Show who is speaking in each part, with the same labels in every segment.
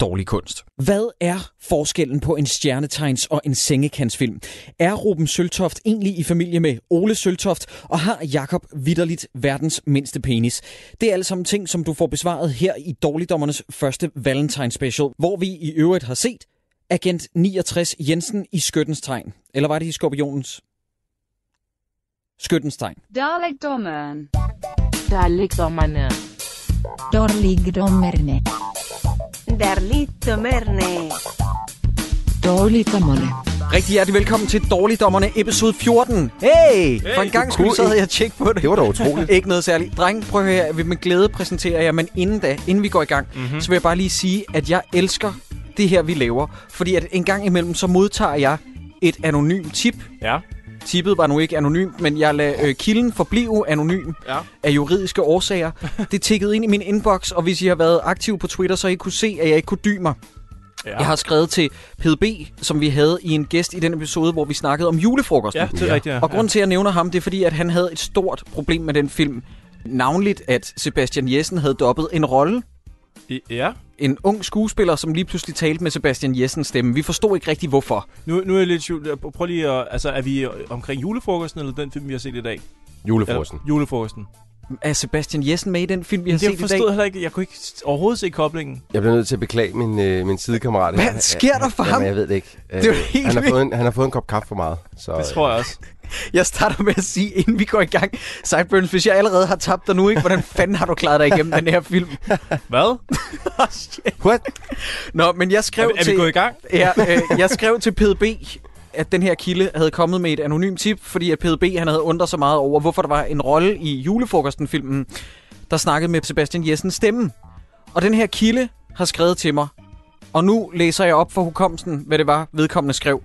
Speaker 1: dårlig kunst. Hvad er forskellen på en stjernetegns og en sengekantsfilm? Er Ruben Søltoft egentlig i familie med Ole Søltoft, og har Jakob vidderligt verdens mindste penis? Det er alle sammen ting, som du får besvaret her i Dårligdommernes første Valentine Special, hvor vi i øvrigt har set Agent 69 Jensen i Skyttens Tegn. Eller var det i Skorpionens? Skyttens Tegn.
Speaker 2: Dalekdommeren.
Speaker 3: Der ligger dommerne.
Speaker 4: Dårligdommerne.
Speaker 5: Darlitdomerne.
Speaker 3: Dårligdommerne.
Speaker 1: Rigtig hjertelig velkommen til Dårligdommerne episode 14. Hey! hey for en gang skyld, så havde jeg tjek på det.
Speaker 6: Det var da utroligt.
Speaker 1: Ikke noget særligt. Dreng, prøv at høre, jeg vil med glæde præsentere jer, men inden da, inden vi går i gang,
Speaker 6: Mhm.
Speaker 1: mm-hmm. så vil jeg bare lige sige, at jeg elsker det her, vi laver. Fordi at en gang imellem, så modtager jeg et anonymt tip.
Speaker 7: Ja.
Speaker 1: Tippet var nu ikke anonymt, men jeg lader øh, kilden forblive anonym
Speaker 7: Ja.
Speaker 1: af juridiske årsager. Det tikkede ind i min inbox, og hvis I har været aktiv på Twitter, så har I kunne se, at jeg ikke kunne dy mig.
Speaker 7: Ja,
Speaker 1: Jeg har skrevet til PDB, som vi havde i en gæst i den episode, hvor vi snakkede om julefrokosten.
Speaker 7: ja det er rigtigt. Ja.
Speaker 1: Og grunden til, at jeg nævner ham, det er fordi, at han havde et stort problem med den film. Navnligt, at Sebastian Jessen havde dobbet en rolle.
Speaker 7: I- Ja.
Speaker 1: En ung skuespiller, som lige pludselig talte med Sebastian Jessens stemme. Vi forstod ikke rigtig, hvorfor.
Speaker 7: Nu, nu er jeg lidt i tvivl. Prøv lige at... Altså, er vi omkring julefrokosten, eller den film, vi har set i dag?
Speaker 6: Julefrosten.
Speaker 7: Eller, julefrokosten.
Speaker 1: Er Sebastian Jessen med i den film, vi har
Speaker 7: Det jeg
Speaker 1: set i dag?
Speaker 7: forstod heller ikke. Jeg kunne ikke s- overhovedet se koblingen.
Speaker 6: Jeg bliver nødt til at beklage min, øh, min sidekammerat.
Speaker 1: Hvad
Speaker 6: her.
Speaker 1: sker der for ham?
Speaker 6: Jamen, jeg ved det ikke. Øh,
Speaker 1: er jo helt
Speaker 6: han, har
Speaker 1: vildt.
Speaker 6: fået en, han har fået en kop kaffe for meget. Så,
Speaker 7: Det
Speaker 6: øh,
Speaker 7: tror jeg også.
Speaker 1: Jeg starter med at sige, inden vi går i gang. Sideburns, hvis jeg allerede har tabt dig nu, ikke? hvordan fanden har du klaret dig igennem den her film?
Speaker 7: Hvad?
Speaker 6: What?
Speaker 1: Nå, men jeg skrev
Speaker 7: Er, vi- er
Speaker 1: til...
Speaker 7: vi gået i gang?
Speaker 1: Ja, øh, jeg skrev til PDB, at den her kilde havde kommet med et anonymt tip, fordi at PDB han havde undret sig meget over, hvorfor der var en rolle i julefrokosten-filmen, der snakkede med Sebastian Jessens stemme. Og den her kilde har skrevet til mig, og nu læser jeg op for hukommelsen, hvad det var, vedkommende skrev.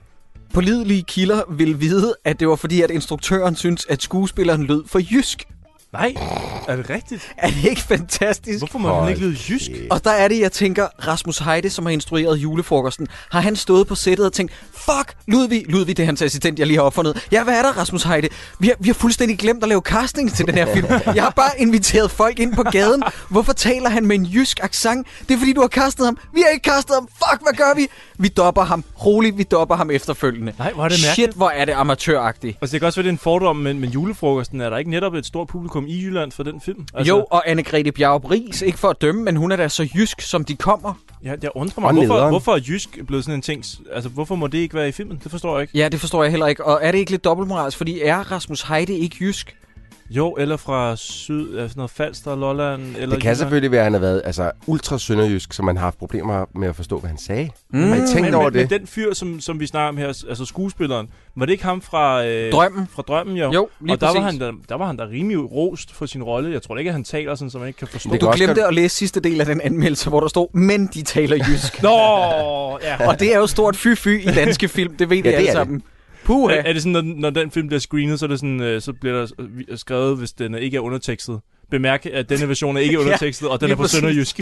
Speaker 1: Pålidelige kilder vil vide, at det var fordi, at instruktøren synes, at skuespilleren lød for jysk.
Speaker 7: Nej. Er det rigtigt?
Speaker 1: Er det ikke fantastisk?
Speaker 7: Hvorfor må han
Speaker 6: Hold
Speaker 7: ikke lyde jysk?
Speaker 1: Og der er det, jeg tænker, Rasmus Heide, som har instrueret julefrokosten, har han stået på sættet og tænkt, fuck, Ludvig, Ludvig, det er hans assistent, jeg lige har opfundet. Ja, hvad er der, Rasmus Heide? Vi har, vi har fuldstændig glemt at lave casting til den her film. Jeg har bare inviteret folk ind på gaden. Hvorfor taler han med en jysk accent? Det er fordi, du har castet ham. Vi har ikke castet ham. Fuck, hvad gør vi? Vi dopper ham. Rolig, vi dopper ham efterfølgende.
Speaker 7: Nej, hvor er det
Speaker 1: Shit,
Speaker 7: mærkeligt.
Speaker 1: hvor er det amatøragtigt.
Speaker 7: Altså, det kan også være, det er en fordom, men, men julefrokosten er der ikke netop et stort publikum i Jylland for den film? Altså,
Speaker 1: Jo, og Anne-Grethe Bjarup Ries, ikke for at dømme, men hun er da så jysk, som de kommer.
Speaker 7: Jeg, jeg undrer
Speaker 6: Og
Speaker 7: mig, hvorfor,
Speaker 6: nederen.
Speaker 7: hvorfor er jysk blevet sådan en ting? Altså, hvorfor må det ikke være i filmen? Det forstår jeg ikke.
Speaker 1: Ja, det forstår jeg heller ikke. Og er det ikke lidt dobbeltmoralsk, fordi er Rasmus Heide ikke jysk?
Speaker 7: Jo, eller fra syd, altså noget Falster, Lolland, eller...
Speaker 6: Det kan
Speaker 7: Jylland.
Speaker 6: selvfølgelig være, at han har været altså, ultra sønderjysk, så man har haft problemer med at forstå, hvad han sagde.
Speaker 1: Mm.
Speaker 6: Har I tænkt
Speaker 7: Men,
Speaker 6: over
Speaker 7: men,
Speaker 6: det?
Speaker 7: men den fyr, som, som vi snakker om her, altså skuespilleren, var det ikke ham fra... Øh,
Speaker 1: Drømmen.
Speaker 7: Fra Drømmen, jo.
Speaker 1: Jo, lige
Speaker 7: og der var,
Speaker 1: præcis.
Speaker 7: han, der, der var han der rimelig rost for sin rolle. Jeg tror da ikke, at han taler sådan, så man ikke kan forstå.
Speaker 6: Det
Speaker 1: Du
Speaker 6: kan også
Speaker 1: glemte
Speaker 6: godt-
Speaker 1: at læse sidste del af den anmeldelse, hvor der stod, men de taler jysk.
Speaker 7: Nå, ja.
Speaker 1: og det er jo stort fy-fy i danske film, det ved vi
Speaker 6: det
Speaker 1: alle
Speaker 6: er det.
Speaker 1: sammen. Puha.
Speaker 7: Er, er det sådan, når, den- når den film bliver screenet, så, er det sådan, øh, så bliver der øh, vi- skrevet, hvis den er- ikke er undertekstet. Bemærk, at denne version er ikke
Speaker 1: Ja,
Speaker 7: undertekstet, og den
Speaker 1: lige
Speaker 7: er på
Speaker 1: præcis.
Speaker 7: sønderjysk.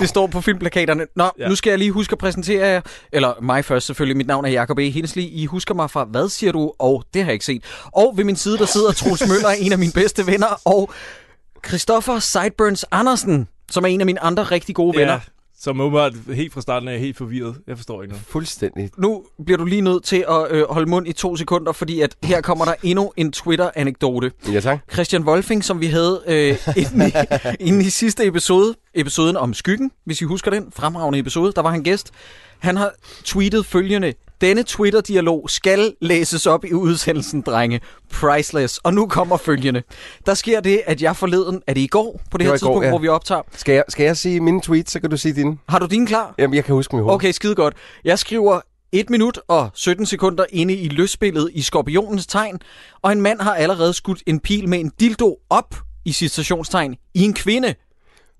Speaker 1: Det står på filmplakaterne. Nå, ja.
Speaker 7: øh. Ja.
Speaker 1: nu skal jeg lige huske at præsentere jer. Eller mig først selvfølgelig. Mit navn er Jakob E. Hensli. I husker mig fra Hvad siger du? Og det har jeg ikke set. Og ved min side, der sidder Troels Møller, en af mine bedste venner. Og Christoffer Sideburns Andersen, som er en af mine andre rigtig gode venner.
Speaker 7: ja, som åbenbart helt fra starten af er helt forvirret. Jeg forstår ikke noget.
Speaker 6: Fuldstændig.
Speaker 1: Nu bliver du lige nødt til at øh, holde mund i to sekunder, fordi at her kommer der endnu en Twitter-anekdote.
Speaker 6: Ja, tak.
Speaker 1: Christian Wolfing, som vi havde øh, inden, i, inden i sidste episode, episoden om skyggen, hvis I husker den, fremragende episode, der var han gæst. Han har tweetet følgende. Denne Twitter-dialog skal læses op i udsendelsen, drenge. Priceless. Og nu kommer følgende. Der sker det, at jeg forleden, er det i går på det, det
Speaker 6: var
Speaker 1: her
Speaker 6: i går,
Speaker 1: tidspunkt, går, ja.
Speaker 6: ja.
Speaker 1: hvor vi optager.
Speaker 6: Skal jeg, skal jeg sige mine tweets, så kan du sige dine?
Speaker 1: Har du din klar?
Speaker 6: Jamen, jeg kan huske min hoved.
Speaker 1: Okay, skide godt. Jeg skriver 1 minut og 17 sekunder inde i løsspillet i skorpionens tegn, og en mand har allerede skudt en pil med en dildo op i citationstegn i en kvinde.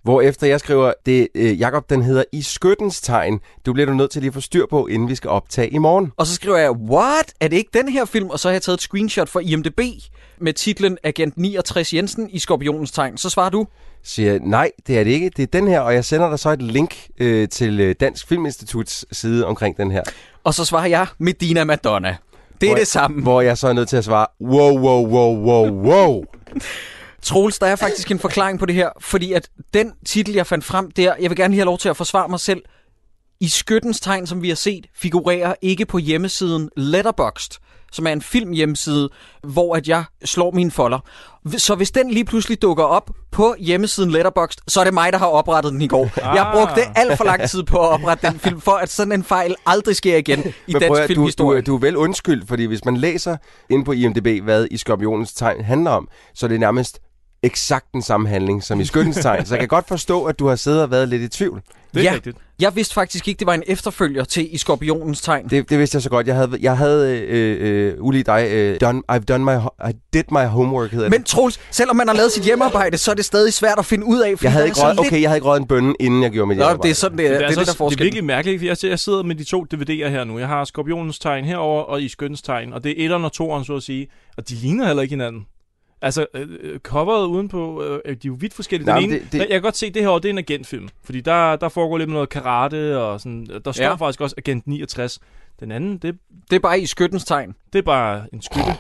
Speaker 6: Hvorefter jeg skriver, det, øh, Jakob, den hedder I skyttens tegn. Du bliver du nødt til lige at få styr på, inden vi skal optage i morgen.
Speaker 1: Og så skriver jeg, what? Er det ikke den her film? Og så har jeg taget et screenshot fra IMDB med titlen Agent 69 Jensen i skorpionens tegn. Så svarer du,
Speaker 6: siger, nej, det er det ikke, det er den her, og jeg sender dig så et link øh, til øh, Dansk Filminstituts side omkring den her.
Speaker 1: Og så svarer jeg, Medina Madonna. Det er
Speaker 6: Hvor-
Speaker 1: det samme.
Speaker 6: Hvor jeg så er nødt til at svare, wow, wow, wow, wow, wow.
Speaker 1: Troels, der er faktisk en forklaring på det her, fordi at den titel, jeg fandt frem der, jeg vil gerne lige have lov til at forsvare mig selv. I skyttens tegn, som vi har set, figurerer ikke på hjemmesiden Letterboxd, som er en filmhjemmeside, hvor at jeg slår mine folder. Så hvis den lige pludselig dukker op på hjemmesiden Letterboxd, så er det mig, der har oprettet den i går. Jeg
Speaker 7: Ah.
Speaker 1: brugte alt for lang tid på at oprette den film, for at sådan en fejl aldrig sker igen i
Speaker 6: Men prøv
Speaker 1: dansk
Speaker 6: at, du, du,
Speaker 1: filmhistorie.
Speaker 6: er- du er vel undskyldt, fordi hvis man læser ind på IMDb, hvad i skorpionens tegn handler om, så er det nærmest eksakt den samme handling som i skyttens tegn. Så jeg kan godt forstå, at du har siddet og været lidt i tvivl.
Speaker 7: Det er
Speaker 1: Ja.
Speaker 7: rigtigt.
Speaker 1: Jeg vidste faktisk ikke, det var en efterfølger til I Skorpionens Tegn.
Speaker 6: Det, det vidste jeg så godt. Jeg havde, jeg havde øh, øh, ulig dig, øh, done, I've done my, ho- I did my homework, hedder
Speaker 1: Men
Speaker 6: det.
Speaker 1: Troels, selvom man har lavet sit hjemmearbejde, så er det stadig svært at finde ud af, fordi
Speaker 6: Jeg havde,
Speaker 1: der
Speaker 6: ikke
Speaker 1: er
Speaker 6: røget,
Speaker 1: så lidt...
Speaker 6: okay, jeg havde ikke røget en bønne, inden jeg gjorde mit
Speaker 1: Nå, det er
Speaker 6: arbejde.
Speaker 1: sådan, det, er,
Speaker 7: Men
Speaker 1: det, er, det, der
Speaker 7: altså
Speaker 1: er
Speaker 7: også- det er
Speaker 1: forskellen.
Speaker 7: virkelig mærkeligt, for jeg, jeg sidder med de to DVD'er her nu. Jeg har Skorpionens tegn herover og i Skyttens tegn, og det er etteren og toeren, så at sige. Og de ligner heller ikke hinanden. Altså, øh, øh, coveret udenpå, øh, øh, de er jo vidt forskellige.
Speaker 6: Nej,
Speaker 7: Den
Speaker 6: men det-
Speaker 7: ene, det,
Speaker 6: det-
Speaker 7: det... Jeg kan godt se, at det her år, det er en agentfilm. Fordi der, der foregår lidt med noget karate, og sådan, der står
Speaker 1: Ja.
Speaker 7: ja. faktisk også Agent 69. Den anden, det,
Speaker 1: Det er bare i skyttens tegn.
Speaker 7: det er bare en skytte.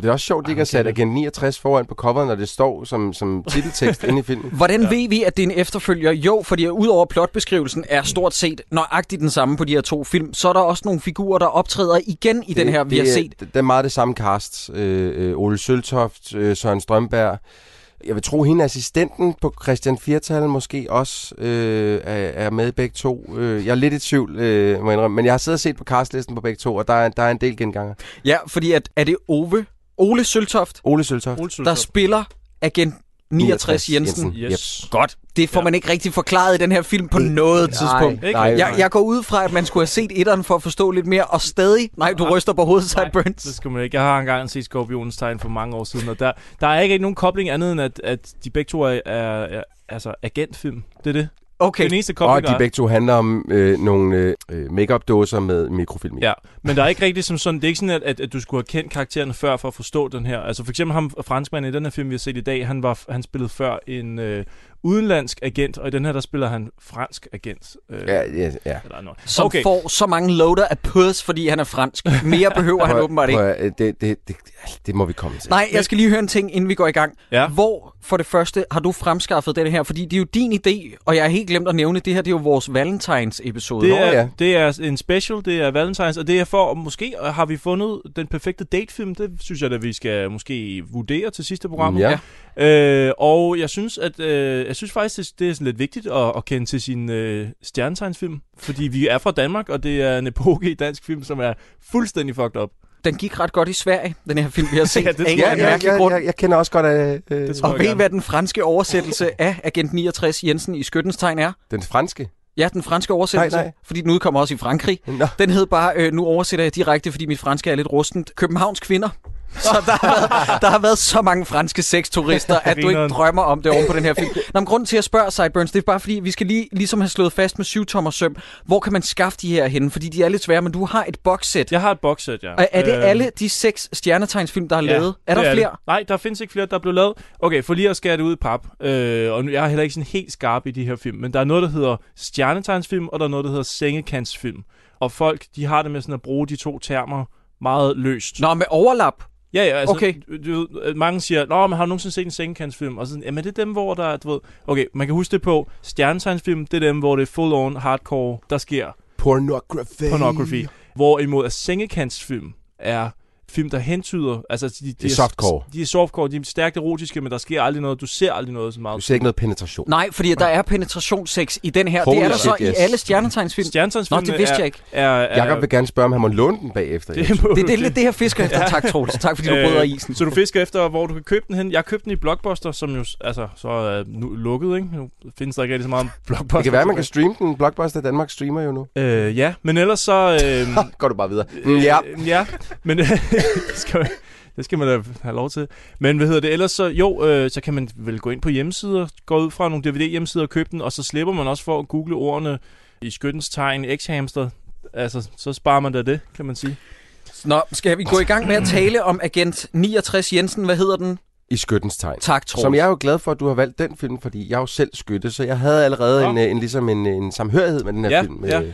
Speaker 6: Det er også sjovt, at de ikke har sat
Speaker 7: Ej, det-
Speaker 6: Agent 69 foran på coveret, når det står som, som titeltekst inde i filmen.
Speaker 1: Hvordan ja. ved vi, at det er en efterfølger? Jo, fordi udover plotbeskrivelsen er stort set nøjagtigt den samme på de her to film, så er der også nogle figurer, der optræder igen i det, den her, vi
Speaker 6: det,
Speaker 1: har
Speaker 6: er-
Speaker 1: set.
Speaker 6: Det, det er meget det samme cast. Øh, øh, Ole Søltoft, øh, Søren Strømberg. Jeg vil tro, hende assistenten på Christian Firtal måske også øh, er, er med i begge to. Øh, jeg er lidt i tvivl, øh, må jeg indrømme. Men jeg har siddet og set på castlisten på begge to, og der er, der er en del genganger.
Speaker 1: Ja, fordi at, er det Ove, Ole Søltoft,
Speaker 6: Ole Søltoft.
Speaker 7: Ole Søltoft.
Speaker 1: der spiller agent 69 Jensen. Jensen.
Speaker 7: Yes.
Speaker 6: Yes.
Speaker 1: Godt. Det får
Speaker 7: Ja.
Speaker 1: man ikke rigtig forklaret i den her film på noget tidspunkt.
Speaker 6: Nej,
Speaker 7: Ikke
Speaker 6: nej,
Speaker 7: rigtigt.
Speaker 1: Jeg, jeg går ud fra, at man skulle have set etteren for at forstå lidt mere, og stadig... Nej, du ryster på hovedet,
Speaker 7: Nej,
Speaker 1: Sideburns.
Speaker 7: Det skal man ikke. Jeg har engang set Skorpionens tegn for mange år siden, og der, der er ikke rigtig nogen kobling andet end, at, at de begge to er, er, er altså agentfilm. Det er det.
Speaker 1: Okay,
Speaker 7: Okay. Det er den eneste
Speaker 6: Og
Speaker 7: kobling,
Speaker 6: de
Speaker 7: der er.
Speaker 6: begge to handler om øh, nogle øh, make-up-dåser med mikrofilm i.
Speaker 7: Ja, men der er ikke rigtig som sådan, det er ikke sådan, at, at, at du skulle have kendt karaktererne før for at forstå den her. Altså for eksempel ham franskmanden i den her film, vi har set i dag, han, var, han spillede før en øh, udenlandsk agent, og i den her, der spiller han fransk agent. Øh,
Speaker 6: Ja, ja, ja.
Speaker 7: Eller noget.
Speaker 1: som okay.
Speaker 7: okay.
Speaker 1: får så mange loader af pøs, fordi han er fransk. Mere behøver han
Speaker 6: Prøv-
Speaker 1: åbenbart ikke.
Speaker 6: prøv at- øh, Det, det, det, det må vi komme til.
Speaker 1: Nej, jeg skal lige høre en ting, inden vi går i gang.
Speaker 7: Ja.
Speaker 1: Hvor, for det første, har du fremskaffet den her? Fordi det er jo din idé, og jeg har helt glemt at nævne, det her det er jo vores Valentines-episode.
Speaker 7: Det
Speaker 1: Nå,
Speaker 7: er,
Speaker 6: ja.
Speaker 7: ja. det er en special, det er Valentines, og det er for, og måske har vi fundet den perfekte datefilm, det synes jeg, at vi skal måske vurdere til sidste program.
Speaker 6: Ja.
Speaker 7: Øh, og jeg synes, at, øh, jeg synes faktisk, det, det er sådan lidt vigtigt at, at kende til sin øh, stjernetegnsfilm, fordi vi er fra Danmark, og det er en epoke i dansk film, som er fuldstændig fucked up.
Speaker 1: Den gik ret godt i Sverige, den her film, vi har set.
Speaker 7: Ja, det tror
Speaker 1: af en eller
Speaker 7: jeg.
Speaker 6: Ja,
Speaker 1: anden
Speaker 6: ja,
Speaker 1: mærkelig
Speaker 6: ja,
Speaker 1: grund.
Speaker 6: ja, jeg kender også godt øh, øh,
Speaker 7: Det tror
Speaker 1: Og
Speaker 7: jeg
Speaker 1: ved I,
Speaker 7: gerne.
Speaker 1: hvad den franske oversættelse af Agent 69 Jensen i Skyttens Tegn er?
Speaker 6: den franske.
Speaker 1: Ja, den franske oversættelse,
Speaker 6: Nej, nej.
Speaker 1: fordi den udkommer også i Frankrig.
Speaker 6: Nå.
Speaker 1: Den hed bare, øh, nu oversætter jeg direkte, fordi mit franske er lidt rustent, Københavns kvinder. Så der har, været, der har været så mange franske sexturister, at du ikke
Speaker 7: Grineren.
Speaker 1: drømmer om det oven på den her film. Nå, men grunden til, at jeg spørger Sideburns, det er bare fordi, vi skal lige ligesom have slået fast med syv tommer søm. Hvor kan man skaffe de her henne? Fordi de er lidt svære, men du har et boxsæt. Ja.
Speaker 7: Jeg har et boxset, ja. Øh,
Speaker 1: Er det alle de seks stjernetegnsfilm, der er lavet? Er
Speaker 7: det
Speaker 1: der flere?
Speaker 7: Det. Nej, der findes ikke flere, der blev lavet. Okay, for lige at skære det ud i pap, øh, og nu- jeg er heller ikke sådan helt skarp i de her film, men der er noget, der hedder stjernetegnsfilm, og der er noget, der hedder sengekantsfilm. Og folk, de har det med sådan at bruge de to termer meget løst.
Speaker 1: Nå, med overlap.
Speaker 7: Ja, ja, altså,
Speaker 1: Okay.
Speaker 7: du, du, ved, øh, mange siger, Nå, men har du nogensinde set en sengekantsfilm? Og sådan, jamen det er dem, hvor der er, du ved, okay, man kan huske det på, stjernetegnsfilm, det er dem, hvor det er full-on hardcore, der sker
Speaker 6: Pornography.
Speaker 7: pornografi. Hvorimod at sengekantsfilm er film, der hentyder... Altså, de, de,
Speaker 6: er softcore.
Speaker 7: De er softcore, de er stærkt erotiske, men der sker aldrig noget. Du ser aldrig noget så
Speaker 6: Du
Speaker 7: meget.
Speaker 6: ser ikke noget penetration.
Speaker 1: Nej, fordi der er penetrationsseks i den her.
Speaker 6: Holy
Speaker 1: det er der så
Speaker 6: shit,
Speaker 1: i
Speaker 6: yes.
Speaker 1: alle stjernetegnsfilm. Nå,
Speaker 7: Stjernetegnsfilm
Speaker 1: det vidste
Speaker 7: er,
Speaker 1: jeg ikke.
Speaker 7: Er, er,
Speaker 6: Jakob vil gerne spørge, om han må låne den bagefter.
Speaker 7: det,
Speaker 6: Jens.
Speaker 7: må-
Speaker 1: Det, det er lidt det her fisker efter. Tak, Troels. Tak, fordi du bryder
Speaker 7: Øh,
Speaker 1: isen.
Speaker 7: Så du fisker efter, hvor du kan købe den hen. Jeg købte den i Blockbuster, som jo s- altså, så er nu lukket, ikke? Nu findes der ikke rigtig så meget om Blockbuster.
Speaker 6: det kan være, man kan streame den. Blockbuster Danmark streamer jo nu.
Speaker 7: Øh, ja, men ellers så... Øh,
Speaker 6: Går du bare videre. Mm, ja.
Speaker 7: Øh, ja, men det skal, man, det skal man da have lov til. Men hvad hedder det ellers? Så, jo, øh, så kan man vel gå ind på hjemmesider, gå ud fra nogle DVD-hjemmesider og købe den, og så slipper man også for at google ordene i skyttens tegn X-hamster. Altså, så sparer man da det, kan man sige.
Speaker 1: Nå, skal vi gå i gang med at tale om Agent 69 Jensen? Hvad hedder den?
Speaker 6: i skyttens tegn.
Speaker 1: Tak, Troels.
Speaker 6: Som jeg er jo glad for, at du har valgt den film, fordi jeg er jo selv skytte, så jeg havde allerede
Speaker 7: Nå.
Speaker 6: en, øh, en, ligesom en, en samhørighed med den her
Speaker 7: Ja,
Speaker 6: film.
Speaker 7: ja.
Speaker 6: øh.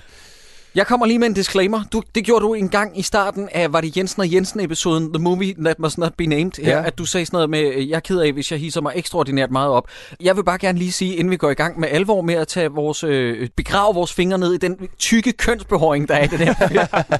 Speaker 1: Jeg kommer lige med en disclaimer. Du, det gjorde du en gang i starten af, var det Jensen og Jensen-episoden, The Movie That Must Not Be Named, her,
Speaker 6: Ja.
Speaker 1: at du sagde sådan noget med, øh, jeg er ked af, hvis jeg hisser mig ekstraordinært meget op. Jeg vil bare gerne lige sige, inden vi går i gang med alvor med at tage vores, øh, begrave vores fingre ned i den tykke kønsbehøring, der er i den her film,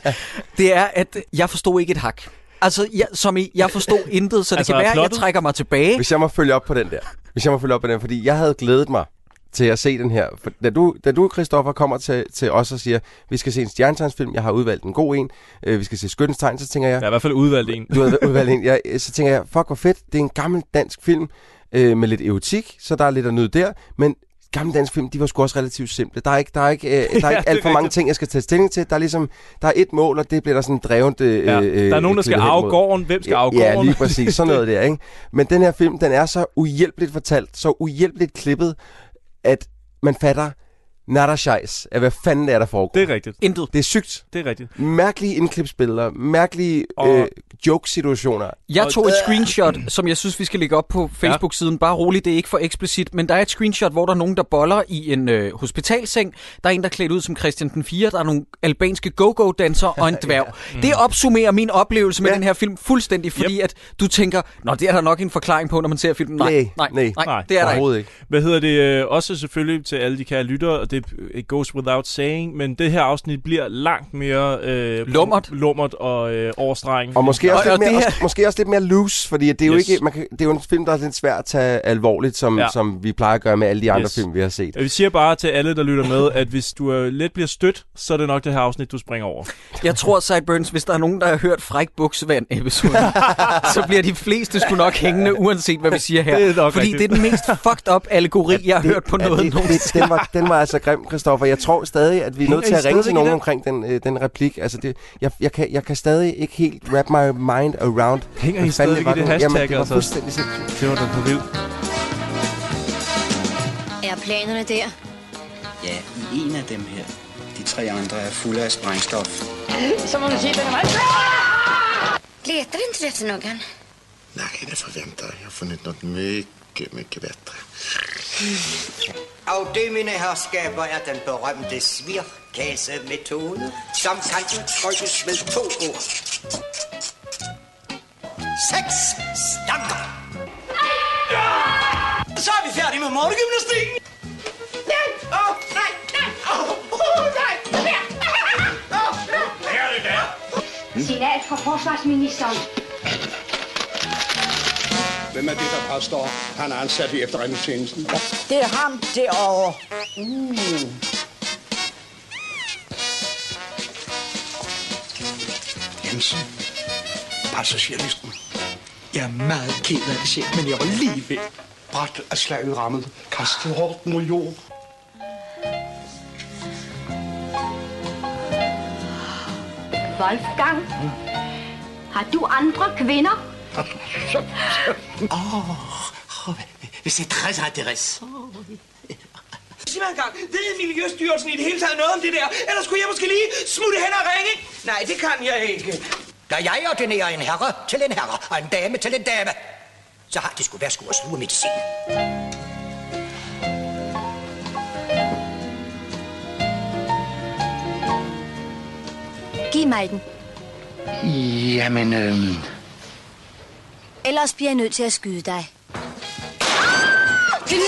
Speaker 1: det er, at jeg forstod ikke et hak. Altså, jeg, som i, jeg forstod intet, så det
Speaker 7: Altså,
Speaker 1: altså, kan være, at jeg
Speaker 7: plottet?
Speaker 1: trækker mig tilbage.
Speaker 6: Hvis jeg må følge op på den der. Hvis jeg må følge op på den, fordi jeg havde glædet mig til at se den her. For da du, da du Christoffer, kommer til, til os og siger, vi skal se en stjernetegnsfilm, jeg har udvalgt en god en, øh, vi skal se Skyttens Tegn, så tænker jeg,
Speaker 7: Jeg har i hvert fald udvalgt en.
Speaker 6: du havde udvalgt en. Jeg, så tænker jeg, fuck hvor fedt, det er en gammel dansk film øh, med lidt erotik, så der er lidt at nyde der, men gamle dansk film, de var sgu også relativt simple. Der er ikke, der er ikke, øh, der er
Speaker 7: Ja,
Speaker 6: ikke alt
Speaker 7: det
Speaker 6: for
Speaker 7: er
Speaker 6: mange
Speaker 7: rigtigt.
Speaker 6: ting, jeg skal tage stilling til. Der er ligesom, der er et mål, og det bliver der sådan drevent øh,
Speaker 7: Ja.
Speaker 6: øh,
Speaker 7: Der er nogen, der skal
Speaker 6: klippet hen
Speaker 7: arve
Speaker 6: mod.
Speaker 7: gården. Hvem skal arve
Speaker 6: Ja,
Speaker 7: gården?
Speaker 6: lige præcis. Sådan noget der, ikke? Men den her film, den er så uhjælpeligt fortalt, så uhjælpeligt klippet, at man fatter nada scheiß af, hvad fanden det er, der foregår.
Speaker 7: Det
Speaker 6: Det,
Speaker 7: er rigtigt.
Speaker 1: Intet.
Speaker 6: det er sygt.
Speaker 7: Det er rigtigt.
Speaker 6: Mærkelige indklipsbilleder, mærkelige
Speaker 7: Og-
Speaker 6: øh, joke-situationer.
Speaker 1: Jeg
Speaker 7: Og-
Speaker 1: tog et screenshot, som jeg synes, vi skal lægge op på Facebook-siden. Bare roligt, det er ikke for eksplicit. Men der er et screenshot, hvor der er nogen, der boller i en øh, hospitalseng. Der er en, der er klædt ud som Christian den 4. Der er nogle albanske go-go-dansere og en dværg. Det opsummerer min oplevelse med
Speaker 6: Mm. Ja.
Speaker 1: den her film fuldstændig, fordi at du tænker, nå, det er der nok en forklaring på, når man ser filmen. Nej,
Speaker 6: Næ,
Speaker 1: nej, nej,
Speaker 6: næ.
Speaker 1: nej det er der ikke.
Speaker 6: Overhovedet ikke.
Speaker 7: Hvad hedder det? øh, Også selvfølgelig til alle de kære lyttere, og det øh, it goes without saying, men det her afsnit bliver langt mere... Øh,
Speaker 1: Lummert.
Speaker 7: Lummert og øh, overstregen.
Speaker 6: Og måske
Speaker 1: Og-
Speaker 6: også, lidt
Speaker 1: og
Speaker 6: mere,
Speaker 1: det her-
Speaker 6: også, måske også lidt mere loose, fordi det er jo,
Speaker 7: Yes.
Speaker 6: ikke, man kan, det er jo en film, der er lidt svær at tage alvorligt, som,
Speaker 7: Ja.
Speaker 6: ja. som vi plejer at gøre med alle de andre
Speaker 7: Yes.
Speaker 6: yes. film, vi har set.
Speaker 7: Vi siger bare til alle, der lytter med, at hvis du øh, let bliver stødt, så er det nok det her afsnit, du springer over.
Speaker 1: Jeg tror, Sideburns, hvis der er nogen, der har hørt Fræk Buksvand episoden, så bliver de fleste sgu nok hængende, uanset hvad vi siger her.
Speaker 7: Det er nok
Speaker 1: fordi
Speaker 7: rigtigt.
Speaker 1: det er den mest fucked up allegori, jeg har hørt på
Speaker 6: Ja,
Speaker 1: noget
Speaker 6: det, det, den, var, den var altså grim, Christoffer. Jeg tror stadig, at vi er
Speaker 7: Hænger
Speaker 6: nødt til
Speaker 7: I
Speaker 6: at ringe til
Speaker 7: stadigvæk i
Speaker 6: nogen
Speaker 7: den?
Speaker 6: omkring den, øh, den replik. Altså det, jeg, jeg, kan, jeg kan stadig ikke helt wrap my mind around.
Speaker 7: Hænger I
Speaker 6: Hvad fanden
Speaker 7: stadigvæk
Speaker 6: var
Speaker 7: i det
Speaker 6: nu?
Speaker 7: hashtag?
Speaker 6: Jamen, det var
Speaker 7: altså?
Speaker 6: fuldstændig sindssygt.
Speaker 7: det var da for vildt.
Speaker 2: Er planerne der?
Speaker 4: Ja, i en af dem her. De tre andre er fulde af sprængstof.
Speaker 2: Letar inte du efter någon?
Speaker 5: Nej, det förväntar jag. Jag har funnit något mycket, mycket bättre.
Speaker 8: Og det, mine herskaber, er den berømte svirkagemetode, som kan udtrykkes med to ord. Seks stanker! Så er vi færdige med morgengymnastikken! Nej! Åh, nej! Nej! Åh, oh, nej!
Speaker 2: Signal fra forsvarsministeren.
Speaker 9: Hvem er det, der påstår, han er ansat i efterretningstjenesten?
Speaker 8: Det er ham derovre.
Speaker 9: Jensen. Passagerlisten. Jeg er meget ked af det selv, men jeg var lige ved. Bræt af slaget rammet. Kastet hårdt mod jord.
Speaker 2: Wolfgang, har du andre kvinder?
Speaker 8: Oh, hvis det er 60 adresse. Sig mig engang, ved Miljøstyrelsen i det hele taget noget om det der? Ellers kunne jeg måske lige smutte hen og ringe. Nej, det kan jeg ikke.
Speaker 10: Når jeg ordinerer en herre til en herre og en dame til en dame, så har de sgu været sgu at sluge medicin.
Speaker 2: Giv mig den.
Speaker 4: Jamen, øhm,
Speaker 2: Ellers bliver jeg nødt til at skyde dig. Nej, jeg,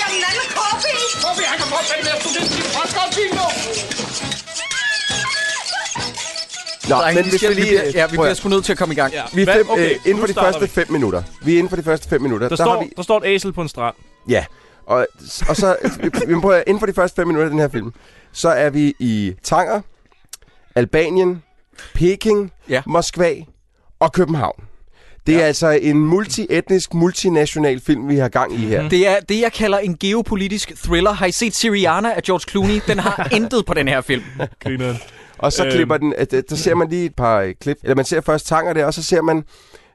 Speaker 2: jeg lander koffe!
Speaker 9: Hvorfor han kan fortsætte med at studere til podcast nu?
Speaker 6: Nå,
Speaker 1: Drenge,
Speaker 6: men
Speaker 1: vi
Speaker 6: hvis
Speaker 1: skal-
Speaker 6: vi
Speaker 1: vi
Speaker 6: lige... øh,
Speaker 1: bliver, ja, vi
Speaker 6: prøv
Speaker 1: bliver
Speaker 6: at-
Speaker 1: sgu nødt til at komme i gang.
Speaker 7: Ja.
Speaker 6: vi er
Speaker 7: Hvad?
Speaker 6: fem,
Speaker 7: Okay,
Speaker 6: øh, inden
Speaker 7: nu
Speaker 6: for de
Speaker 7: starter
Speaker 6: første
Speaker 7: vi.
Speaker 6: 5 minutter. Vi er inden for de første 5 minutter.
Speaker 7: Der,
Speaker 6: har
Speaker 7: står,
Speaker 6: vi,
Speaker 7: der står et æsel på en strand.
Speaker 6: Ja, og, og så, vi prøver, inden for de første fem minutter af den her film, så er vi i Tanger, Albanien, Peking,
Speaker 1: Ja.
Speaker 6: ja. Moskva og København. Det er ja. altså en multietnisk, multinational film, vi har gang i her.
Speaker 1: Det er det, jeg kalder en geopolitisk thriller. Har I set Siriana af George Clooney? Den har intet på den her film.
Speaker 7: Grineren.
Speaker 6: Og så
Speaker 7: Øhm.
Speaker 6: klipper den, at, at, der ser man lige et par øh, klip, eller man ser først Tanger der, og så ser man...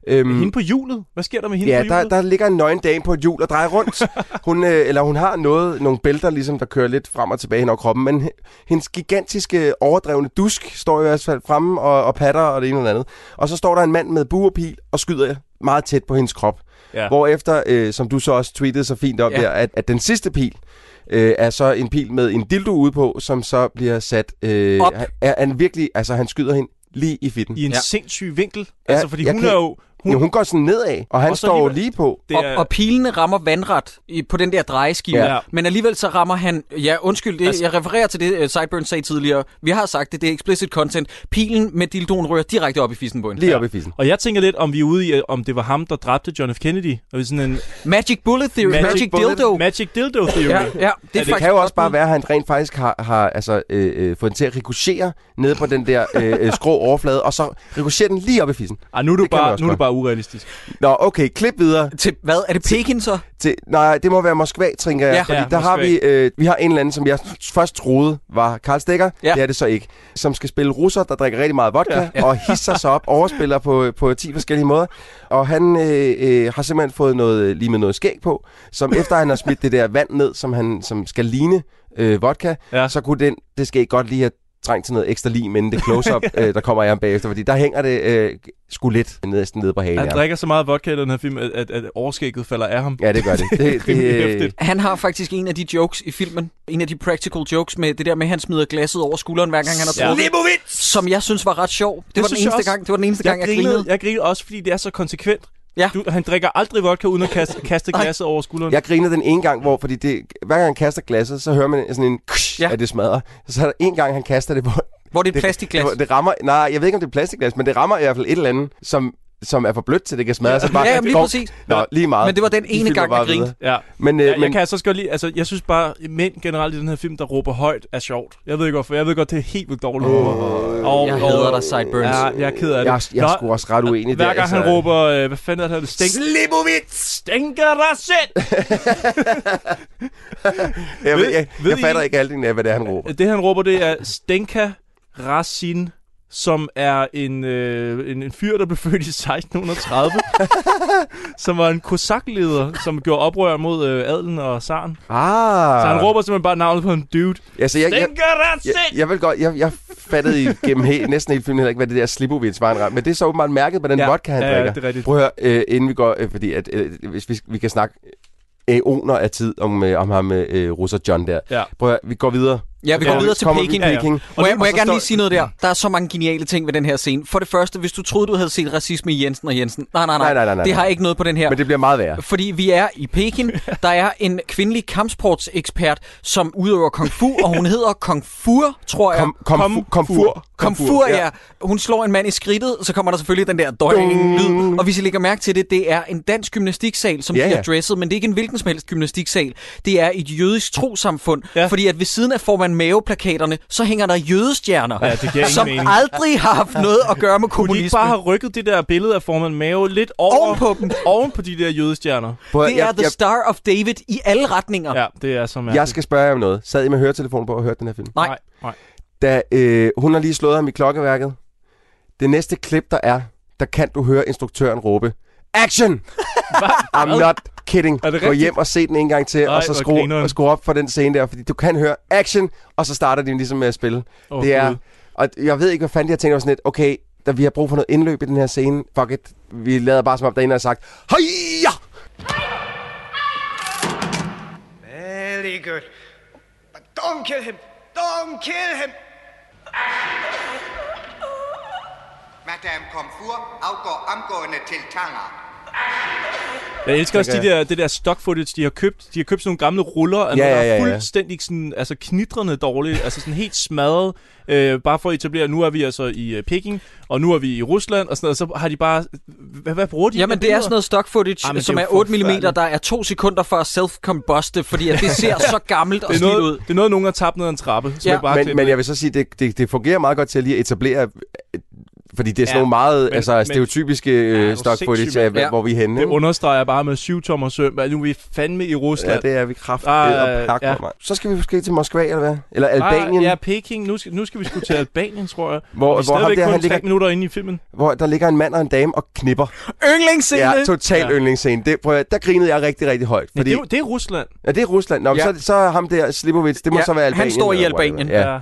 Speaker 6: Øhm,
Speaker 7: Hende på hjulet? Hvad sker der med hende
Speaker 6: Ja,
Speaker 7: på hjulet?
Speaker 6: der, der ligger en nøgen dame på et hjul og drejer rundt. Hun, øh, eller hun har noget, nogle bælter, ligesom, der kører lidt frem og tilbage hen over kroppen, men h- hendes gigantiske overdrevne dusk står i hvert fald fremme og, og patter og det ene og det andet. Og så står der en mand med buerpil og skyder meget tæt på hendes krop. Ja. Hvorefter, øh, som du så også tweetede så fint om ja. der, at, at den sidste pil øh, er så en pil med en dildo ude på, som så bliver sat... Øh,
Speaker 1: Op.
Speaker 6: Han, er, han virkelig, altså han skyder hende lige i fitten.
Speaker 7: I en ja.
Speaker 1: Ja.
Speaker 7: sindssyg vinkel.
Speaker 6: Ja,
Speaker 7: altså, fordi
Speaker 6: jeg
Speaker 7: hun
Speaker 6: kan-
Speaker 7: er jo...
Speaker 6: Hun, jo, hun går sådan nedad, og han
Speaker 7: Og så
Speaker 6: står jo
Speaker 7: alligevel-
Speaker 6: lige på.
Speaker 7: Det er,
Speaker 1: Og, og pilene rammer vandret i, på den der drejeskive.
Speaker 7: Ja.
Speaker 1: Ja. Men alligevel så rammer han... Ja, undskyld, det, altså, jeg refererer til det, uh, Sideburn sagde tidligere. Vi har sagt det, det er explicit content. Pilen med dildoen rører direkte op i fissen på hende.
Speaker 6: Lige ja. op i fissen.
Speaker 7: og jeg tænker lidt, om vi er ude i, øh, om det var ham, der dræbte John F. Kennedy. Og vi er sådan en
Speaker 1: Magic bullet theory.
Speaker 7: Magic
Speaker 1: Magic, Magic
Speaker 6: bullet.
Speaker 1: dildo.
Speaker 7: magic dildo theory.
Speaker 1: ja, ja, det er,
Speaker 7: det
Speaker 6: Det
Speaker 1: faktisk
Speaker 6: kan jo også
Speaker 1: godt
Speaker 6: bare
Speaker 1: bud.
Speaker 6: være, at han rent faktisk har, har altså, øh, øh, fået den til at rikochere nede på den der øh, øh, skrå overflade, og så rikocherer den lige op i fissen.
Speaker 7: Ej, nu er du,
Speaker 6: Det kan man
Speaker 7: bare,
Speaker 6: også
Speaker 7: nu er du
Speaker 6: godt.
Speaker 7: bare urealistisk.
Speaker 6: Nå, okay, klip videre
Speaker 1: Til, hvad? Er det Pekin så?
Speaker 6: til... Nej, det må være Moskva, tænker jeg.
Speaker 1: Ja.
Speaker 6: fordi
Speaker 7: Ja,
Speaker 6: der har vi,
Speaker 7: Moskva.
Speaker 6: øh, vi har en eller anden, som jeg først troede var Karl Stikker.
Speaker 1: Ja.
Speaker 6: Det er det så ikke. Som skal spille russer, der drikker rigtig meget vodka, ja. og hisser sig op, overspiller på, på 10 forskellige måder. Og han øh, øh, har simpelthen fået noget, lige med noget skæg på, som efter han har smidt det der vand ned, som, han, som skal ligne øh, vodka,
Speaker 7: Ja.
Speaker 6: ja. så kunne den, det skæg godt lige have trængt til noget ekstra lim, inden det close-up, øh, der kommer jeg bagefter, fordi der hænger det øh, sgu lidt næsten nede på hagen.
Speaker 7: Han
Speaker 6: ja.
Speaker 7: drikker så meget vodka i den her film, at, at, at overskægget falder af ham.
Speaker 6: Ja, det gør det. Det,
Speaker 7: Rimelig
Speaker 6: øh,
Speaker 7: hæftigt.
Speaker 1: Han har faktisk en af de jokes i filmen. En af de practical jokes med det der med, at han smider glasset over skulderen, hver gang han har trukket.
Speaker 7: Ja.
Speaker 1: Som jeg synes var ret sjov. Det, var den
Speaker 7: synes jeg
Speaker 1: eneste
Speaker 7: også.
Speaker 1: gang, det var den eneste gang, jeg grinede.
Speaker 7: Jeg grinede også, fordi det er så konsekvent.
Speaker 1: Ja.
Speaker 7: Du, han drikker aldrig vodka uden at kaste, kaste
Speaker 1: Nej.
Speaker 7: glasset over skulderen.
Speaker 6: Jeg griner den ene gang, hvor fordi det, hver gang han kaster glasset, så hører man sådan en kush,
Speaker 1: Ja.
Speaker 6: ja. at det smadrer. Så er der en gang, han kaster det på...
Speaker 1: Hvor det er et plastikglas.
Speaker 6: Det, det rammer, nej, jeg ved ikke, om det er plastikglas, men det rammer i hvert fald et eller andet, som, som er for blødt til, det kan smadre. Så det bare,
Speaker 1: Ja, jamen, lige
Speaker 6: Nå,
Speaker 1: præcis.
Speaker 6: Nå, lige meget.
Speaker 1: Men det var den
Speaker 6: De
Speaker 1: ene
Speaker 6: filmer
Speaker 1: gang,
Speaker 6: bare
Speaker 1: jeg grinede.
Speaker 6: videre.
Speaker 7: Ja.
Speaker 6: Men, øh,
Speaker 7: ja, jeg
Speaker 6: men-
Speaker 7: kan altså også godt lide, altså jeg synes bare, mænd generelt i den her film, der råber højt, er sjovt. Jeg ved ikke hvorfor, jeg ved godt, det er helt vildt dårligt. Oh, oh,
Speaker 1: Jeg hader dig, Sideburns.
Speaker 7: Ja, jeg er ked af det.
Speaker 6: Jeg, er- jeg
Speaker 7: Nå,
Speaker 6: er sgu også ret uenig altså.
Speaker 7: Hver
Speaker 6: der.
Speaker 1: altså-
Speaker 7: gang han råber, øh, hvad fanden er det her, det stink,
Speaker 6: Slibovits!
Speaker 7: stinker der selv!
Speaker 6: Jeg, ved, jeg,
Speaker 7: Ved-
Speaker 6: jeg
Speaker 7: ved
Speaker 6: fatter
Speaker 7: I-
Speaker 6: ikke alt af, hvad det er, han råber.
Speaker 7: Det han råber, det er stinka rasin som er en, øh, en, en fyr, der blev født i 1630, som var en kosakleder, som gjorde oprør mod øh, adelen og zaren.
Speaker 6: Ah!
Speaker 7: Så han råber simpelthen bare navnet på en dude.
Speaker 6: Altså, jeg, jeg,
Speaker 7: Stinker der
Speaker 6: jeg,
Speaker 7: selv!
Speaker 6: jeg, vil godt, jeg, jeg fattede igennem he, næsten hele filmen heller ikke, hvad det der Slibovits var en ram. Men det er så åbenbart mærket på den
Speaker 7: Ja,
Speaker 6: ja, vodka, han
Speaker 7: ja, ja,
Speaker 6: drikker.
Speaker 7: det er rigtigt.
Speaker 6: Prøv at høre, øh, inden vi går, øh, fordi at, øh, hvis vi, vi kan snakke øh, æoner af tid om, øh, om ham øh, russer John der.
Speaker 7: Ja.
Speaker 6: Prøv at høre, vi går videre.
Speaker 1: Ja, vi
Speaker 7: Ja,
Speaker 1: går
Speaker 7: vi
Speaker 1: videre til
Speaker 6: kommer
Speaker 1: Peking.
Speaker 6: videre til Peking.
Speaker 1: Må
Speaker 7: Og
Speaker 1: jeg,
Speaker 7: nu-
Speaker 1: må
Speaker 7: og
Speaker 1: jeg
Speaker 7: så
Speaker 1: gerne
Speaker 7: står-
Speaker 1: lige sige noget der? Der er så mange geniale ting ved den her scene. For det første, hvis du troede, du havde set racisme i Jensen og Jensen. Nej, nej, nej.
Speaker 6: Nej, nej, nej, nej,
Speaker 1: det har
Speaker 6: nej.
Speaker 1: ikke noget på den her.
Speaker 6: Men det bliver meget værre.
Speaker 1: Fordi vi er i Peking. Der er en kvindelig kampsportsekspert, som udøver kung fu, og hun hedder Kung Fu, tror jeg.
Speaker 6: Kom, kom, kom, kom, fur.
Speaker 1: Kung fu, ja. Hun slår en mand i skridtet, så kommer der selvfølgelig den der døgning-lyd. Og hvis I lægger mærke til det, det er en dansk gymnastiksal, som
Speaker 6: Ja,
Speaker 1: ja, ja.
Speaker 6: ja.
Speaker 1: dresset, men det er ikke en hvilken som helst gymnastiksal. Det er et jødisk trosamfund,
Speaker 7: Ja.
Speaker 1: ja. fordi at ved siden af formand maveplakaterne, så hænger der jødestjerner,
Speaker 7: Ja, det giver ingen
Speaker 1: som
Speaker 7: mening.
Speaker 1: aldrig har haft noget at gøre med
Speaker 7: Kunne de ikke
Speaker 1: kommunisme.
Speaker 7: bare have rykket det der billede af formand Mao lidt over,
Speaker 1: Ovenpå dem.
Speaker 7: oven på de der jødestjerner?
Speaker 6: Prøv at
Speaker 1: Det
Speaker 6: høre,
Speaker 1: er
Speaker 6: jeg,
Speaker 1: The
Speaker 6: jeg,
Speaker 1: Star of David i alle retninger.
Speaker 7: Ja, det er så mærkeligt.
Speaker 6: jeg skal spørge jer om noget. Sad I med høretelefonen på og hørte den her film?
Speaker 1: Nej.
Speaker 7: Nej, nej.
Speaker 6: Da øh, hun har lige slået ham i klokkeværket. Det næste klip, der er, der kan du høre instruktøren råbe. Action! I'm not kidding.
Speaker 7: Er det
Speaker 6: Gå
Speaker 7: rigtigt?
Speaker 6: hjem og se den en gang til,
Speaker 7: Ej,
Speaker 6: og så
Speaker 7: hvor
Speaker 6: skru,
Speaker 7: grineren.
Speaker 6: og skru op for den scene der, fordi du kan høre action, og så starter de ligesom med at spille.
Speaker 7: Åh,
Speaker 6: det er,
Speaker 7: Gud.
Speaker 6: og jeg ved ikke, hvad fanden jeg tænker jeg var sådan lidt, okay, da vi har brug for noget indløb i den her scene, fuck it, vi lader bare som om, der er en, der har sagt, Hej!
Speaker 8: Very good. But don't kill him. Don't kill him.
Speaker 11: Madame Komfur afgår omgående til Tanger.
Speaker 7: Jeg elsker også de
Speaker 6: Tænker
Speaker 7: der, det der stock footage, de har købt. De har købt sådan nogle gamle ruller, af
Speaker 6: Ja,
Speaker 7: noget, der
Speaker 6: ja,
Speaker 7: er
Speaker 6: ja, ja.
Speaker 7: fuldstændig sådan, altså knitrende dårligt, altså sådan helt smadret, øh, bare for at etablere, at nu er vi altså i øh, Peking, og nu er vi i Rusland, og sådan noget, og så har de bare, hvad, hvad bruger de?
Speaker 1: Jamen,
Speaker 7: de
Speaker 1: det er
Speaker 7: billeder?
Speaker 1: sådan noget stock footage,
Speaker 7: Ej, men
Speaker 1: Jamen,
Speaker 7: det
Speaker 1: som
Speaker 7: er
Speaker 1: er
Speaker 7: jo
Speaker 1: 8 mm,
Speaker 7: forfærdeligt.
Speaker 1: der er to sekunder for at self-combuste, fordi at det ser så gammelt og
Speaker 7: det er
Speaker 1: slidt
Speaker 7: noget,
Speaker 1: ud.
Speaker 7: det er noget, nogen har tabt ned ad en trappe, som
Speaker 1: Ja.
Speaker 7: ja. bare
Speaker 6: men,
Speaker 7: klippet.
Speaker 6: men jeg vil så sige, det, det, det fungerer meget godt til at lige etablere, øh, fordi det er sådan
Speaker 7: Ja,
Speaker 6: nogle meget
Speaker 7: men-
Speaker 6: altså,
Speaker 7: men-
Speaker 6: stereotypiske
Speaker 7: er
Speaker 6: øh,
Speaker 7: du
Speaker 6: stock footage
Speaker 7: sindssyg,
Speaker 6: af,
Speaker 7: mand?
Speaker 6: ja. hvor vi er henne.
Speaker 7: Det
Speaker 6: ikke?
Speaker 7: understreger bare med syv tommer søm, at nu er vi fandme i Rusland.
Speaker 6: Ja, det er vi kraft
Speaker 7: Ah,
Speaker 6: og pakke
Speaker 7: ja.
Speaker 6: ja. Så skal vi måske til Moskva, eller hvad? Eller Albanien,
Speaker 7: Ah, ja, Peking. Nu skal, nu skal vi sgu til Albanien, tror jeg.
Speaker 6: Hvor-
Speaker 7: Og vi er
Speaker 6: hvor ham
Speaker 7: stadigvæk
Speaker 6: der,
Speaker 7: kun
Speaker 6: han
Speaker 7: tre
Speaker 6: ligger-
Speaker 7: minutter inde i filmen.
Speaker 6: hvor der ligger en mand og en dame og knipper.
Speaker 1: Yndlingsscene!
Speaker 6: Ja, total
Speaker 7: Ja.
Speaker 6: ja. yndlingsscene. Det, prøv at, høre, der grinede jeg rigtig, rigtig højt.
Speaker 7: Fordi...
Speaker 6: Fordi,
Speaker 7: Det, er, jo- det er Rusland.
Speaker 6: ja, det er Rusland. Nå, ja.
Speaker 1: Ja.
Speaker 6: så, så er ham der, Slipovic, det må
Speaker 1: Ja,
Speaker 6: så være
Speaker 1: han
Speaker 6: Albanien.
Speaker 1: står i
Speaker 6: eller whatever.
Speaker 1: Albanien.
Speaker 6: Ja. af en eller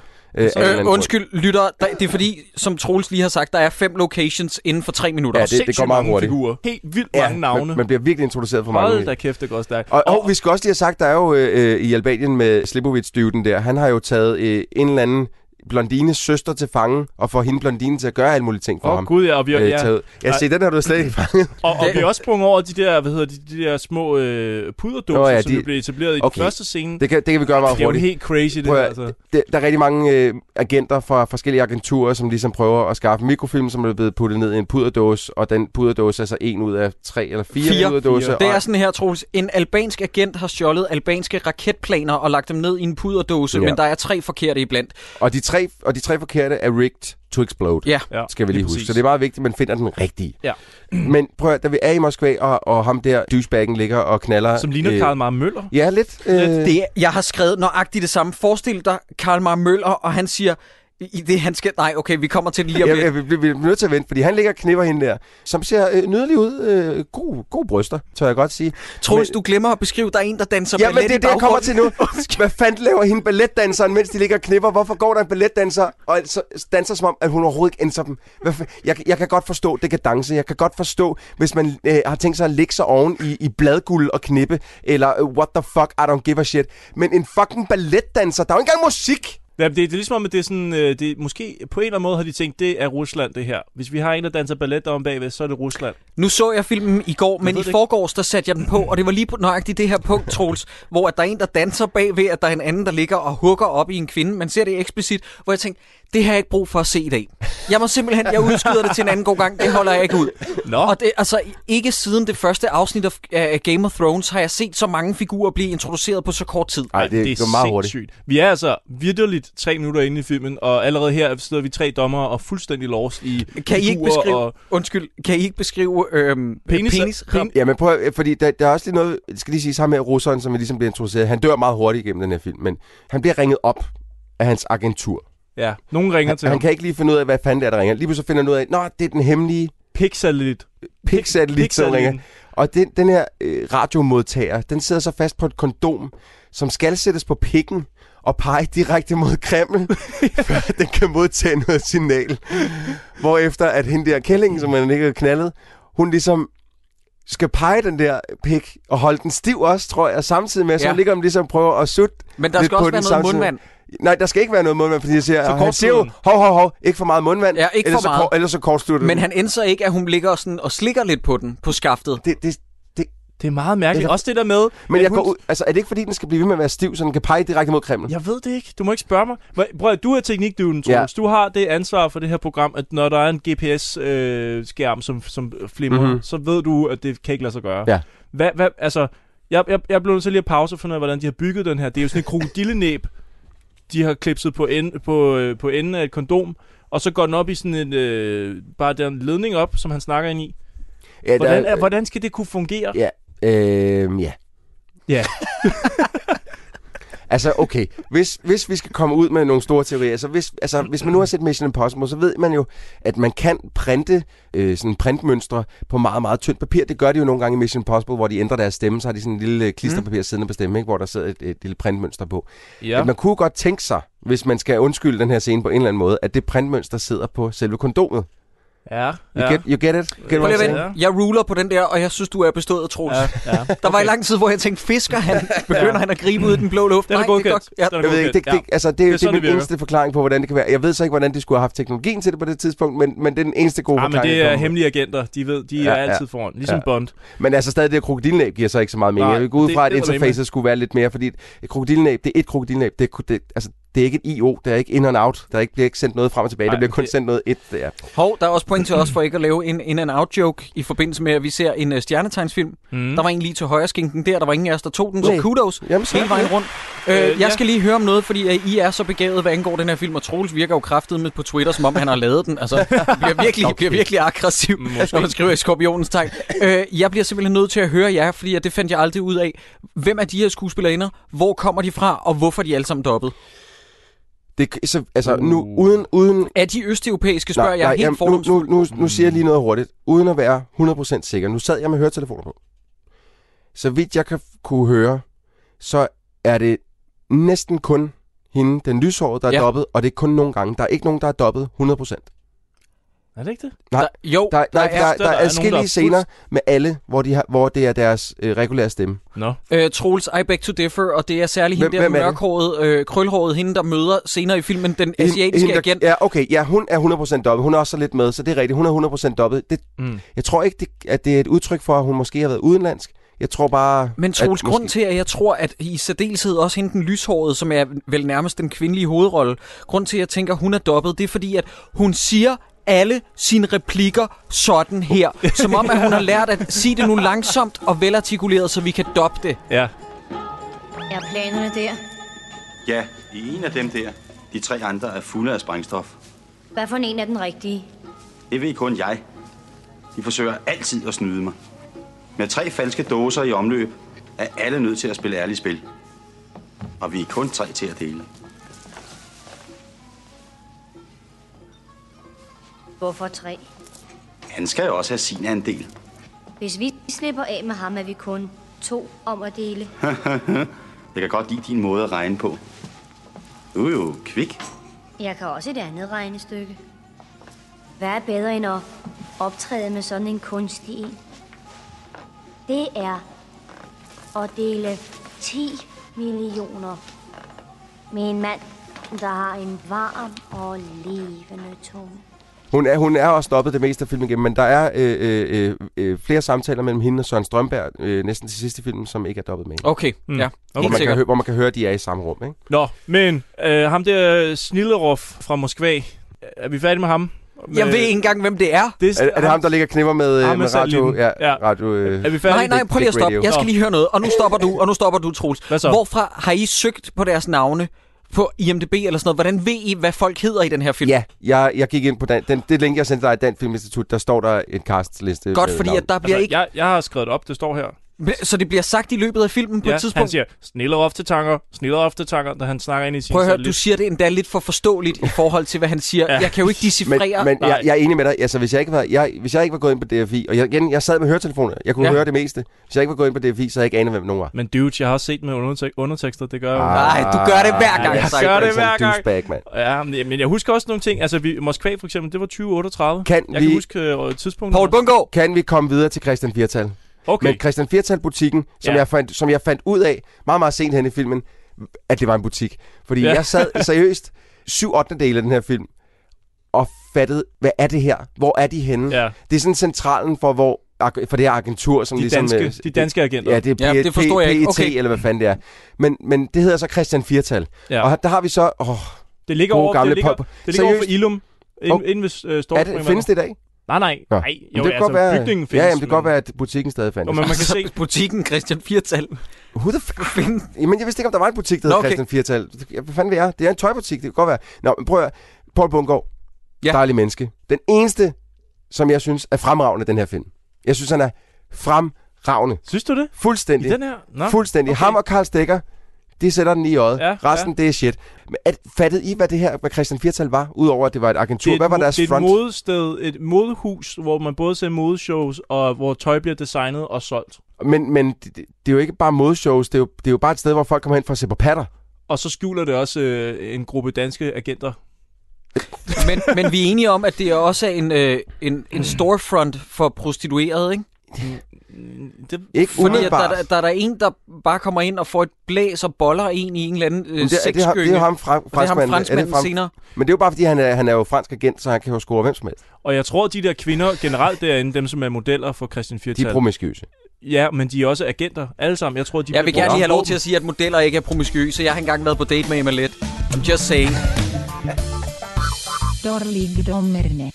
Speaker 6: anden
Speaker 1: Øh,
Speaker 6: grund.
Speaker 1: undskyld, lytter. Der, det er fordi, som Troels lige har sagt, der er fem locations inden for tre minutter.
Speaker 6: Ja, det, det går meget hurtigt.
Speaker 7: Helt vildt mange
Speaker 6: man-
Speaker 7: navne.
Speaker 6: Man, bliver virkelig introduceret for mange.
Speaker 7: Hold da kæft, det går stærkt.
Speaker 6: Og, og, vi skal også lige have sagt, der er jo øh, øh, i Albanien med Slipovic-dyvden der, han har jo taget øh, en eller anden blondines søster til fange, og får hende blondine til at gøre alle mulige ting for
Speaker 7: Åh,
Speaker 6: ham.
Speaker 7: Gud, ja, og vi- ja.
Speaker 6: Øh, taget. Ja, se, den har du slet ikke fanget.
Speaker 7: Og, og vi er også sprunget over de der, hvad hedder de, de der små øh, puderdåser,
Speaker 6: Nå
Speaker 7: oh,
Speaker 6: ja,
Speaker 7: ja, som
Speaker 6: de-
Speaker 7: de... blev etableret i
Speaker 6: Okay.
Speaker 7: den første scene.
Speaker 6: Det kan, det kan vi gøre meget
Speaker 7: Det er jo
Speaker 6: hurtigt.
Speaker 7: helt crazy, det
Speaker 6: Prøv at-
Speaker 7: der, altså.
Speaker 6: det, der er rigtig mange øh, agenter fra forskellige agenturer, som ligesom prøver at skaffe mikrofilm, som er blevet puttet ned i en puderdåse, og den puderdåse er så en ud af tre eller fire, puderdåser.
Speaker 1: Det
Speaker 6: og-
Speaker 1: er sådan her, Troels. En albansk agent har stjålet albanske raketplaner og lagt dem ned i en puderdåse,
Speaker 6: Ja.
Speaker 1: ja. men der er tre forkerte iblandt.
Speaker 6: Og de tre, og de tre forkerte er rigged to explode,
Speaker 1: Ja.
Speaker 7: Ja,
Speaker 6: skal vi lige
Speaker 7: lige
Speaker 6: huske.
Speaker 7: præcis.
Speaker 6: Så det er meget vigtigt, at man finder den rigtige.
Speaker 7: Ja.
Speaker 6: Men prøv at, høre, da vi er i Moskva, og, og ham der douchebaggen ligger og knaller... øh,
Speaker 7: Som ligner Karl Marr Møller.
Speaker 6: Ja, lidt. Øh,
Speaker 1: Det, er- jeg har skrevet nøjagtigt det samme. Forestil dig Karl Mar Møller, og han siger, i det han skal... Nej, okay, vi kommer til det lige om
Speaker 6: jeg,
Speaker 1: lidt.
Speaker 6: jeg, vi, vi, vi er nødt til at vente, fordi han ligger og knipper hende der, som ser øh, nydelig ud. Øh, god, god bryster, tør jeg godt sige.
Speaker 1: Troels, du glemmer at beskrive, der er en, der danser
Speaker 6: Ja,
Speaker 1: ballet
Speaker 6: men det
Speaker 1: i
Speaker 6: er det, jeg kommer til
Speaker 1: baggrunden.
Speaker 6: nu. Hvad fanden laver hende balletdanseren, mens de ligger og knipper? Hvorfor går der en balletdanser og så danser som om, at hun overhovedet ikke ændrer dem? Hvad fa- jeg, jeg kan godt forstå, det kan danse. Jeg kan godt forstå, hvis man øh, har tænkt sig at lægge sig oven i, i bladguld og knippe, eller øh, what the fuck, I don't give a shit. Men en fucking balletdanser, der er jo ikke engang musik!
Speaker 7: Ja, det, det er ligesom, om, at det er sådan, øh, det, måske på en eller anden måde har de tænkt, det er Rusland det her. Hvis vi har en, der danser ballet om bagved, så er det Rusland.
Speaker 1: Nu så jeg filmen i går, men
Speaker 7: ved
Speaker 1: i
Speaker 7: det ikke.
Speaker 1: forgårs, der satte jeg den på, og det var lige på nøjagtigt det her punkt, Troels, hvor at der er en, der danser bagved, at der er en anden, der ligger og hugger op i en kvinde. Man ser det eksplicit, hvor jeg tænkte, det har jeg ikke brug for at se i dag. Jeg må simpelthen, jeg udskyder det til en anden god gang, det holder jeg ikke ud.
Speaker 7: Nå.
Speaker 1: Og det, altså, ikke siden det første afsnit af- af Game of Thrones har jeg set så mange figurer blive introduceret på så kort tid.
Speaker 6: Nej, det, det går meget hurtigt.
Speaker 7: sindssygt. Vi er altså vidderligt tre minutter inde i filmen, og allerede her sidder vi tre dommer og fuldstændig lost i
Speaker 1: Kan I ikke
Speaker 7: figurer
Speaker 1: beskrive,
Speaker 7: og
Speaker 1: undskyld, kan I ikke beskrive øhm,
Speaker 7: penis.
Speaker 1: penis?
Speaker 7: pen,
Speaker 6: Ja, men prøv at, fordi der, der er også lige noget, det skal lige sige sammen med russeren, som vi ligesom bliver introduceret. Han dør meget hurtigt igennem den her film, men han bliver ringet op af hans agentur.
Speaker 7: ja, nogen ringer
Speaker 6: Han,
Speaker 7: til
Speaker 6: han
Speaker 7: ham.
Speaker 6: kan ikke lige finde ud af, hvad fanden det er, der ringer. Lige pludselig finder han ud af, at det er den hemmelige
Speaker 7: Pixelit.
Speaker 6: pixatellit, som
Speaker 7: Pixeliten.
Speaker 6: ringer. Og den, den her øh, radiomodtager, den sidder så fast på et kondom, som skal sættes på pikken og pege direkte mod Kreml, før den kan modtage noget signal. Hvorefter at hende der kælling, som man ikke har knaldet, hun ligesom skal pege den der pik og holde den stiv også, tror jeg, samtidig med, at ja.
Speaker 1: Ja.
Speaker 6: så ligger hun ligesom prøver at sutte
Speaker 1: Men der
Speaker 6: lidt
Speaker 1: skal
Speaker 6: på
Speaker 1: også
Speaker 6: den
Speaker 1: være noget
Speaker 6: samtidig.
Speaker 1: mundvand.
Speaker 6: Nej, der skal ikke være noget mundvand, fordi jeg siger, han
Speaker 7: kortslutter
Speaker 6: siger jo,
Speaker 7: den.
Speaker 6: hov, hov, hov, ikke for meget mundvand,
Speaker 1: Ja, ikke
Speaker 6: ellers,
Speaker 1: for
Speaker 6: Så,
Speaker 1: meget.
Speaker 6: kor- ellers så kortslutter
Speaker 1: Men
Speaker 6: den.
Speaker 1: han indser ikke, at hun ligger sådan og slikker lidt på den, på skaftet.
Speaker 6: Det, det, det,
Speaker 7: Det er meget mærkeligt. Også det der med...
Speaker 6: Men
Speaker 7: at
Speaker 6: jeg
Speaker 7: hun-
Speaker 6: går ud, altså, er det ikke fordi, den skal blive ved med at være stiv, så den kan pege direkte mod Kreml?
Speaker 7: Jeg ved det ikke. Du må ikke spørge mig. Hva- Prøv at- du er teknikdyven, Troels.
Speaker 6: Ja.
Speaker 7: Ja. Du har det ansvar for det her program, at når der er en GPS-skærm, øh, skærm, som, som flimrer,
Speaker 6: Mhm.
Speaker 7: mm-hmm. så ved du, at det kan ikke lade sig gøre.
Speaker 6: Ja.
Speaker 7: Hvad, hvad, altså, jeg, jeg, jeg blev nødt til lige at pause og finde ud af, hvordan de har bygget den her. Det er jo sådan et krokodillenæb, de har klipset på, end, på, øh, på enden af et kondom, og så går den op i sådan en, øh, bare der en ledning op, som han snakker ind i.
Speaker 6: Ja, der,
Speaker 7: Hvordan, er, hvordan skal det kunne fungere?
Speaker 6: Ja, øh, ja.
Speaker 7: Ja.
Speaker 6: Altså, okay, hvis, hvis vi skal komme ud med nogle store teorier, altså hvis, altså, hvis man nu har set Mission Impossible, så ved man jo, at man kan printe øh, sådan printmønstre på meget, meget tyndt papir. Det gør de jo nogle gange i Mission Impossible, hvor de ændrer deres stemme, så har de sådan en lille øh, klisterpapir siddende på stemmen, ikke? hvor der sidder et, et lille printmønster på.
Speaker 7: Ja.
Speaker 6: At man kunne godt tænke sig, hvis man skal undskylde den her scene på en eller anden måde, at det printmønster sidder på selve kondomet.
Speaker 7: Ja.
Speaker 6: You,
Speaker 7: ja.
Speaker 6: get, you get it? Get
Speaker 1: Prøv
Speaker 6: what I'm
Speaker 1: lige at
Speaker 6: saying?
Speaker 1: vente. Jeg ruler på den der, og jeg synes, du er bestået, Troels. Ja,
Speaker 7: Ja,
Speaker 1: okay.
Speaker 7: ja.
Speaker 1: Der var i lang tid, hvor jeg tænkte, fisker han? Begynder ja. han at gribe ud i den blå luft?
Speaker 7: Den er
Speaker 1: Nej, det er
Speaker 7: godkendt.
Speaker 1: godt. Ja.
Speaker 7: Den er
Speaker 6: Jeg ved ikke, det,
Speaker 7: godkendt,
Speaker 6: det, ja. altså, det, det,
Speaker 7: er
Speaker 6: det er
Speaker 7: sådan,
Speaker 6: min
Speaker 7: det virker.
Speaker 6: eneste forklaring på, hvordan det kan være. Jeg ved så ikke, hvordan de skulle have haft teknologien til det på det tidspunkt, men, men det er den eneste gode
Speaker 7: Ah, men
Speaker 6: forklaring.
Speaker 7: det
Speaker 6: jeg
Speaker 7: er
Speaker 6: kommer med.
Speaker 7: hemmelige agenter. De ved, de
Speaker 6: Ja,
Speaker 7: ja, er
Speaker 6: ja.
Speaker 7: altid foran. Ligesom
Speaker 6: Ja.
Speaker 7: ja. Bond.
Speaker 6: Men altså stadig det her krokodilnæb giver så ikke så meget mening.
Speaker 7: Nej,
Speaker 6: jeg vil gå ud
Speaker 7: det-
Speaker 6: fra, at
Speaker 7: det er der med.
Speaker 6: interfacet skulle være lidt mere, fordi et krokodilnæb, det er et krokodilnæb. Det, er ku- det, altså, det er ikke et IO, der er ikke in and out, der er ikke, bliver ikke sendt noget frem og tilbage,
Speaker 7: Nej,
Speaker 6: der bliver kun det...
Speaker 7: det-
Speaker 6: sendt noget et der.
Speaker 1: Hov, der er også point til os for ikke at lave en in and out joke i forbindelse med, at vi ser en uh, stjernetegnsfilm. Mm. Der var en lige til højre skinken der, der var ingen af os, der tog den,
Speaker 6: Nej.
Speaker 1: så kudos
Speaker 6: Jamen, så-
Speaker 1: hele vejen rundt. Øh,
Speaker 7: Øh,
Speaker 1: jeg
Speaker 7: ja.
Speaker 1: skal lige høre om noget, fordi uh, I er så begavet, hvad angår den her film, og Troels virker jo kraftet med på Twitter, som om han har lavet den. Altså, bliver virkelig, okay. bliver virkelig aggressiv, Måske. når man skriver i skorpionens tegn. Øh, jeg bliver simpelthen nødt til at høre jer, fordi at det fandt jeg aldrig ud af. Hvem er de her skuespillerinder? Hvor kommer de fra, og hvorfor er de alle sammen dobbelt?
Speaker 6: Det, så,
Speaker 7: Uh.
Speaker 6: altså, nu, uden, uden
Speaker 1: Er de østeuropæiske, spørger jeg helt
Speaker 6: jamen,
Speaker 1: fordomsfuldt.
Speaker 6: nu, nu, nu, nu siger jeg lige noget hurtigt, uden at være 100% sikker. Nu sad jeg med høretelefoner på. Så vidt jeg kan, kunne høre, så er det næsten kun hende, den lyshårede, der er
Speaker 1: Ja.
Speaker 6: ja. dobbet, og det er kun nogle gange. Der er ikke nogen, der er dobbet 100%.
Speaker 7: Er det ikke det?
Speaker 6: Nej,
Speaker 1: der, jo,
Speaker 6: der, der, der, der, der, der er
Speaker 7: nogen,
Speaker 6: adskillige
Speaker 7: der-
Speaker 6: scener med alle, hvor, de har, hvor det er deres øh, regulære stemme.
Speaker 7: Nå.
Speaker 1: Øh, Troels, I beg to differ, og det er særlig hende
Speaker 6: Hvem-
Speaker 1: der
Speaker 6: hvem er det?
Speaker 1: mørkhåret, øh, krølhåret, hende der møder senere i filmen den
Speaker 6: Hende-
Speaker 1: asiatiske
Speaker 6: hende, der-
Speaker 1: agent.
Speaker 6: Ja, okay. Ja, hun er 100% dobbelt. Hun er også så lidt med, så det er rigtigt. Hun er 100% dobbelt. Det,
Speaker 7: Mm.
Speaker 6: jeg tror ikke, det, at det er et udtryk for, at hun måske har været udenlandsk. Jeg tror bare...
Speaker 1: Men Troels,
Speaker 6: at,
Speaker 1: grunden til, at jeg tror, at i særdeleshed også hende den lyshårede, som er vel nærmest den kvindelige hovedrolle, grund til, at jeg tænker, at hun er dobbelt, det er fordi, at hun siger alle sine replikker sådan her. Som om, at hun har lært at sige det nu langsomt og velartikuleret, så vi kan doppe det.
Speaker 7: Ja.
Speaker 2: Er planerne der?
Speaker 11: Ja, i en af dem der. De tre andre er fulde af sprængstof.
Speaker 2: Hvad for en er den rigtige?
Speaker 11: Det ved kun jeg. De forsøger altid at snyde mig. Med tre falske dåser i omløb er alle nødt til at spille ærligt spil. Og vi er kun tre til at dele.
Speaker 2: Hvorfor tre?
Speaker 11: Han skal jo også have sin andel.
Speaker 2: Hvis vi slipper af med ham, er vi kun to om at dele.
Speaker 11: Jeg kan godt lide din måde at regne på. Du er jo kvik.
Speaker 2: Jeg kan også et andet regnestykke. Hvad er bedre end at optræde med sådan en kunstig en? Det er at dele 10 millioner med en mand, der har en varm og levende tunge.
Speaker 6: Hun er, hun er også stoppet det meste af filmen igennem, men der er øh, øh, øh, øh, flere samtaler mellem hende og Søren Strømberg, øh, næsten til sidste film, som ikke er dobbet med hende.
Speaker 1: Okay, mm.
Speaker 7: Mm.
Speaker 1: ja.
Speaker 7: Hvor
Speaker 6: Hvor
Speaker 1: Helt
Speaker 6: man, kan
Speaker 1: sikkert.
Speaker 6: høre, hvor man kan høre, at de er i samme rum, ikke?
Speaker 7: Nå, men øh, ham der øh, Snillerov fra Moskva, er vi færdige med ham? Med,
Speaker 1: Jeg ved ikke engang, hvem det er.
Speaker 7: Det,
Speaker 6: Er, er det ham, der ligger og knipper
Speaker 1: Ah,
Speaker 6: med,
Speaker 7: Ham
Speaker 6: øh,
Speaker 7: med
Speaker 6: med radio...
Speaker 7: satellitten.
Speaker 6: Ja,
Speaker 7: Ja.
Speaker 6: radio øh,
Speaker 7: Er vi færdige?
Speaker 1: Nej, nej, prøv lige at
Speaker 6: Big
Speaker 1: stoppe.
Speaker 6: Radio.
Speaker 1: Jeg skal
Speaker 7: Nå.
Speaker 1: lige høre noget. Og nu stopper du, og nu stopper du, Troels.
Speaker 7: Hvad så?
Speaker 1: Hvorfra har I søgt på deres navne på IMDb eller sådan noget? Hvordan ved I, hvad folk hedder i den her film?
Speaker 6: Ja, jeg, jeg gik ind på dan, den, det link, jeg sendte dig i Dan Filminstitut, der står der en castliste.
Speaker 1: Godt,
Speaker 6: med
Speaker 1: fordi
Speaker 6: navn.
Speaker 1: at der bliver altså,
Speaker 7: Altså,
Speaker 1: ikke...
Speaker 7: jeg, jeg har skrevet det op, det står her.
Speaker 1: Så det bliver sagt i løbet af filmen på
Speaker 7: ja,
Speaker 1: et
Speaker 7: han
Speaker 1: tidspunkt?
Speaker 7: siger, Snillerov til tanker, Snillerov til tanker, da han snakker ind i sin
Speaker 1: Prøv at høre, du
Speaker 7: satellit.
Speaker 1: siger det endda lidt for forståeligt i forhold til, hvad han siger. ja.
Speaker 7: Ja.
Speaker 1: Jeg kan jo ikke
Speaker 6: Men,
Speaker 1: decifrere.
Speaker 6: men
Speaker 7: Nej.
Speaker 6: jeg, jeg, er enig med dig. Altså, hvis jeg ikke var, jeg, hvis jeg ikke var gået ind på DFI, og jeg, igen, jeg sad med høretelefoner, jeg kunne
Speaker 1: Ja.
Speaker 6: ja. høre det meste. Hvis jeg ikke var gået ind på DFI, så havde jeg ikke anet, hvem nogen var.
Speaker 7: Men dude, jeg har også set med undertek- undertekster, det gør jeg jo.
Speaker 6: Ah,
Speaker 1: Nej, du gør det hver gang,
Speaker 7: jeg
Speaker 1: Seifer.
Speaker 7: gør det
Speaker 6: Altså,
Speaker 7: hver gang.
Speaker 6: Douchebag, mand.
Speaker 7: Ja, men men jeg husker også nogle ting. Altså, vi, Moskva for eksempel, det var 2038.
Speaker 6: Kan
Speaker 7: jeg
Speaker 6: vi-
Speaker 7: kan huske øh, tidspunktet.
Speaker 1: Poul Bungård!
Speaker 6: Kan vi komme videre til Christian Firtal?
Speaker 7: Okay.
Speaker 6: Men Christian Firtal-butikken, som,
Speaker 7: Ja.
Speaker 6: ja. jeg fandt, som jeg fandt ud af meget, meget sent hen i filmen, at det var en butik. Fordi
Speaker 7: Ja.
Speaker 6: ja. jeg sad seriøst 7 8 del af den her film og fattede, hvad er det her? Hvor er de henne?
Speaker 7: Ja.
Speaker 6: Det er sådan centralen for, hvor, ag- for det her agentur, som
Speaker 7: De
Speaker 6: ligesom...
Speaker 7: danske-
Speaker 6: øh,
Speaker 7: de danske agenter.
Speaker 6: Ja, det er
Speaker 1: Ja,
Speaker 6: ja,
Speaker 1: det forstår jeg ikke. Okay.
Speaker 6: E eller hvad fanden det er. Men, men det hedder så Christian Firtal.
Speaker 7: Ja.
Speaker 6: Ja. Og der har vi så... Åh,
Speaker 7: det ligger
Speaker 6: gode
Speaker 7: over,
Speaker 6: gamle
Speaker 7: det ligger,
Speaker 6: pop-
Speaker 7: det ligger over for
Speaker 6: Seriøst?
Speaker 7: Ilum. Ind,
Speaker 6: Og-
Speaker 7: inden ved øh,
Speaker 6: er det,
Speaker 7: Stormspring.
Speaker 6: findes det i dag?
Speaker 7: Nej, nej.
Speaker 6: Nå.
Speaker 7: nej.
Speaker 6: Men
Speaker 7: Jo,
Speaker 6: det
Speaker 7: altså, bygningen findes.
Speaker 6: ja, jamen, det kan godt
Speaker 7: men-
Speaker 6: være, at butikken stadig
Speaker 7: Jo,
Speaker 6: fandtes.
Speaker 7: men man kan se...
Speaker 1: Butikken Christian Firtal.
Speaker 6: Who the fuck
Speaker 1: Find
Speaker 6: Jamen, jeg vidste ikke, om der var en butik, der
Speaker 1: Nå,
Speaker 6: hed
Speaker 1: okay.
Speaker 6: okay. Christian Firtal. Jeg- Hvad fanden ved jeg? Det er en tøjbutik, det kan godt være. Nå, men prøv at høre. Poul Bundgaard.
Speaker 1: Ja.
Speaker 6: Ja. Dejlig menneske. Den eneste, som jeg synes er fremragende i den her film. Jeg synes, han er fremragende.
Speaker 7: Synes du det? I
Speaker 6: Fuldstændig.
Speaker 7: den her? Nå.
Speaker 6: Fuldstændig.
Speaker 7: okay.
Speaker 6: Okay. Ham og Karl Stikker, de sætter den lige i øjet.
Speaker 7: Ja,
Speaker 6: Ja, Resten, ja. det er shit. Men at, fattede I, hvad det her, hvad Christian Firtal var? Udover, at det var et agentur.
Speaker 7: Det
Speaker 6: hvad
Speaker 7: er et
Speaker 6: var
Speaker 7: mo-
Speaker 6: deres
Speaker 7: det er
Speaker 6: front?
Speaker 7: et modested, et modehus, hvor man både ser modeshows, og hvor tøj bliver designet og solgt.
Speaker 6: Men, men det, det, er jo ikke bare modeshows. Det er, jo, det er jo bare et sted, hvor folk kommer hen for at se på patter.
Speaker 7: Og så skjuler det også øh, en gruppe danske agenter.
Speaker 1: Men, men vi er enige om, at det er også er en, øh, en, en storefront for prostituerede, ikke?
Speaker 7: Det,
Speaker 6: Ikke
Speaker 1: Fordi at der,
Speaker 6: umiddelbart.
Speaker 1: der, der er der en, der bare kommer ind og får et blæs og boller en i en eller anden øh,
Speaker 6: Men det, er- det, er, det er jo ham fra,
Speaker 1: Og det er ham
Speaker 6: franskmanden.
Speaker 1: franskmanden
Speaker 6: fransk-
Speaker 1: senere.
Speaker 6: Men det er jo bare, fordi han er, han er jo fransk agent, så han kan jo score hvem som helst.
Speaker 7: og jeg tror, de der kvinder generelt derinde, dem som er modeller for Christian
Speaker 6: De
Speaker 7: Firtal,
Speaker 6: er promiskuøse.
Speaker 7: ja, men de er også agenter, alle sammen. Jeg tror, de
Speaker 1: Jeg vil
Speaker 7: bliver
Speaker 1: gerne lige
Speaker 7: brugt
Speaker 1: have
Speaker 7: som
Speaker 1: lov
Speaker 7: våben.
Speaker 1: til at sige, at modeller ikke er promiskuøse. Jeg har engang været på date med Emma Lett. I'm just saying.
Speaker 12: Dårligdommerne.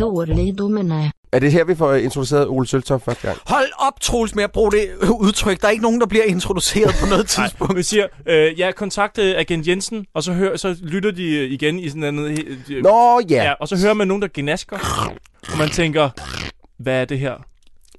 Speaker 12: Dårligdommerne.
Speaker 6: Er det her, vi får øh, introduceret Ole Søltoft første gang?
Speaker 1: Hold op, Troels, med at bruge det øh, udtryk. Der er ikke nogen, der bliver introduceret på noget tidspunkt.
Speaker 7: Nej, vi siger, øh, ja, kontakt øh, agent Jensen, og så, hører, så lytter de øh, igen i sådan en anden... Øh, øh,
Speaker 6: Nå ja,
Speaker 7: ja, og så hører man nogen, der gnasker, og man tænker, hvad er det her? Og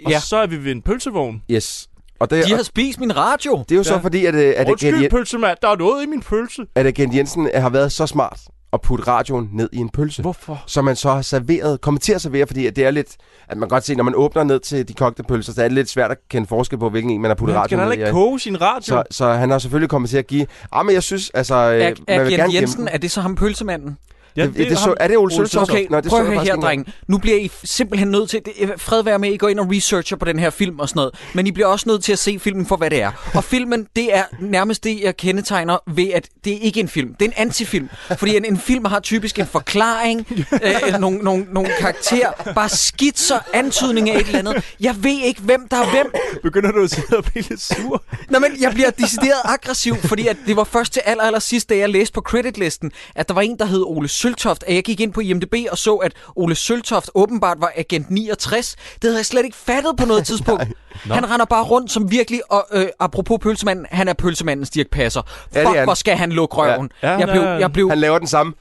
Speaker 1: Ja.
Speaker 7: ja. så er vi ved en pølsevogn.
Speaker 6: yes. Og det,
Speaker 1: De har
Speaker 6: og
Speaker 1: spist min radio.
Speaker 6: det er jo så
Speaker 7: Ja.
Speaker 6: fordi, at, øh, at,
Speaker 7: Undskyld,
Speaker 6: agent,
Speaker 7: pølsemand, der er noget i min pølse.
Speaker 6: at agent Jensen øh, har været så smart, at putte radioen ned i en pølse.
Speaker 7: Hvorfor?
Speaker 6: Som man så har serveret, kommet til at servere, fordi at det er lidt, at man kan godt se, når man åbner ned til de kogte pølser, så er det lidt svært at kende forskel på, hvilken en man har puttet
Speaker 7: Men han skal
Speaker 6: radioen
Speaker 7: da
Speaker 6: ned
Speaker 7: ikke
Speaker 6: i.
Speaker 7: koge sin radio.
Speaker 6: Så, så han har selvfølgelig kommet til at give... Ah, men jeg synes, altså... Er,
Speaker 1: Er,
Speaker 6: man
Speaker 1: er
Speaker 6: vil
Speaker 1: Jan
Speaker 6: gerne
Speaker 1: Jensen,
Speaker 6: gemme
Speaker 1: er det så ham pølsemanden?
Speaker 6: Ja, Det- det er det så- ham. er det Ole Søltoft?
Speaker 1: Okay,
Speaker 6: Nå, det så
Speaker 1: prøv
Speaker 6: jeg
Speaker 1: at høre
Speaker 6: faktisk
Speaker 1: her,
Speaker 6: ikke engang.
Speaker 1: dreng. Nu bliver I f- simpelthen nødt til... det- Fred være med, I går ind og researcher på den her film og sådan noget. Men I bliver også nødt til at se filmen for, hvad det er. Og filmen, det er nærmest det, jeg kendetegner ved, at det er ikke en film. Det er en antifilm. Fordi en, en film har typisk en forklaring, øh, nogle, nogle, nogle karakterer, bare skitser, antydning af et eller andet. Jeg ved ikke, hvem der er hvem.
Speaker 7: Begynder du at sidde og blive lidt sur?
Speaker 1: Nå, men jeg bliver decideret aggressiv, fordi at det var først til aller, aller sidst, da jeg læste på creditlisten, at der var en, der hed Ole Søltoft, at jeg gik ind på IMDb og så, at Ole Søltoft åbenbart var agent 69. Det havde jeg slet ikke fattet på noget tidspunkt. han render bare rundt som virkelig, og øh, apropos pølsemanden, han er pølsemandens Dirk Passer.
Speaker 6: er
Speaker 1: Fuck,
Speaker 6: han.
Speaker 1: hvor skal han lukke røven.
Speaker 7: Ja. Ja,
Speaker 1: jeg,
Speaker 7: han
Speaker 1: blev,
Speaker 7: er-
Speaker 1: jeg blev...
Speaker 6: Han laver den samme.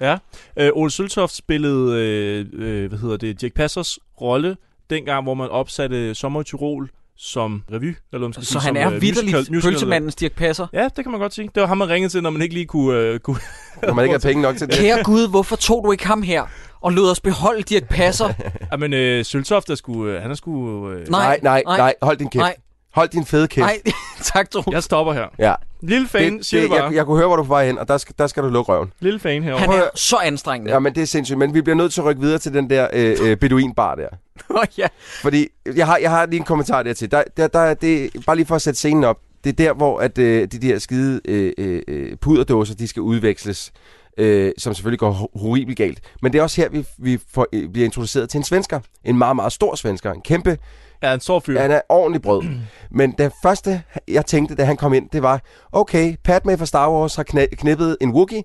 Speaker 1: Ja.
Speaker 7: Ja. Øh, Ole Søltoft spillede, øh, øh, hvad hedder det, Dirk Passers rolle, dengang, hvor man opsatte Sommer i Tyrol som øh, revy. Eller, om
Speaker 1: Så han er vidderligt pølsemandens Dirk Passer.
Speaker 7: Ja, det kan man godt sige. Det var ham, man ringede til, når man ikke lige kunne... Øh, kunne
Speaker 6: Når man ikke havde penge nok til det.
Speaker 1: Kære Gud, hvorfor tog du ikke ham her og lod os beholde Dirk Passer?
Speaker 7: Ja, men øh, Søltoft er sgu... Øh, han er sgu... Øh,
Speaker 6: Nej, nej,
Speaker 1: nej,
Speaker 6: nej. Hold din kæft.
Speaker 1: nej.
Speaker 6: Hold din fede kæft.
Speaker 1: Nej, tak Troels.
Speaker 7: Jeg stopper her.
Speaker 6: Ja.
Speaker 7: Lille fan,
Speaker 6: det,
Speaker 7: siger
Speaker 6: det,
Speaker 7: det, bare.
Speaker 6: jeg, jeg kunne høre, hvor du var hen, og der skal, der skal du lukke røven.
Speaker 7: Lille fan herovre.
Speaker 1: Han er så anstrengende.
Speaker 6: Ja, men det er sindssygt. Men vi bliver nødt til at rykke videre til den der øh, øh, beduinbar der.
Speaker 1: Nå, ja.
Speaker 6: Fordi jeg har, jeg har lige en kommentar dertil. Der, der, der, det, bare lige for at sætte scenen op. Det er der, hvor at, øh, de der skide øh, øh, øh, puderdåser, de skal udveksles. Øh, som selvfølgelig går ho- horribelt galt. Men det er også her, vi, vi får, øh, bliver introduceret til en svensker. En meget, meget stor svensker. En kæmpe...
Speaker 7: Ja, en stor fyr.
Speaker 6: Han er ordentlig brød. Men det første, jeg tænkte, da han kom ind, det var, okay, Padme fra Star Wars har knæ- knippet en Wookie,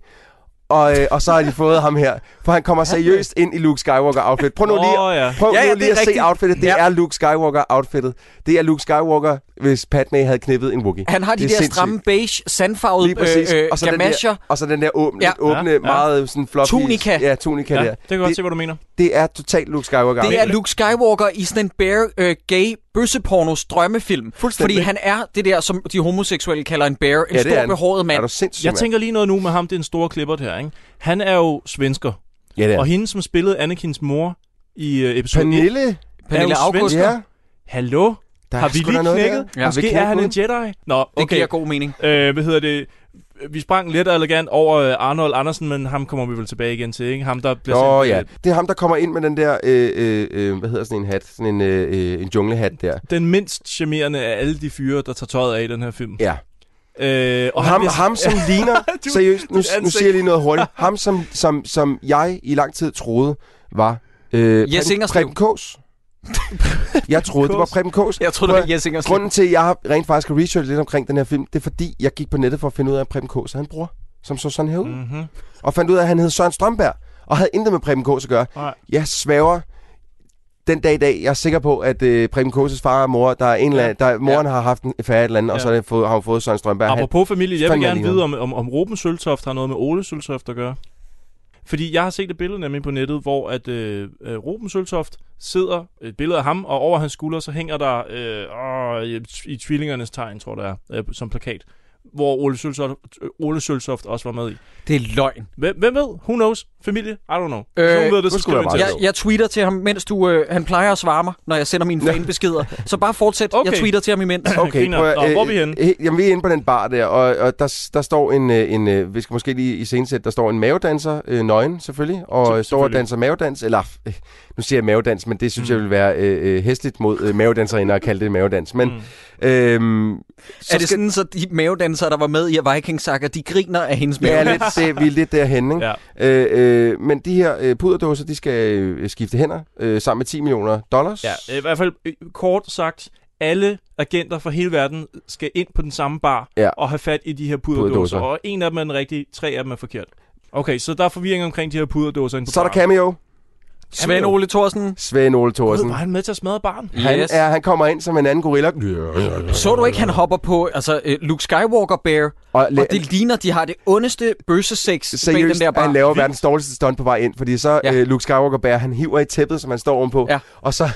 Speaker 6: og, øh, og så har de fået ham her. For han kommer seriøst ind i Luke Skywalker-outfit. Prøv nu
Speaker 7: Nå,
Speaker 6: lige,
Speaker 7: ja.
Speaker 6: prøv
Speaker 1: Ja, ja,
Speaker 6: nu
Speaker 1: det
Speaker 6: lige
Speaker 1: er
Speaker 6: at se
Speaker 1: rigtigt.
Speaker 6: outfittet. Det
Speaker 1: Ja.
Speaker 6: er Luke Skywalker-outfittet. Det er Luke Skywalker, hvis Padme havde knippet en Wookie.
Speaker 1: Han har de
Speaker 6: det
Speaker 1: der
Speaker 6: er sindssygt.
Speaker 1: stramme beige, sandfarvede
Speaker 6: Lige præcis.
Speaker 1: øh, øh,
Speaker 6: og, så den
Speaker 1: gamasher.
Speaker 6: der, og så den der åbne,
Speaker 1: Ja.
Speaker 6: ja. åbne
Speaker 7: Ja, ja.
Speaker 6: ja. meget sådan fluffy...
Speaker 1: Tunika.
Speaker 6: Ja, tunika
Speaker 7: Ja,
Speaker 6: der.
Speaker 7: det kan jeg godt
Speaker 6: det,
Speaker 7: se, hvad du mener.
Speaker 6: det er totalt Luke Skywalker.
Speaker 1: Det er Luke Skywalker i sådan en bear øh, gay bøssepornos drømmefilm.
Speaker 6: Fuldstændig.
Speaker 1: Fordi han er det der, som de homoseksuelle kalder en bear. En
Speaker 6: Ja, det er
Speaker 1: stor
Speaker 6: han.
Speaker 1: behåret mand.
Speaker 6: Er du sindssyg,
Speaker 7: Jeg
Speaker 6: mand?
Speaker 7: tænker lige noget nu med ham, det er en stor klippert her, ikke? Han er jo svensker.
Speaker 6: Ja, det er
Speaker 7: Og
Speaker 6: han.
Speaker 7: hende, som spillede Anakins mor i øh, episode 1,
Speaker 6: Pernille?
Speaker 1: Pernille
Speaker 7: er jo
Speaker 1: August.
Speaker 7: svensker.
Speaker 6: Ja.
Speaker 7: Hallo?
Speaker 6: Der
Speaker 7: har
Speaker 6: er
Speaker 7: vi
Speaker 6: sgu da
Speaker 7: lige
Speaker 6: noget der.
Speaker 7: knækket?
Speaker 1: Ja,
Speaker 7: Måske
Speaker 6: vi
Speaker 7: er han en
Speaker 6: knækker
Speaker 7: Jedi? Nå,
Speaker 1: Det
Speaker 7: okay.
Speaker 1: giver god mening.
Speaker 7: Øh, hvad hedder det? Vi sprang lidt og elegant over øh, Arnold Andersen, men ham kommer vi vel tilbage igen til, ikke? Ham, der bliver
Speaker 6: Nå
Speaker 7: sendt,
Speaker 6: ja,
Speaker 7: øh,
Speaker 6: det er ham, der kommer ind med den der, øh, øh, øh, hvad hedder sådan en hat? Sådan en, øh, øh, en junglehat der.
Speaker 7: den mindst charmerende af alle de fyre, der tager tøjet af i den her film.
Speaker 6: Ja.
Speaker 7: Øh,
Speaker 6: Og ham, ham som ligner,
Speaker 7: Du-
Speaker 6: seriøst, nu,
Speaker 7: dit ansigt.
Speaker 6: nu siger jeg lige noget hurtigt. Ham, som, som, som jeg i lang tid troede var øh,
Speaker 1: Jes
Speaker 6: Preben,
Speaker 1: Ingerslev.
Speaker 6: Preben Kås. Jeg troede, det var Preben Kås.
Speaker 1: Jeg troede, det var Jes Ingerslev.
Speaker 6: Grunden til, at jeg har rent faktisk har researchet lidt omkring den her film, det er fordi, jeg gik på nettet for at finde ud af, at Preben Kås er en bror, som så sådan her ud.
Speaker 7: Mm-hmm.
Speaker 6: og fandt ud af, at han hed Søren Strømberg, og havde intet med Preben Kås at gøre.
Speaker 7: Nej.
Speaker 6: Jeg svæver den dag i dag, jeg er sikker på, at øh, Preben Kåses far og mor, der er en eller anden, der, moren har haft en færre et eller andet, ja. og
Speaker 7: Ja.
Speaker 6: så har, det fået, har hun fået Søren Strømberg. Han-
Speaker 7: Apropos familie, jeg vil
Speaker 6: Fandme
Speaker 7: gerne
Speaker 6: alligevel.
Speaker 7: vide, om, om, om Ruben Søltoft har noget med Ole Søltoft at gøre. Fordi jeg har set et billede nemlig på nettet, hvor at øh, øh, Ruben Søltoft sidder, et billede af ham, og over hans skulder, så hænger der øh, åh, i, i tvillingernes tegn, tror jeg, det er, øh, som plakat. Hvor Ole Søltoft, øh, Ole Søltoft også var med i.
Speaker 1: Det er løgn.
Speaker 7: Hvem, hvem ved? Who knows? Familie? I don't know.
Speaker 1: Øh,
Speaker 7: Øh, så ved det, så
Speaker 6: nu skulle
Speaker 7: skriv
Speaker 6: der
Speaker 7: ind
Speaker 6: meget
Speaker 7: til
Speaker 1: Jeg,
Speaker 7: os.
Speaker 1: jeg tweeter til ham, mens du... Øh, han plejer at svare mig, når jeg sender mine fanbeskeder. Så bare fortsæt. Okay. Jeg
Speaker 7: Okay.
Speaker 1: tweeter til ham imens.
Speaker 6: Okay,
Speaker 7: Griner.
Speaker 6: prøv,
Speaker 7: Nå,
Speaker 6: at-
Speaker 7: hvor er vi henne?
Speaker 6: øh, Jamen, vi er inde på den bar der, og, og der, der står en, øh, en øh, vi skal måske lige i scenesæt, der står en mavedanser, øh, nøgen selvfølgelig, og
Speaker 7: Selv-
Speaker 6: øh, står og
Speaker 7: selvfølgelig.
Speaker 6: danser mavedans, eller øh, nu siger jeg mavedans, men det synes mm. jeg vil være øh, øh, hæsligt mod øh, mavedanserinder at kalde det mavedans, men mm. øhm, så
Speaker 1: er det sådan, så de mavedansere, der var med i Vikingsakker, de griner af hendes
Speaker 6: Det
Speaker 1: mave?
Speaker 6: er lidt, det, vi er lidt derhen, ikke?
Speaker 7: Ja.
Speaker 6: Øh, øh, men de her øh, puderdåser, de skal øh, skifte hænder øh, sammen med 10 millioner dollars.
Speaker 7: Ja, øh, i hvert fald øh, kort sagt, alle agenter fra hele verden skal ind på den samme bar
Speaker 6: Ja.
Speaker 7: og have fat i de her
Speaker 6: Puderdåser.
Speaker 7: puderdåser. Og en af dem er den rigtige, tre af dem er forkert. Okay, så der er forvirring omkring de her puderdåser inde på
Speaker 6: Så er der
Speaker 7: baren.
Speaker 6: cameo.
Speaker 1: Svend Ole Thorsen.
Speaker 6: Svend Ole Thorsen.
Speaker 7: Ved, Var han med til at smadre barn?
Speaker 6: Han,
Speaker 1: Yes.
Speaker 6: er, han kommer ind som en anden gorilla.
Speaker 1: Så du ikke, han hopper på altså, øh, Luke Skywalker Bear, og,
Speaker 6: la-
Speaker 1: og det ligner, de har det ondeste bøssesex bag den
Speaker 6: Seriøst,
Speaker 1: der bar.
Speaker 6: han laver verdens dårligste stunt på vej ind, fordi så
Speaker 1: Ja.
Speaker 6: ja. øh, Luke Skywalker bærer, han hiver i tæppet, som han står ovenpå,
Speaker 1: Ja.
Speaker 6: og så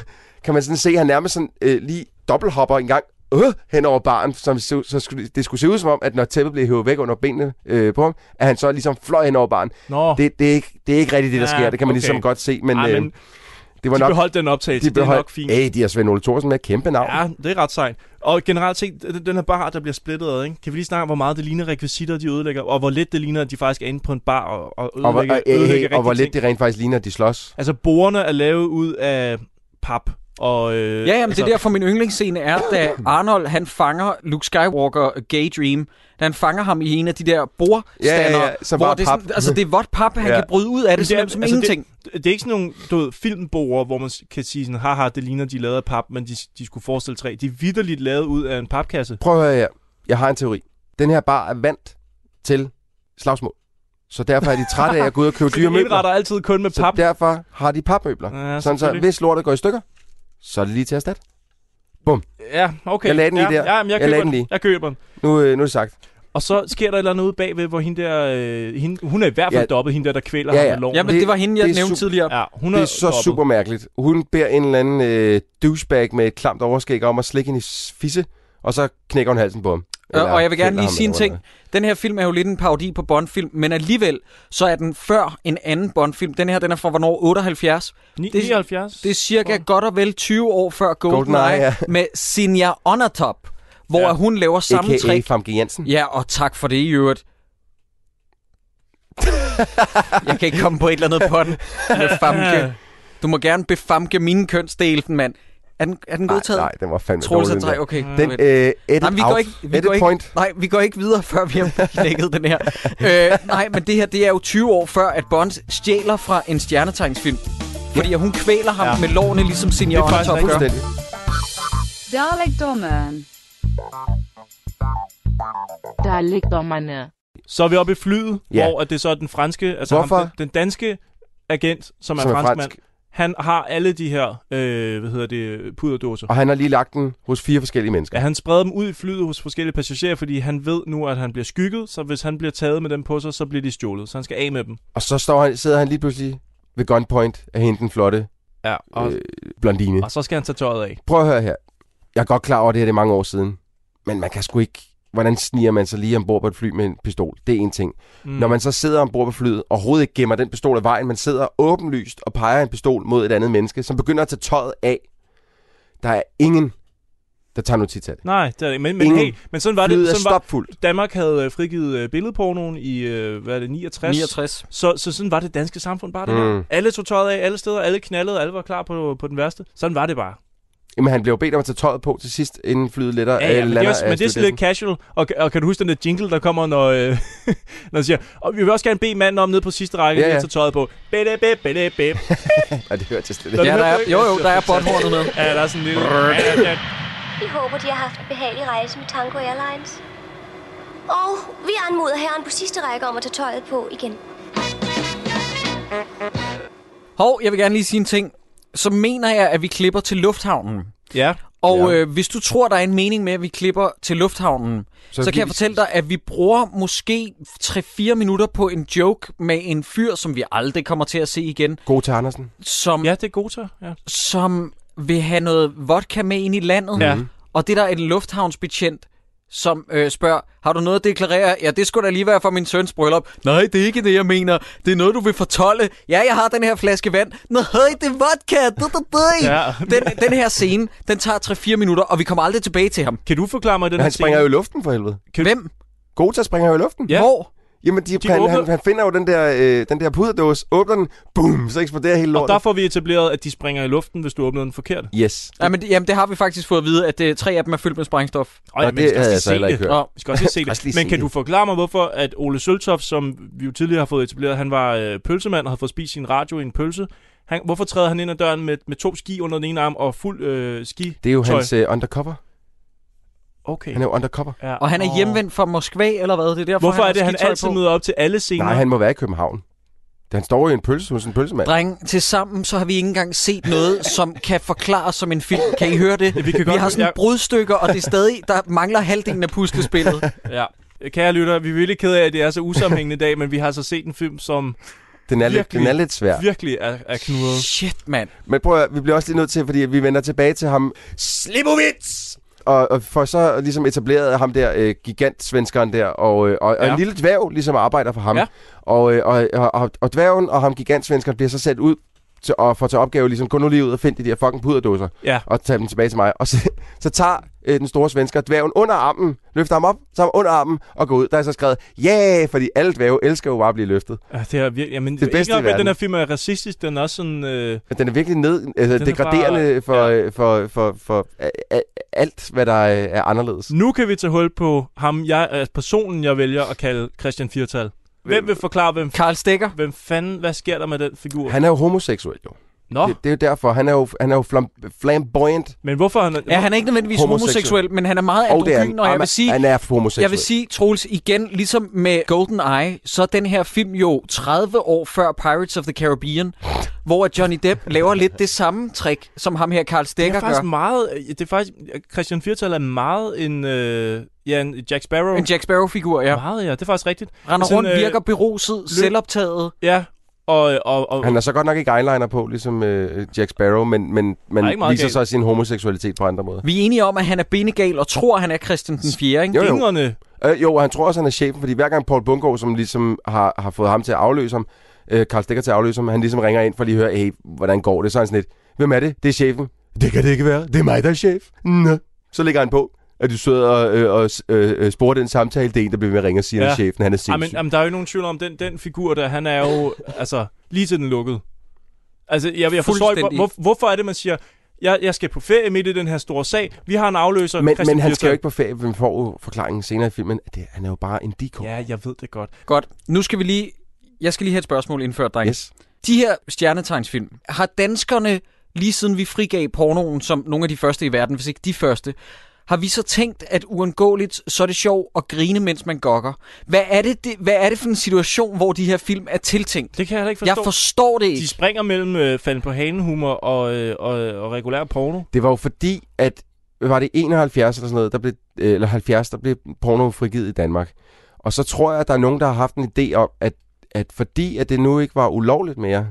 Speaker 6: kan man sådan se, at han nærmest sådan, øh, lige dobbelthopper en gang øh, hen over baren, som så, så skulle, det skulle se ud som om, at når tæppet blev hævet væk under benene øh, på ham, at han så ligesom fløj hen over baren.
Speaker 7: Nå.
Speaker 6: Det, det, er ikke, det er ikke rigtigt det, der
Speaker 7: Ja,
Speaker 6: sker. Det kan man
Speaker 7: okay.
Speaker 6: ligesom godt se. Men,
Speaker 7: Ej,
Speaker 6: øh,
Speaker 7: men de beholdt den optagelse. Det er nok fint.
Speaker 6: Æh, de har Svend Ole Thorsen med kæmpe navn.
Speaker 7: Ja, det er ret sejt. Og generelt set, den- den her bar, der bliver splittet ad, ikke? kan vi lige snakke om, hvor meget det ligner rekvisitter, de ødelægger, og hvor lidt det ligner, at de faktisk er inde på en bar og, og
Speaker 6: og, hvor,
Speaker 7: ødelægger,
Speaker 6: øh, øh,
Speaker 7: ødelægger
Speaker 6: og hvor
Speaker 7: rigtige
Speaker 6: lidt det rent faktisk ligner, at de slås.
Speaker 7: Altså, borerne er lavet ud af pap. Og, øh,
Speaker 1: Ja, jamen,
Speaker 7: altså,
Speaker 1: det er derfor, min yndlingsscene er, da Arnold han fanger Luke Skywalker Gay Dream. Da han fanger ham i en af de der bordstander,
Speaker 7: Ja, ja, som
Speaker 1: hvor
Speaker 7: bare
Speaker 1: det er sådan,
Speaker 7: pap.
Speaker 1: altså det er vådt pap, han
Speaker 7: Ja.
Speaker 1: ja. kan bryde ud af det,
Speaker 7: Men
Speaker 1: det er, som altså, ingenting.
Speaker 7: Det, det er ikke sådan nogle du ved, filmborer, hvor man s- kan sige sådan, haha, det ligner, de er lavet af pap, men de, de skulle forestille træ. De er vidderligt lavet ud af en papkasse.
Speaker 6: Prøv at høre her. Jeg har en teori. Den her bar er vant til slagsmål. Så derfor er de trætte af at gå ud og købe
Speaker 7: Så
Speaker 6: dyre
Speaker 7: de indretter
Speaker 6: møbler.
Speaker 7: altid kun med
Speaker 6: pap. Så derfor har de papmøbler.
Speaker 7: Ja,
Speaker 6: Ja, sådan så,
Speaker 7: selvfølgelig.
Speaker 6: hvis lortet går i stykker, så er det lige til at erstatte. Bum.
Speaker 7: Ja, okay.
Speaker 6: Jeg lagde den
Speaker 7: ja,
Speaker 6: lige der.
Speaker 7: Ja, men jeg,
Speaker 6: Jeg
Speaker 7: køber
Speaker 6: lagde den lige.
Speaker 7: Jeg køber den.
Speaker 6: Nu, øh, nu er det sagt.
Speaker 7: Og så sker der et eller andet ude bagved, hvor hende der... Øh, hende, hun er i hvert fald
Speaker 6: Ja.
Speaker 7: dobbet, hende der, der kvæler
Speaker 6: Ja,
Speaker 7: ham
Speaker 6: ja.
Speaker 7: med loven.
Speaker 6: Jamen, det var hende, jeg Det er nævnte su-
Speaker 1: tidligere.
Speaker 7: Ja, hun
Speaker 6: det er så
Speaker 7: dobbet.
Speaker 6: super mærkeligt. Hun beder en eller anden øh, douchebag med et klamt overskæg om at slikke hende i s- fisse, og så knækker hun halsen på ham.
Speaker 1: Og,
Speaker 6: Eller
Speaker 1: og jeg vil gerne
Speaker 6: kvæler
Speaker 1: lige
Speaker 6: ham,
Speaker 1: sige en
Speaker 6: eller hvad
Speaker 1: ting. Den her film er jo lidt en parodi på Bond-film, men alligevel så er den før en anden Bond-film. Den her, den er fra hvornår? 78?
Speaker 7: Det- 79?
Speaker 1: Det er cirka godt og vel 20 år før GoldenEye,
Speaker 6: GoldenEye, ja.
Speaker 1: med Sinja Onatop, hvor
Speaker 6: Ja.
Speaker 1: ja. hun laver samme
Speaker 6: AKA
Speaker 1: trick.
Speaker 6: Famke Jensen.
Speaker 1: Ja, og tak for det i øvrigt. jeg kan ikke komme på et eller andet på den med Famke. Du må gerne befamke mine kønsdel, mand. Er den, er den godtaget?
Speaker 6: Nej, den var fandme
Speaker 1: Troels er
Speaker 6: dårlig,
Speaker 1: drej,
Speaker 6: den
Speaker 1: okay.
Speaker 6: der. Den, øh, edit
Speaker 1: nej, men vi går
Speaker 6: out.
Speaker 1: ikke, vi
Speaker 6: Edit
Speaker 1: går ikke,
Speaker 6: point.
Speaker 1: Nej, vi går ikke videre, før vi har knækket den her. Øh, nej, men det her, det er jo 20 år før, at Bond stjæler fra en stjernetegnsfilm. Fordi at hun kvæler ham
Speaker 6: Ja.
Speaker 1: ja. med lårene, ligesom senior
Speaker 6: Det er faktisk
Speaker 1: Top gør.
Speaker 6: rigtigt.
Speaker 3: Dårligdommeren. Dårligdommerne.
Speaker 7: Så er vi oppe i flyet,
Speaker 6: Ja.
Speaker 7: ja. hvor at det så er den franske, altså
Speaker 6: Hvorfor?
Speaker 7: Ham, den, den danske agent, som er,
Speaker 6: Som er
Speaker 7: franskmand,
Speaker 6: fransk.
Speaker 7: han har alle de her, øh, hvad hedder det, puderdåser.
Speaker 6: Og han har lige lagt den hos fire forskellige mennesker.
Speaker 7: Ja, han spreder dem ud i flyet hos forskellige passagerer, fordi han ved nu, at han bliver skygget, så hvis han bliver taget med dem på sig, så bliver de stjålet, så han skal af med dem.
Speaker 6: Og så står han, sidder han lige pludselig ved gunpoint af hende den flotte
Speaker 7: Ja, og-
Speaker 6: øh, blondine.
Speaker 7: Og så skal han tage tøjet af.
Speaker 6: Prøv at høre her. Jeg er godt klar over, at det her det er mange år siden. Men man kan sgu ikke... Hvordan sniger man sig lige ombord på et fly med en pistol? Det er en ting. Mm.
Speaker 7: Mm.
Speaker 6: Når man så sidder ombord på flyet, og overhovedet ikke gemmer den pistol af vejen, man sidder åbenlyst og peger en pistol mod et andet menneske, som begynder at tage tøjet af. Der er ingen, der tager notits af det.
Speaker 7: Nej, det er det ikke. Men, men,
Speaker 6: Ingen.
Speaker 7: hey, men sådan var det.
Speaker 6: Flyet er
Speaker 7: Sådan var,
Speaker 6: stopfuldt.
Speaker 7: Danmark havde øh, frigivet øh, billedpornoen i, øh, hvad er det, 69?
Speaker 1: 69.
Speaker 7: Så, så sådan var det danske samfund bare det
Speaker 6: Mm.
Speaker 7: der. Alle tog tøjet af alle steder, alle knaldede, alle var klar på, på den værste. Sådan var det bare.
Speaker 6: Jamen, han blev jo bedt om at tage tøjet på til sidst, inden flyet letter. øh,
Speaker 7: Ja, ja, men, det er,
Speaker 6: lander
Speaker 7: også,
Speaker 6: af
Speaker 7: men det er sådan lidt
Speaker 6: stewardessen.
Speaker 7: casual. Og, og kan du huske den der jingle, der kommer, når, øh, når han siger, og vi vil også gerne bede manden om nede på sidste række,
Speaker 6: Ja,
Speaker 7: ja, ja.
Speaker 6: ja.
Speaker 7: at tage tøjet på. Bede, bede, bede, bede.
Speaker 6: Ja, det hørte jeg slet
Speaker 7: Når
Speaker 6: ikke.
Speaker 7: du hører det, ikke? Ja,
Speaker 6: Ja,
Speaker 7: der er sådan en lille... Ja, ja.
Speaker 2: Vi håber, de har haft en behagelig rejse med Tango Airlines. Og vi anmoder herren på sidste række om at tage tøjet på igen.
Speaker 1: Hov, jeg vil gerne lige sige en ting. Så mener jeg, at vi klipper til lufthavnen.
Speaker 7: Ja.
Speaker 1: Og øh, hvis du tror, der er en mening med, at vi klipper til lufthavnen,
Speaker 6: Så
Speaker 1: så, så
Speaker 6: vi-
Speaker 1: kan jeg fortælle dig, at vi bruger måske 3-4 minutter på en joke med en fyr, som vi aldrig kommer til at se igen.
Speaker 6: God til Andersen.
Speaker 1: Som,
Speaker 7: ja, det er Gota. Ja.
Speaker 6: Mhm.
Speaker 1: Som vil have noget vodka med ind i landet.
Speaker 7: Ja.
Speaker 1: Og det der er en lufthavnsbetjent, som øh, spørger, har du noget at deklarere? Ja, det skulle da lige være for min søns bryllup. Nej, det er ikke det, jeg mener. Det er noget, du vil fortolde. Ja, jeg har den her flaske vand. Nej, det er vodka. Du, du, du.
Speaker 7: Ja.
Speaker 1: Den, den her scene, den tager 3-4 minutter, og vi kommer aldrig tilbage til ham.
Speaker 7: Kan du forklare mig den
Speaker 6: Men
Speaker 7: her
Speaker 6: han springer jo i
Speaker 7: scene?
Speaker 6: luften for helvede.
Speaker 7: Kan
Speaker 1: Hvem?
Speaker 6: Gota springer jo i luften.
Speaker 7: Ja.
Speaker 1: Hvor?
Speaker 6: Jamen, de,
Speaker 7: De
Speaker 6: han,
Speaker 7: åbner-
Speaker 6: han, han, finder jo den der, øh, den der puderdåse, åbner den, boom, så eksploderer hele
Speaker 7: Og
Speaker 6: lortet.
Speaker 7: der får vi etableret, at de springer i luften, hvis du åbner den forkert.
Speaker 6: Yes.
Speaker 1: Ja, men, det- jamen, det har vi faktisk fået at vide, at øh, tre af dem er fyldt med sprængstof.
Speaker 7: Ej, men vi skal også lige se det.
Speaker 1: Nå.
Speaker 7: Vi skal også lige se det. Men kan du forklare mig, hvorfor at Ole Søltoft, som vi jo tidligere har fået etableret, han var øh, pølsemand og havde fået spist sin radio i en pølse. Han, hvorfor træder han ind ad døren med, med to ski under den ene arm og fuld øh, ski?
Speaker 6: Det er jo hans øh, undercover.
Speaker 7: Okay.
Speaker 6: Han er jo undercover.
Speaker 7: Ja.
Speaker 1: Og han er hjemvendt fra Moskva, eller hvad? Det er derfor,
Speaker 7: Hvorfor
Speaker 1: han
Speaker 7: er det,
Speaker 1: har
Speaker 7: han
Speaker 1: skitøj
Speaker 7: altid
Speaker 1: på?
Speaker 7: møder op til alle scener?
Speaker 6: Nej, han må være i København. Han står jo i en pølse hos en pølsemand.
Speaker 1: Dreng, til sammen så har vi ikke engang set noget, som kan forklares som en film. Kan I høre det?
Speaker 7: Vi kan
Speaker 1: vi
Speaker 7: godt-
Speaker 1: har sådan
Speaker 7: jeg-
Speaker 1: brudstykker, og det er stadig, der mangler halvdelen af puslespillet.
Speaker 7: Ja. Kære lytter, vi er virkelig ked af, at det er så usammenhængende i dag, men vi har altså set en film, som
Speaker 6: Den er, lidt,
Speaker 7: virkelig,
Speaker 6: den er lidt svær.
Speaker 7: virkelig er, er knudret.
Speaker 1: Shit, mand.
Speaker 6: Men prøv at, høre, vi bliver også lige nødt til, fordi vi vender tilbage til ham. Slibovits! og, og for så ligesom etableret ham der, øh, gigantsvenskeren der, og, øh, og, ja. og
Speaker 7: Ja.
Speaker 6: en lille dværg ligesom arbejder for ham.
Speaker 7: Ja.
Speaker 6: Og, øh, og, og, og, og dværgen og ham gigantsvenskeren bliver så sat ud til, og får til opgave ligesom, gå nu lige ud og find de der fucking puderdåser,
Speaker 7: Ja.
Speaker 6: og tage dem tilbage til mig. Og så, så tager øh, den store svensker dværgen under armen, løfter ham op, tager ham under armen og går ud. Der er så skrevet, ja, yeah! fordi alle dværge elsker jo bare at blive løftet.
Speaker 7: Ja, Ah, det er virkelig... Jamen,
Speaker 6: Det
Speaker 7: det
Speaker 6: bedste
Speaker 7: bedste
Speaker 6: i
Speaker 7: ikke nok, at
Speaker 6: verden.
Speaker 7: den her film er racistisk, den er også sådan... Øh,
Speaker 6: Men Den er virkelig ned, altså,
Speaker 7: Den er
Speaker 6: degraderende
Speaker 7: bare-
Speaker 6: for, ja. for, for, for, for a, a, alt, hvad der øh, er anderledes.
Speaker 7: nu kan vi tage hul på ham, jeg, altså personen, jeg vælger at kalde Christian Firtal. Hvem vil forklare, hvem...
Speaker 1: Karl Stikker.
Speaker 7: Hvem fanden... Hvad sker der med den figur?
Speaker 6: Han er jo homoseksuel, jo.
Speaker 7: Nå.
Speaker 6: Det, det er jo derfor. Han er jo, han er jo flam, flamboyant.
Speaker 7: Men hvorfor han...
Speaker 1: Ja, han er ikke nødvendigvis homoseksuel, homoseksuel men han er meget androgyn,
Speaker 6: han.
Speaker 1: og jeg
Speaker 6: Jamen,
Speaker 1: vil sige...
Speaker 6: Han er homoseksuel.
Speaker 1: Jeg vil sige, Troels, igen, ligesom med Golden Eye, så er den her film jo 30 år før Pirates of the Caribbean, hvor at Johnny Depp laver lidt det samme trick, som ham her Karl
Speaker 7: Det
Speaker 1: Stegger
Speaker 7: er faktisk
Speaker 1: gør.
Speaker 7: meget... øh, Det er faktisk... Christian Firtal er meget en... Øh, ja, en Jack Sparrow.
Speaker 1: En Jack Sparrow-figur, ja.
Speaker 7: Meget, ja. Det er faktisk rigtigt.
Speaker 1: Render
Speaker 7: Sådan,
Speaker 1: rundt,
Speaker 7: øh,
Speaker 1: virker beruset, selvoptaget.
Speaker 7: Ja, og, og, og
Speaker 6: Han har så godt nok ikke eyeliner på, ligesom øh, Jack Sparrow, men, men
Speaker 7: er ikke
Speaker 6: man
Speaker 7: meget
Speaker 6: viser
Speaker 7: galt.
Speaker 6: så sin homoseksualitet på andre måder.
Speaker 1: Vi er enige om, at han er benegal og tror, han er Christian den 4. Ikke?
Speaker 6: Jo, jo.
Speaker 7: fingrene...
Speaker 6: Øh, jo, og han tror også, han er chefen, fordi hver gang Paul Bungård, som ligesom har, har fået ham til at afløse ham, øh, Karl Stikker til at afløse ham, han ligesom ringer ind for lige at høre, hey, hvordan går det? Så er han sådan lidt, hvem er det? Det er chefen. Det kan det ikke være. Det er mig, der er chef. Nå. Så lægger han på, at du sidder og, øh, og øh, øh, sporer den samtale. Det er en, der bliver ved med at ringe og siger, ja. at chefen han er sindssyg.
Speaker 7: Jamen, jamen, der er jo ikke nogen tvivl om, den, den figur der, han er jo altså, lige til den lukkede. Altså, jeg, jeg forstår ikke, hvor,
Speaker 1: Fuldstændig.
Speaker 7: hvor, hvorfor er det, man siger, jeg, jeg skal på ferie midt i den her store sag, vi har en afløser,
Speaker 6: men,
Speaker 7: Christian
Speaker 6: men han skal jo
Speaker 7: Birtal.
Speaker 6: ikke på ferie. Vi får jo forklaringen senere i filmen, at det, han er jo bare en diko.
Speaker 7: Ja, jeg ved det godt.
Speaker 1: Godt. Nu skal vi lige... Jeg skal lige have et spørgsmål indført, dreng.
Speaker 6: Yes.
Speaker 1: De her stjernetegnsfilm, har danskerne, lige siden vi frigav pornoen som nogle af de første i verden, hvis ikke de første, har vi så tænkt, at uundgåeligt, så er det sjovt at grine, mens man gokker? Hvad er det, det, hvad er det for en situation, hvor de her film er tiltænkt?
Speaker 7: Det kan jeg heller ikke forstå.
Speaker 1: Jeg forstår det
Speaker 7: De
Speaker 1: ikke.
Speaker 7: springer mellem øh, falden på hanehumor og, øh, og, og regulær porno.
Speaker 6: Det var jo fordi, at var det 71 eller sådan noget, der blev, øh, eller 70, der blev porno frigivet i Danmark. Og så tror jeg, at der er nogen, der har haft en idé om, at, at fordi at det nu ikke var ulovligt mere,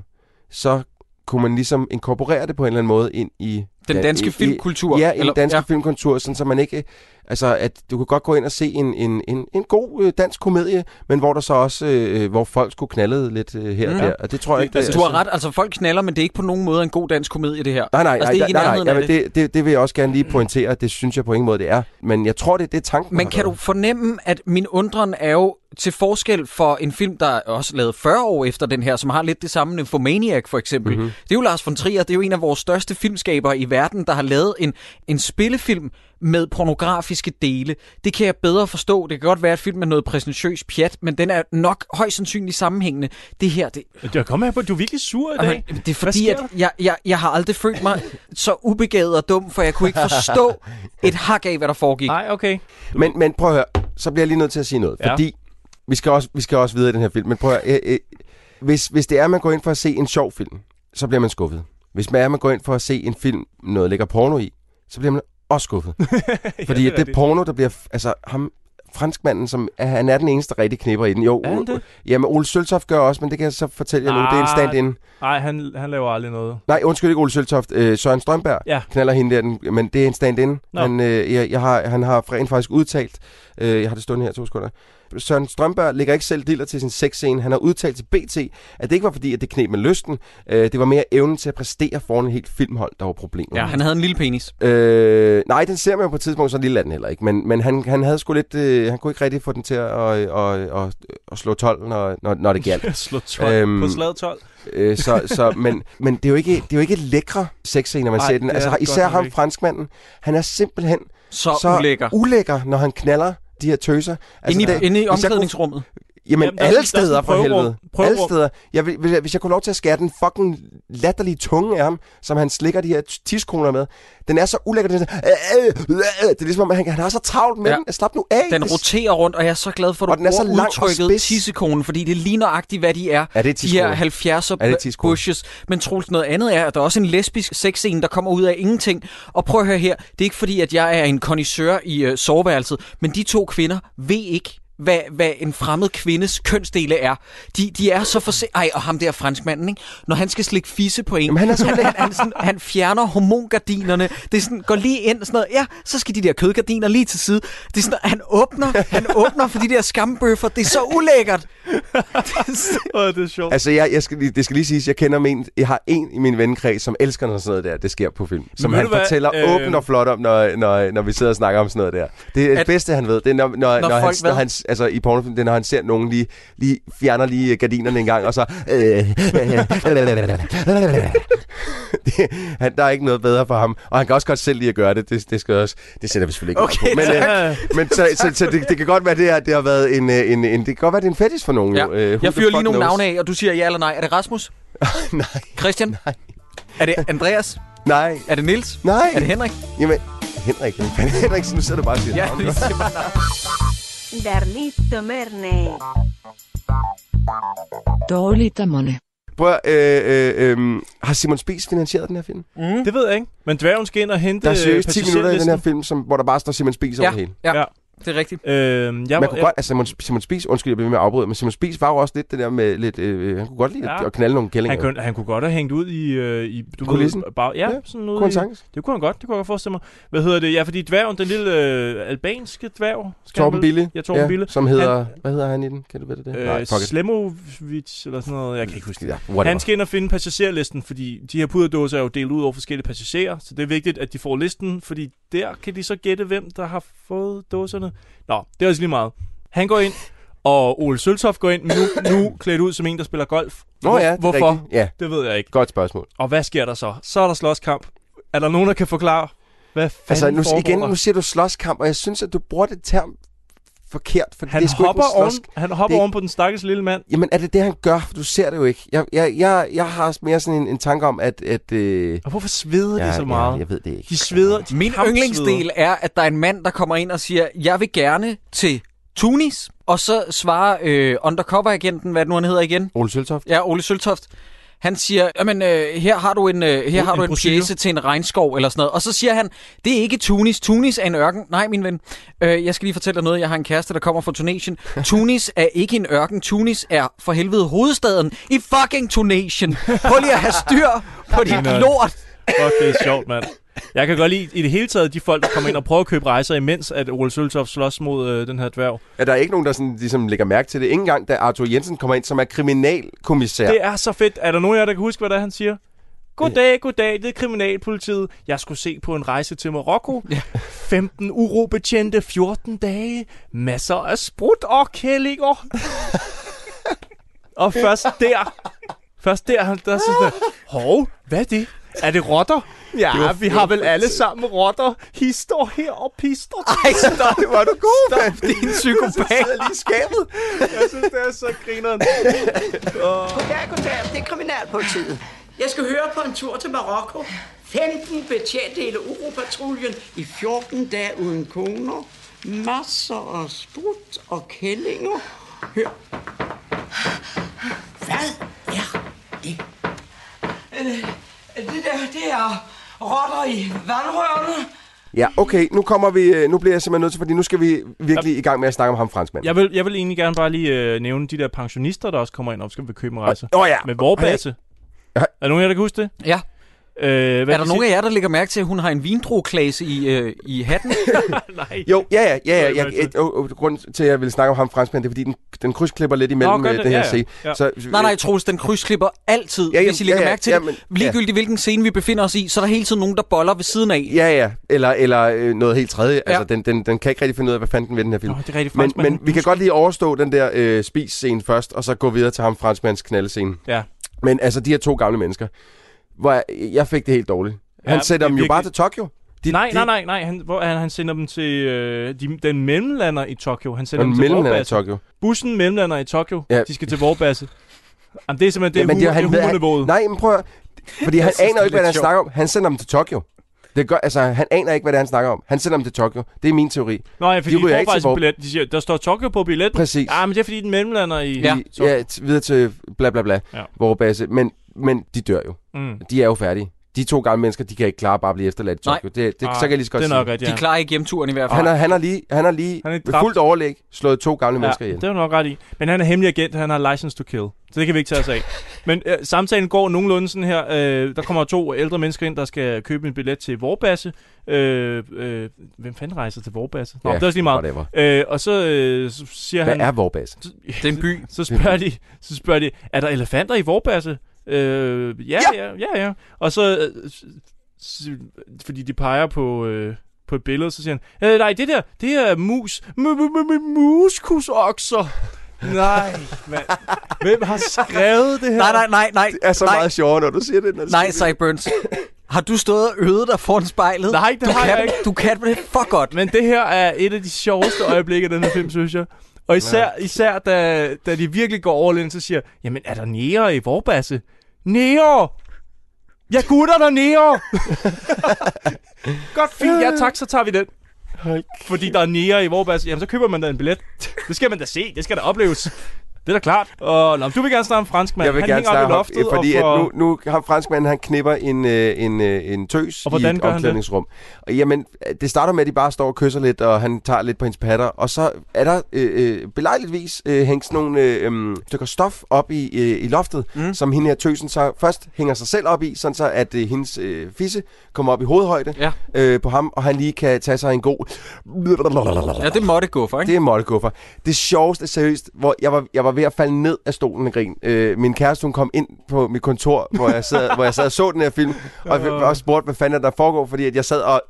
Speaker 6: så kunne man ligesom inkorporere det på en eller anden måde ind i...
Speaker 1: Den
Speaker 6: ja,
Speaker 1: danske
Speaker 6: i- i-
Speaker 1: filmkultur,
Speaker 6: Ja, i den
Speaker 1: eller-
Speaker 6: danske
Speaker 1: ja.
Speaker 6: filmkultur, sådan så man ikke... Altså, at du kunne godt gå ind og se en, en, en, en god øh, dansk komedie, men hvor der så også... Øh, hvor folk skulle knalde lidt øh, her og
Speaker 1: Mm.
Speaker 6: der. Og det tror jeg ikke... øh,
Speaker 1: Altså, du har ret, altså folk knaller, men det er ikke på nogen måde en god dansk komedie, det her.
Speaker 6: Nej, nej,
Speaker 1: altså,
Speaker 6: nej,
Speaker 1: det er
Speaker 6: nej,
Speaker 1: ikke i
Speaker 6: nej,
Speaker 1: nærheden
Speaker 6: nej,
Speaker 1: af
Speaker 6: nej
Speaker 1: det. Mm.
Speaker 6: det, det, det vil jeg også gerne lige pointere. Det synes jeg på ingen måde, det er. Men jeg tror, det, er det er tanken.
Speaker 1: Men
Speaker 6: der
Speaker 1: kan
Speaker 6: har
Speaker 1: du fornemme, at min undren er jo til forskel for en film, der er også lavet 40 år efter den her, som har lidt det samme, Nymphomaniac for eksempel.
Speaker 7: Mhm.
Speaker 1: Mm-hmm. Det er jo Lars von Trier, det er jo en af vores største filmskabere i verden, der har lavet en, en spillefilm med pornografiske dele. Det kan jeg bedre forstå. Det kan godt være, at filmen er noget præsentøst pjat, men den er nok højst sandsynligt sammenhængende. Det her, det, altså,
Speaker 7: Jeg kommer her på, du er virkelig sur i dag.
Speaker 1: det er fordi,
Speaker 7: sker
Speaker 1: at jeg, jeg, jeg har aldrig følt mig så ubegavet og dum, for jeg kunne ikke forstå et hak af, hvad der foregik.
Speaker 7: Nej, okay.
Speaker 6: været. Men, men prøv at høre, så bliver jeg lige nødt til at sige noget. Ja.
Speaker 7: Ja.
Speaker 6: Fordi vi skal, også, vi skal også videre i den her film. Men prøv at høre, øh, øh, hvis, hvis det er, at man går ind for at se en sjov film, så bliver man skuffet. Hvis man er, at man går ind for at se en film, noget lægger porno i, så bliver man også skuffet. Fordi
Speaker 7: det er
Speaker 6: ja, det, det
Speaker 7: rigtigt.
Speaker 6: porno, der bliver... f- Altså, ham, franskmanden, som er- han er den eneste rigtig knipper i den. Jo,
Speaker 7: Er han det?
Speaker 6: Jamen, Ole Søltoft gør også, men det kan jeg så fortælle jer nu. Det er en
Speaker 7: Ah,
Speaker 6: stand-in.
Speaker 7: Nej, han, han laver aldrig noget.
Speaker 6: Nej, undskyld ikke Ole Søltoft. Øh, Søren Strømberg ja.
Speaker 7: Ja.
Speaker 6: knaller hende der, den, men det er en stand-in.
Speaker 7: Nå.
Speaker 6: Han, øh, jeg, jeg har, han har rent faktisk udtalt, øh, jeg har det stående her to sekunder, Søren Strømberg lægger ikke selv diller til sin sexscene. Han har udtalt til BT, at det ikke var fordi, at det knep med lysten. Øh, det var mere evnen til at præstere foran en helt filmhold, der var problemet.
Speaker 1: Ja, han havde en lille penis.
Speaker 6: Øh, nej, den ser man jo på et tidspunkt, så lille er den heller ikke. Men, men han, han havde sgu lidt, øh, han kunne ikke rigtig få den til at, at, at, at, at slå 12, når, når, når det galt.
Speaker 7: Slå 12 øhm, på
Speaker 6: Øhm,
Speaker 7: slaget 12.
Speaker 6: Øh, så, så, men, men det er jo ikke, det er jo ikke lækre sexscener, man
Speaker 7: Nej,
Speaker 6: ser i den.
Speaker 7: det er
Speaker 6: Altså,
Speaker 7: det
Speaker 6: især
Speaker 7: godt nok
Speaker 6: ham,
Speaker 7: ikke.
Speaker 6: franskmanden, han er simpelthen
Speaker 1: Så,
Speaker 6: så
Speaker 1: ulækker.
Speaker 6: ulækker, når han knaller de her tøser.
Speaker 1: Altså, inde, i,
Speaker 6: det-
Speaker 1: inde i
Speaker 6: hvis jeg kunne-
Speaker 1: omklædningsrummet.
Speaker 6: Jamen,
Speaker 7: Jamen,
Speaker 6: Jamen
Speaker 7: der er
Speaker 6: alle
Speaker 7: sådan- der
Speaker 6: steder
Speaker 7: er sådan
Speaker 6: for
Speaker 7: prøverum.
Speaker 6: helvede.
Speaker 7: Prøverum.
Speaker 6: Alle steder. Jeg vil, hvis, jeg, hvis jeg kunne lov til at skære den fucking latterlige tunge af ham, som han slikker de her t- tiskoner med, den er så ulækker. Den er sådan, øh, øh, øh. det er ligesom, om han, han har så travlt med
Speaker 1: Ja.
Speaker 6: ja. den. Slap nu af.
Speaker 1: Den
Speaker 6: Det-
Speaker 1: roterer rundt, og jeg er så glad for, at du
Speaker 6: Og den er så
Speaker 1: bruger
Speaker 6: lang og
Speaker 1: udtrykket
Speaker 6: spids.
Speaker 1: tissekonen, fordi det ligner agtigt, hvad de er.
Speaker 6: Ja, det er
Speaker 1: de her
Speaker 6: tissekone.
Speaker 1: 70'er
Speaker 6: Ja, det er
Speaker 1: b-
Speaker 6: tissekone.
Speaker 1: bushes. Men Troels, noget andet er, at der er også en lesbisk sexscene, der kommer ud af ingenting. Og prøv at høre her, det er ikke fordi, at jeg er en connoisseur i øh, soveværelset, men de to kvinder ved ikke, hvad, hvad en fremmed kvindes kønsdele er. De, de er så for... Ej, og ham der franskmanden, ikke? Når han skal slikke fisse på en, Jamen,
Speaker 6: han, er
Speaker 1: han, han, han, sådan, han fjerner hormongardinerne. Det er sådan, går lige ind sådan noget. Ja, så skal de der kødgardiner lige til side. Det er sådan, han åbner, han åbner for de der skambøffer. Det er så ulækkert.
Speaker 7: Åh, det er sjovt.
Speaker 6: Altså, jeg, jeg skal, lige- det skal lige siges, jeg kender men, jeg har en i min vennekreds, som elsker, når sådan noget der, det sker på film. Som
Speaker 7: ved
Speaker 6: han
Speaker 7: du hvad,
Speaker 6: fortæller
Speaker 7: øh,
Speaker 6: åbent og flot om, når, når, når vi sidder og snakker om sådan noget der. Det er det
Speaker 1: At-
Speaker 6: bedste, han ved. Det er, når, når, når, når,
Speaker 1: folk
Speaker 6: han,
Speaker 1: hvad?
Speaker 6: når han, altså i pornofilm, det er, når han ser nogen lige, lige fjerner lige gardinerne en gang, og så... Øh, det, han, der er ikke noget bedre for ham. Og han kan også godt selv lige at gøre det. Det, det skal også... Det sætter vi selvfølgelig ikke
Speaker 1: Okay,
Speaker 6: op på. Men, øh,
Speaker 1: tak.
Speaker 6: men så, så, så, det, det, kan godt være, det, her, det har været en, øh, en, en... Det kan godt være, det er en fetish for nogen.
Speaker 1: Ja.
Speaker 6: Jo. Øh, who
Speaker 1: Jeg fyrer
Speaker 6: the fuck
Speaker 1: lige nogle
Speaker 6: knows?
Speaker 1: navne af, og du siger ja eller nej. Er det Rasmus?
Speaker 6: Nej.
Speaker 1: Christian? Nej. Er det Andreas?
Speaker 6: Nej.
Speaker 1: Er det Nils?
Speaker 6: Nej.
Speaker 1: Er det Henrik?
Speaker 6: Jamen, Henrik, hvem fanden er Henrik, nu sidder du bare og siger
Speaker 1: Ja,
Speaker 6: navn.
Speaker 1: vi siger bare
Speaker 13: Darlito Merne.
Speaker 12: Dårligt ammerne.
Speaker 6: Prøv at, øh, øh, øh, har Simon Spies finansieret den her film?
Speaker 7: Mm. Det ved jeg ikke. Men dværgen skal ind og hente
Speaker 6: Der er seriøst
Speaker 7: øh,
Speaker 6: 10 minutter i den her
Speaker 7: passagerlisten.
Speaker 6: film, som, hvor der bare står Simon Spies over det hele.
Speaker 1: Ja, ja, det er rigtigt.
Speaker 7: Øhm, jeg,
Speaker 6: Man
Speaker 7: var-
Speaker 6: kunne godt, altså Simon, Simon Spies, undskyld, jeg bliver ved med at afbryde, men Simon Spies var jo også lidt det der med lidt, øh, han kunne godt lide ja. at knalde nogle kællinger.
Speaker 7: Han kunne, han kunne godt have hængt ud i... Øh, i du
Speaker 6: Kulissen?
Speaker 7: Ved, bare, ja,
Speaker 6: Ja,
Speaker 7: sådan noget.
Speaker 6: kunne han
Speaker 7: i-
Speaker 6: sagtens.
Speaker 7: Det kunne han godt, det kunne jeg godt forestille mig. Hvad hedder det? Ja, fordi dværgen, den lille øh, albanske dværg... skal han
Speaker 6: Torben
Speaker 7: vel-
Speaker 6: Bille,
Speaker 7: Ja, Torben Bille.
Speaker 6: som hedder, hvad hedder han i den? Kan du ved det?
Speaker 7: Han,
Speaker 6: det?
Speaker 7: øh,
Speaker 6: Nej, fuck it.
Speaker 7: Slemovic eller sådan noget, jeg kan ikke huske det.
Speaker 6: whatever.
Speaker 7: han skal ind og finde passagerlisten, fordi de her puderdåser er jo delt ud over forskellige passagerer, så det er vigtigt, at de får listen, fordi der kan de så gætte, hvem der har fået dåserne. Nå, det er også lige meget. Han går ind, og Ole Søltoft går ind nu, nu klædt ud som en, der spiller golf.
Speaker 6: Nå ja, det er
Speaker 7: Hvorfor?
Speaker 6: rigtigt. Ja.
Speaker 7: Det ved jeg ikke.
Speaker 6: Godt spørgsmål.
Speaker 7: Og hvad sker der så? Så er der slåskamp. Er der nogen, der kan forklare, hvad fanden
Speaker 6: Altså, nu,
Speaker 7: foregår
Speaker 6: igen,
Speaker 7: der?
Speaker 6: nu siger du slåskamp, og jeg synes, at du bruger det term forkert, for
Speaker 7: han,
Speaker 6: det er sgu
Speaker 7: hopper
Speaker 6: ikke en
Speaker 7: oven,
Speaker 6: slås-
Speaker 7: han hopper
Speaker 6: det er
Speaker 7: oven på den stakkels lille mand.
Speaker 6: Jamen, er det det, han gør? Du ser det jo ikke. Jeg, jeg, jeg, jeg har mere sådan en, en tanke om, at... at øh...
Speaker 7: Og hvorfor sveder
Speaker 1: de så meget?
Speaker 6: Jeg, jeg ved det ikke.
Speaker 7: De sveder. De
Speaker 1: Min
Speaker 7: kampsveder.
Speaker 1: yndlingsdel er, at der er en mand, der kommer ind og siger, jeg vil gerne til Tunis. Og så svarer øh, undercover-agenten, hvad er det nu han hedder igen?
Speaker 6: Ole Søltoft.
Speaker 1: Ja, Ole Søltoft. Han siger, jamen øh, her har du en, øh, her
Speaker 7: En-
Speaker 1: har du
Speaker 7: en
Speaker 1: en
Speaker 7: brochure.
Speaker 1: pjæse til en regnskov eller sådan noget. Og så siger han, det er ikke Tunis. Tunis er en ørken. Nej, min ven. Øh, jeg skal lige fortælle dig noget. Jeg har en kæreste, der kommer fra Tunesien. Tunis er ikke en ørken. Tunis er for helvede hovedstaden i fucking Tunesien. Prøv lige at have styr på dit
Speaker 7: Griner.
Speaker 1: lort.
Speaker 7: Fuck, det er sjovt, mand. Jeg kan godt lide i det hele taget de folk, der kommer ind og prøver at købe rejser, imens at Ole Søltoft slås mod øh, den her dværg.
Speaker 6: Ja, der er ikke nogen, der sådan, ligesom lægger mærke til det. Ingen gang, da Arthur Jensen kommer ind, som er kriminalkommissær.
Speaker 7: Ja. Det er så fedt. Er der nogen af jer, der kan huske, hvad det er, han siger? Goddag, goddag, det er kriminalpolitiet. Jeg skulle se på en rejse til Marokko. 15 urobetjente, 14 dage, masser af sprut og kællinger. og først der, først der, han- der er sådan, der, hov, hvad er det? Er det rotter? Ja,
Speaker 8: Det var
Speaker 7: vi har vel alle sammen rotter. Hi står her og pister.
Speaker 1: Ej, stop.
Speaker 6: Det var du god, mand.
Speaker 1: Din psykopat.
Speaker 6: sidder lige i skabet.
Speaker 7: Jeg synes, det er så grineren.
Speaker 14: Goddag, goddag. Det er kriminalpolitiet. Jeg skal høre på en tur til Marokko. 15 betjente i Europatruljen i 14 dage uden koner. Masser af sprut og kællinger. Hør. Hvad er det? Øh, Det der, det er rotter i vandrørene.
Speaker 6: Ja, okay, nu kommer vi, øh, nu bliver jeg simpelthen nødt til, fordi nu skal vi virkelig i gang med at snakke om ham franskmand.
Speaker 7: Jeg vil, jeg vil egentlig gerne bare lige øh, nævne de der pensionister, der også kommer ind og skal købe en rejse.
Speaker 6: Åh, ja.
Speaker 7: Med vorbasse.
Speaker 6: Er
Speaker 7: der nogen af jer, der kan huske det?
Speaker 1: Ja.
Speaker 7: Øh, er
Speaker 1: er der nogen af jer, der lægger mærke til, at hun har en vindrueklasse i, øh, i hatten?
Speaker 7: Nej.
Speaker 6: Jo, ja, ja, ja, ja. Jeg, jeg, og, og, grunden til, at jeg vil snakke om ham franskmand, det er, fordi den, den krydsklipper lidt imellem
Speaker 1: Nå, gør
Speaker 6: øh,
Speaker 1: den?
Speaker 6: det her
Speaker 1: Ja, ja.
Speaker 6: scene.
Speaker 1: Ja.
Speaker 6: Så,
Speaker 1: Nej, nej, Troels, den krydsklipper altid, ja,
Speaker 6: ja,
Speaker 1: hvis I lægger
Speaker 6: ja, ja,
Speaker 1: mærke til
Speaker 6: ja,
Speaker 1: det.
Speaker 6: men-
Speaker 1: Ligegyldigt hvilken scene vi befinder os i, så er der hele tiden nogen, der boller ved siden af.
Speaker 6: Ja, ja. Eller, eller øh, noget helt tredje. Ja. Altså, den, den, den kan ikke rigtig finde ud af, hvad fanden den vil, den her film. Nå,
Speaker 7: det er rigtig
Speaker 6: men,
Speaker 7: franskmanden.
Speaker 6: men vi kan godt lige overstå den der øh, spis-scene først, og så gå videre til ham franskmands knaldescene.
Speaker 7: Ja.
Speaker 6: Men altså, de her to gamle mennesker, hvor jeg, jeg fik det helt dårligt. Han
Speaker 7: Ja, det
Speaker 6: sætter
Speaker 7: er
Speaker 6: dem jo
Speaker 7: virkelig-
Speaker 6: bare til Tokyo.
Speaker 7: De, nej, nej, nej, nej. Han, hvor, han, han sender dem til øh, de, den mellemlander i Tokyo. Han sender
Speaker 6: Den
Speaker 7: dem til altså.
Speaker 6: mellemlander i
Speaker 7: Vorbasse.
Speaker 6: Tokyo.
Speaker 7: Bussen mellemlander i Tokyo.
Speaker 6: Ja.
Speaker 7: Ja. De skal til Vorbasse. Jamen, det er simpelthen det, ja,
Speaker 6: Jamen,
Speaker 7: det, er, hu-
Speaker 6: han-
Speaker 7: det er humorniveauet.
Speaker 6: Nej, men prøv at, Fordi
Speaker 7: Jeg
Speaker 6: han
Speaker 7: synes, det
Speaker 6: aner
Speaker 7: er
Speaker 6: jo ikke, hvad
Speaker 7: lidt
Speaker 6: han
Speaker 7: sjovt.
Speaker 6: snakker om. Han sender dem til Tokyo. Det gør, altså, han aner ikke, hvad det er, han snakker om. Han sender dem til Tokyo. Det er min teori.
Speaker 7: Nå, ja, fordi de,
Speaker 6: ryger
Speaker 7: de får
Speaker 6: ikke til
Speaker 7: faktisk en
Speaker 6: Vor-
Speaker 7: billet. De siger, der står Tokyo på billetten.
Speaker 6: Præcis.
Speaker 7: Ja, men det er fordi, den mellemlander i...
Speaker 6: Ja,
Speaker 7: Tokyo.
Speaker 6: ja t- videre til bla bla bla,
Speaker 7: Ja.
Speaker 6: ja. vores base. Men, men de dør jo.
Speaker 7: Mm.
Speaker 6: De er jo færdige. De to gamle mennesker, de kan ikke klare bare at blive efterladt i Tokyo. Det, det,
Speaker 1: Ah,
Speaker 6: så kan jeg lige så godt
Speaker 1: det er
Speaker 6: sige.
Speaker 1: nok rigtigt, ja. De klarer ikke hjemturen i hvert fald.
Speaker 6: Han har, han har lige, han har lige han
Speaker 7: Han er
Speaker 6: er med
Speaker 7: dræbt.
Speaker 6: fuldt overlæg slået to gamle ja, mennesker
Speaker 7: ja,
Speaker 6: ihjel.
Speaker 7: det er du nok ret i. Men han er hemmelig agent, han har license to kill. Så det kan vi ikke tage os af. Men øh, samtalen går nogenlunde sådan her. Øh, der kommer to ældre mennesker ind, der skal købe en billet til Vorbasse. Øh, øh, hvem fanden rejser til Vorbasse? Nå,
Speaker 6: Ja,
Speaker 7: ja, det er også lige meget.
Speaker 6: whatever.
Speaker 7: Øh, og så øh, så siger
Speaker 6: Hvad
Speaker 7: han...
Speaker 6: er Vorbasse?
Speaker 7: Det er en by. Så spørger, de, så spørger de, er der elefanter i Vorbasse? Øh, ja, ja, ja, ja, ja. Og så, øh, s- s- fordi de peger på, øh, på et billede, så siger han, øh, nej, det der, det er mus. M- m- m- m- Muskusokser. Nej, mand. Hvem har skrevet det her?
Speaker 1: Nej, nej, nej, nej. Det
Speaker 6: er så nej. meget sjovere, når du siger det. Når
Speaker 1: nej, Cyburns. Har du stået og øvet dig foran spejlet?
Speaker 7: Nej, det
Speaker 1: du
Speaker 7: har
Speaker 1: kan,
Speaker 7: jeg ikke.
Speaker 1: Du kan det for godt.
Speaker 7: Men det her er et af de sjoveste øjeblikke i den her film, synes jeg. Og især, især da, da de virkelig går all in, så siger jamen er der næger i Vorbasse? Næger! Jeg gutter der næger! Godt, fint, ja tak, så tager vi den. Fordi der er næger i Vorbasse, jamen så køber man da en billet. Det skal man da se, det skal da opleves. Det er da klart. Og nå, men du vil gerne snakke om fransk, mand.
Speaker 6: Jeg vil
Speaker 7: Han
Speaker 6: gerne
Speaker 7: hænger op i
Speaker 6: snakke om,
Speaker 7: loftet,
Speaker 6: øh, fordi
Speaker 7: og
Speaker 6: at
Speaker 7: får-
Speaker 6: nu, nu har franskmanden, han knipper en, øh, en, øh, en tøs i
Speaker 7: Og hvordan
Speaker 6: et
Speaker 7: gør han det?
Speaker 6: omklædningsrum. Og, jamen, det starter med, at de bare står og kysser lidt, og han tager lidt på hendes patter, og så er der øh, øh, belejligtvis øh, hængt sådan nogle øh, øh, stykker stof op i, øh, i loftet, mm. som hende her tøsen så først hænger sig selv op i, sådan så at øh, hendes øh, fisse kommer op i hovedhøjde
Speaker 1: ja.
Speaker 6: øh, på ham, og han lige kan tage sig en god...
Speaker 1: Ja, det måtte gå for, ikke?
Speaker 6: Det er måtteguffer. Det sjoveste, seriøst, hvor jeg var, jeg var ved at falde ned af stolen af grin. Øh, min kæreste, hun kom ind på mit kontor, hvor jeg sad, hvor jeg sad og så den her film, og, jeg og spurgte, hvad fanden er der foregår, fordi at jeg sad og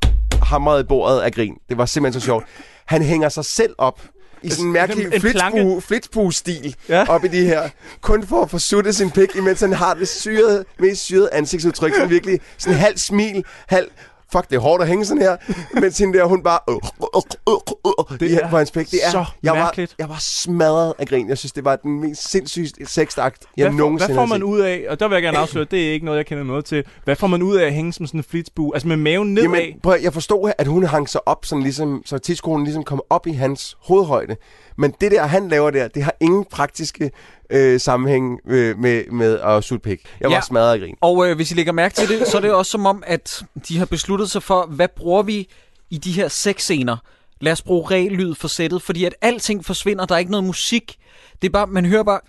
Speaker 6: hamrede i bordet af grin. Det var simpelthen så sjovt. Han hænger sig selv op i sådan en
Speaker 7: En-
Speaker 6: mærkelig
Speaker 7: en planke.
Speaker 6: flitsbue- flitsbue-stil ja. op i de her, kun for at få suttet sin pik, imens han har det syrede, mest syrede ansigtsudtryk, sådan virkelig sådan halv smil, halv fuck, det er hårdt at hænge sådan her, mens hende der, hun bare øh, øh, øh, øh, det i, er på hans pik. Det er,
Speaker 7: så
Speaker 6: jeg
Speaker 7: mærkeligt.
Speaker 6: Var, jeg var smadret af grin. Jeg synes, det var den mest sindssyge sexakt, jeg
Speaker 7: hvad, får,
Speaker 6: nogensinde
Speaker 7: hvad får
Speaker 6: har
Speaker 7: man
Speaker 6: set.
Speaker 7: ud af, og der vil jeg gerne afsløre, det er ikke noget, jeg kender noget til. Hvad får man ud af at hænge som sådan en flitsbue? Altså med maven nedad?
Speaker 6: Jamen, prøv, at- jeg forstod, at hun hang sig op, sådan ligesom, så tidskolen ligesom kom op i hans hovedhøjde. Men det der, han laver der, det har ingen praktiske øh, sammenhæng øh, med, med at sutte pik. Jeg var
Speaker 1: Ja.
Speaker 6: smadret af grin.
Speaker 1: Og øh, hvis I lægger mærke til det, så er det også som om, at de har besluttet sig for, hvad bruger vi i de her seks scener? Lad os bruge regellyd for sættet, fordi at alting forsvinder, der er ikke noget musik. Det er bare, man hører bare...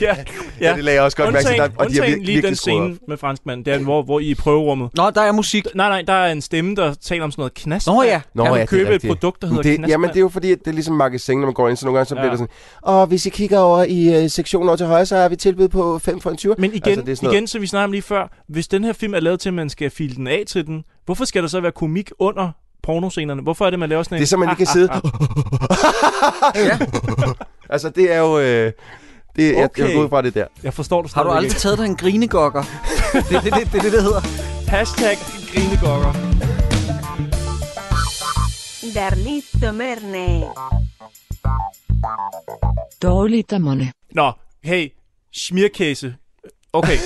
Speaker 7: ja,
Speaker 6: Ja, det lagde jeg også godt mærke til,
Speaker 7: Undtagen-
Speaker 6: der- og de har
Speaker 7: undtagen
Speaker 6: vir-
Speaker 7: lige
Speaker 6: virkelig
Speaker 7: den
Speaker 6: skruet
Speaker 7: scene med franskmanden, der hvor, hvor I er i prøverummet.
Speaker 1: Nå, der er musik.
Speaker 7: Nej, nej, der er en stemme, der taler om sådan noget knast.
Speaker 1: Nå ja.
Speaker 7: Nå, kan man købe et produkt, der hedder
Speaker 6: Men det,
Speaker 7: knast?
Speaker 6: Jamen, det er jo fordi, at det er ligesom magasin, når man går ind, så nogle gange så
Speaker 7: Ja.
Speaker 6: ja. bliver det sådan, og hvis I kigger over i øh, sektionen over til højre, så har vi tilbud på 5 for en 20.
Speaker 7: Men igen, altså, det igen, som vi snakkede om lige før, hvis den her film er lavet til, at man skal filde den af til den, hvorfor skal der så være komik under pornoscenerne? Hvorfor er det, man laver sådan en...
Speaker 6: Det er så, man ikke kan sidde- Altså, det er jo... Øh, det, okay. jeg, jeg
Speaker 7: Okay.
Speaker 6: går ud fra det der.
Speaker 7: Jeg forstår det
Speaker 1: Har du
Speaker 7: stadigvæk
Speaker 1: aldrig
Speaker 7: ikke.
Speaker 1: taget dig en grinegokker? det er det, det, det, det, det hedder.
Speaker 7: Hashtag grinegokker.
Speaker 13: Darlito Merne.
Speaker 12: Dårligt dommerne.
Speaker 7: Nå, hey, smirkæse. Okay,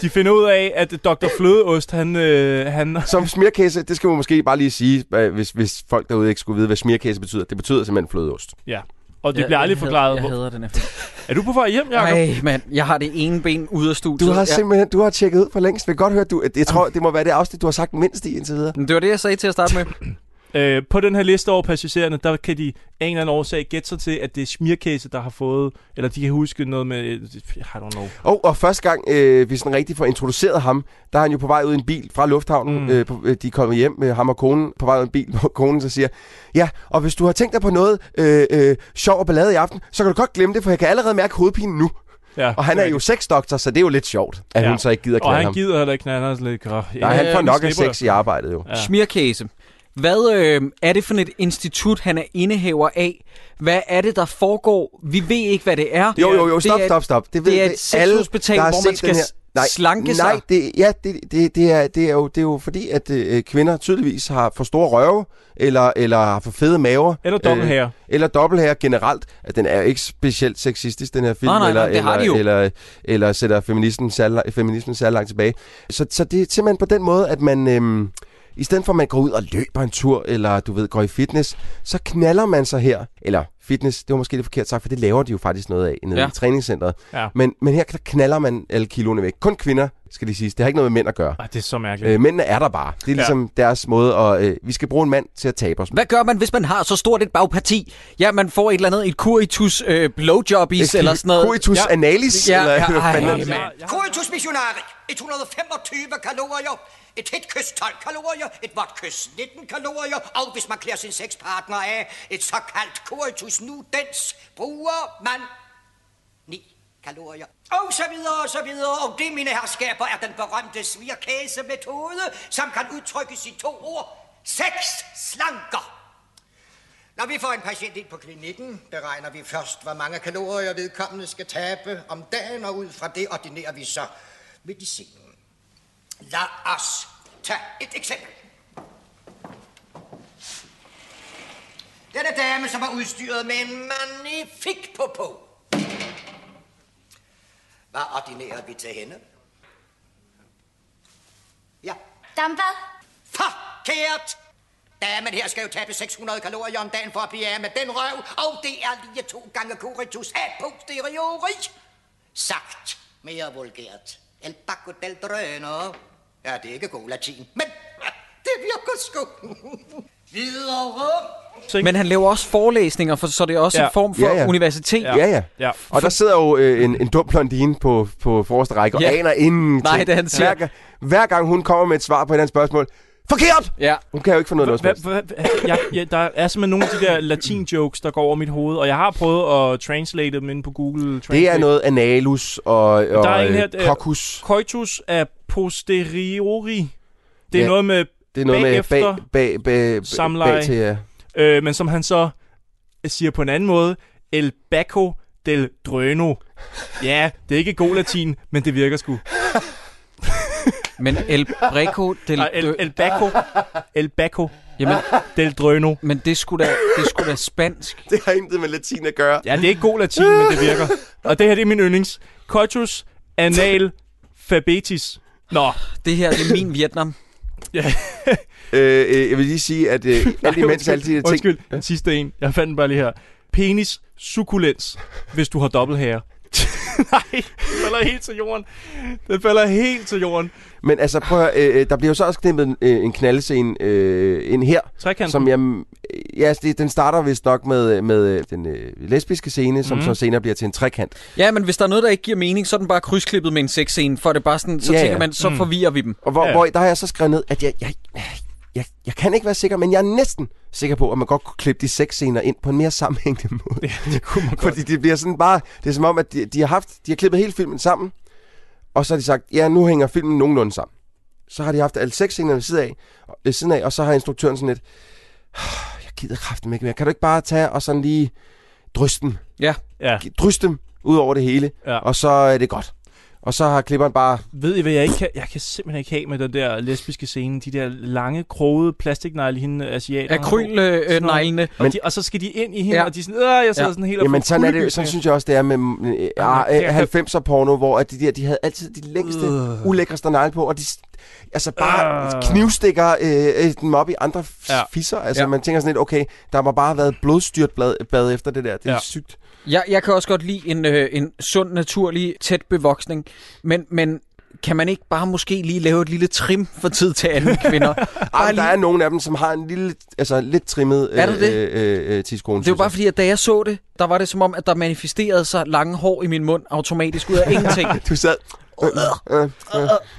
Speaker 7: de finder ud af, at Dr. Flødeost, han... Øh, han
Speaker 6: Som smirkæse, det skal man måske bare lige sige, øh, hvis, hvis folk derude ikke skulle vide, hvad smirkæse betyder. Det betyder simpelthen flødeost.
Speaker 7: ja, og det
Speaker 1: Ja,
Speaker 7: bliver aldrig
Speaker 1: jeg hader-
Speaker 7: forklaret.
Speaker 1: jeg
Speaker 7: hvor-
Speaker 1: hader den her
Speaker 7: Er du på vej hjem, Jacob?
Speaker 1: Nej, mand, jeg har det ene ben ude af studiet.
Speaker 6: Du har
Speaker 1: Ja.
Speaker 6: simpelthen du har tjekket ud for længst. Jeg kan godt høre, at du, at jeg tror, det må være det afsnit, du har sagt mindst i indtil videre.
Speaker 1: Men Det var det, jeg sagde til at starte med.
Speaker 7: Øh, på den her liste over passagererne, der kan de af en eller anden årsag gætte sig til, at det er smirkæse, der har fået... Eller de kan huske noget med... øh, I don't know.
Speaker 6: Og, og første gang, øh, vi sådan rigtig får introduceret ham, der er han jo på vej ud i en bil fra lufthavnen. Mm. Øh, på, øh, de er kommet hjem med ham og konen på vej ud i en bil, hvor konen så siger, ja, og hvis du har tænkt dig på noget øh, øh, sjov og ballade i aften, så kan du godt glemme det, for jeg kan allerede mærke hovedpinen nu.
Speaker 7: Ja,
Speaker 6: og han er jo sexdoktor, så det er jo lidt sjovt, at ja. hun så ikke gider
Speaker 7: Og
Speaker 6: knalde
Speaker 7: han
Speaker 6: ham.
Speaker 7: gider heller ikke knalde, han er sådan lidt... "Åh,
Speaker 6: Nej, han får
Speaker 7: jamen,
Speaker 6: nok af
Speaker 7: slipper
Speaker 6: sex
Speaker 7: jeg."
Speaker 6: i arbejdet jo.
Speaker 1: Ja. Smirkæse. Hvad øh, er det for et institut, han er indehaver af? Hvad er det, der foregår? Vi ved ikke, hvad det er.
Speaker 6: Jo, jo, jo, stop,
Speaker 1: Det er-
Speaker 6: stop, stop.
Speaker 1: Det, er et sexhospital,
Speaker 6: der har
Speaker 1: hvor
Speaker 6: set
Speaker 1: man
Speaker 6: den
Speaker 1: skal
Speaker 6: her-
Speaker 1: nej, slanke
Speaker 6: nej,
Speaker 1: sig.
Speaker 6: Det, ja, det, det, det, er, det, er jo, det er jo fordi, at øh, kvinder tydeligvis har for store røve, eller, eller har for fede maver.
Speaker 7: Eller dobbelthager.
Speaker 6: Øh, eller dobbelthager generelt. Altså, Den er jo ikke specielt sexistisk, den her film.
Speaker 1: Nej, nej, nej,
Speaker 6: eller,
Speaker 1: det
Speaker 6: eller,
Speaker 1: har de jo.
Speaker 6: Eller, eller sætter feministen særlig, feminismen særlig langt tilbage. Så, så det er simpelthen på den måde, at man... Øhm, i stedet for, at man går ud og løber en tur, eller du ved, går i fitness, så knaller man sig her. Eller fitness, det var måske det forkert sagt, for det laver de jo faktisk noget af nede
Speaker 7: Ja.
Speaker 6: ja. i træningscenteret.
Speaker 7: Ja.
Speaker 6: Men, men her knaller man alle kiloene væk. Kun kvinder, skal de sige. Det har ikke noget med mænd at gøre.
Speaker 7: Ej, det er så mærkeligt.
Speaker 6: Øh, mændene er der bare. Det er ligesom ja. deres måde, og øh, vi skal bruge en mand til at tabe os.
Speaker 1: Hvad gør man, hvis man har så stort et bagparti? Ja, man får et eller andet, et coitus øh, blowjobbies
Speaker 6: Et
Speaker 1: eller sådan noget.
Speaker 6: coitus
Speaker 1: ja.
Speaker 6: analis,
Speaker 1: Ja,
Speaker 6: eller
Speaker 1: ja,
Speaker 6: hvad
Speaker 1: ej,
Speaker 6: fanden er det?
Speaker 1: mand.
Speaker 10: Koetus missionari, 125 kalorier. Et tæt kys 12 kalorier, et vådt kys 19 kalorier, og hvis man klæder sin sexpartner af et såkaldt koetus nudens, bruger man 9 kalorier. Og så videre, og så videre, og det, mine herskaber, er den berømte svirkæse-metode, som kan udtrykkes i to ord. Seks slanker. Når vi får en patient ind på klinikken, beregner vi først, hvor mange kalorier vedkommende skal tabe om dagen, og ud fra det ordinerer vi så medicinen. Lad os tage et eksempel. Denne dame, som var udstyret med en magnifik på. Hvad ordinerer vi til hende? Ja.
Speaker 2: Dampad?
Speaker 10: Forkert! Damen her skal jo tabe 600 kalorier om dagen for at blive af med den røv, og det er lige to gange coritus a posteriori. Sagt mere vulgært. El Paco del Drøno. Ja, det er ikke god latin, men det virker sgu. Videre.
Speaker 1: Men han laver også forelæsninger, for, så det er også ja. en form for ja, ja. universitet.
Speaker 6: Ja, ja. ja. Og der sidder jo øh, en, en dum blondine på, på forreste række og
Speaker 1: Ja.
Speaker 6: ja. aner inden.
Speaker 1: Nej, det er han siger.
Speaker 6: Hver, gang- hver gang hun kommer med et svar på et eller andet spørgsmål. Forkert!
Speaker 1: Ja.
Speaker 6: Hun kan jo ikke få noget noget som
Speaker 7: Hva,
Speaker 6: helst.
Speaker 7: hva, hva, jeg, jeg, der er simpelthen nogle af de der latin jokes, der går over mit hoved, og jeg har prøvet at translate dem ind på Google Translate.
Speaker 6: Det er noget analus og, og
Speaker 7: Der er en her,
Speaker 6: øh, kokus.
Speaker 7: Coitus er posteriori. Det er
Speaker 6: Ja,
Speaker 7: noget med
Speaker 6: Det er noget med
Speaker 7: bagefter,
Speaker 6: bag, bag, bag,
Speaker 7: samleje.
Speaker 6: bag til ja.
Speaker 7: Øh, men som han så siger på en anden måde, el bacco del drøno. Ja, det er ikke god latin, men det virker sgu.
Speaker 1: Men el breco del...
Speaker 7: Ej, el, el bacco. El bacco.
Speaker 1: Jamen,
Speaker 7: del drøno.
Speaker 1: Men det skulle da, det skulle da spansk.
Speaker 6: Det har intet med latin at gøre.
Speaker 7: Ja, det er ikke god latin, men det virker. Og det her, det er min yndlings. Coitus anal fabetis. Nå.
Speaker 1: Det her, det er min Vietnam.
Speaker 7: Ja.
Speaker 6: Øh, øh, jeg vil lige sige, at øh, alt imens alle de her ting...
Speaker 7: Undskyld, den sidste en. Jeg fandt den bare lige her. Penis sukkulens, hvis du har dobbelthære. Nej, den falder helt til jorden. Den falder helt til jorden.
Speaker 6: Men altså, prøv at, høre, øh, øh, der bliver jo så også knippet en, øh, en knaldescene øh, ind her.
Speaker 7: Trekanten.
Speaker 6: Som jeg, øh, ja, det, den starter vist nok med, med øh, den øh, lesbiske scene, som
Speaker 1: Mhm.
Speaker 6: mm. så senere bliver til en trekant.
Speaker 1: Ja, men hvis der er noget, der ikke giver mening, så er den bare krydsklippet med en sexscene, for det er bare sådan, så ja,
Speaker 6: Ja,
Speaker 1: tænker
Speaker 6: ja.
Speaker 1: man, så
Speaker 6: Mm.
Speaker 1: forvirrer vi dem.
Speaker 6: Og hvor, ja. hvor der har jeg så skrevet ned, at jeg, jeg, jeg, jeg kan ikke være sikker, men jeg er næsten sikker på, at man godt kunne klippe de seks scener ind på en mere sammenhængende måde. Ja, det kunne man Fordi det bliver sådan bare, det er som om, at de, de, har haft, de har klippet hele filmen sammen, og så har de sagt, ja, nu hænger filmen nogenlunde sammen. Så har de haft alle seks scener ved siden af, ved siden af og så har instruktøren sådan lidt, "Ah, jeg gider kraften ikke mere. Kan du ikke bare tage og sådan lige dryste dem?
Speaker 1: Ja.
Speaker 7: ja.
Speaker 6: Dryste dem ud over det hele,
Speaker 7: Ja.
Speaker 6: og så er det godt. Og så har klipperen bare
Speaker 7: Ved I, hvad jeg ikke kan? Jeg kan simpelthen ikke have med den der lesbiske scene. De der lange, krogede plastiknegle, hende øh, asiater. har på.
Speaker 1: Akrylneglene. Øh,
Speaker 7: Sådan noget.
Speaker 1: neglene.
Speaker 7: Og, de, og så skal de ind i hende, ja. og de er sådan, øh, jeg sidder ja. sådan helt og
Speaker 6: Jamen
Speaker 7: får
Speaker 6: sådan, er det,
Speaker 7: kuldegysninger.
Speaker 6: sådan synes jeg også, det er med øh,
Speaker 7: jeg kan-
Speaker 6: ja, 90'er porno, hvor at de der, de havde altid de længste,
Speaker 7: Øh.
Speaker 6: uh. ulækreste negle på, og de s- altså bare uh. knivstikker øh, øh, dem op i andre f-
Speaker 1: Ja.
Speaker 6: ja. fisser. Altså
Speaker 1: Ja.
Speaker 6: ja. man tænker sådan lidt, okay, der må bare have været blodstyrt blad, bad efter det der. Det er ja. sygt.
Speaker 1: Jeg, jeg kan også godt lide en, øh, en sund, naturlig, tæt bevoksning, men, men kan man ikke bare måske lige lave et lille trim for tid til anden kvinder?
Speaker 6: Ej,
Speaker 1: Bare
Speaker 6: Ah, men der
Speaker 1: lige-
Speaker 6: er nogle af dem, som har en lille, altså lidt trimmet
Speaker 1: Er der det?
Speaker 6: Øh, øh, øh, tidskone.
Speaker 1: Det var bare fordi, at da jeg så det, der var det som om, at der manifesterede sig lange hår i min mund automatisk ud af ingenting.
Speaker 6: du sad... Øh, øh, øh.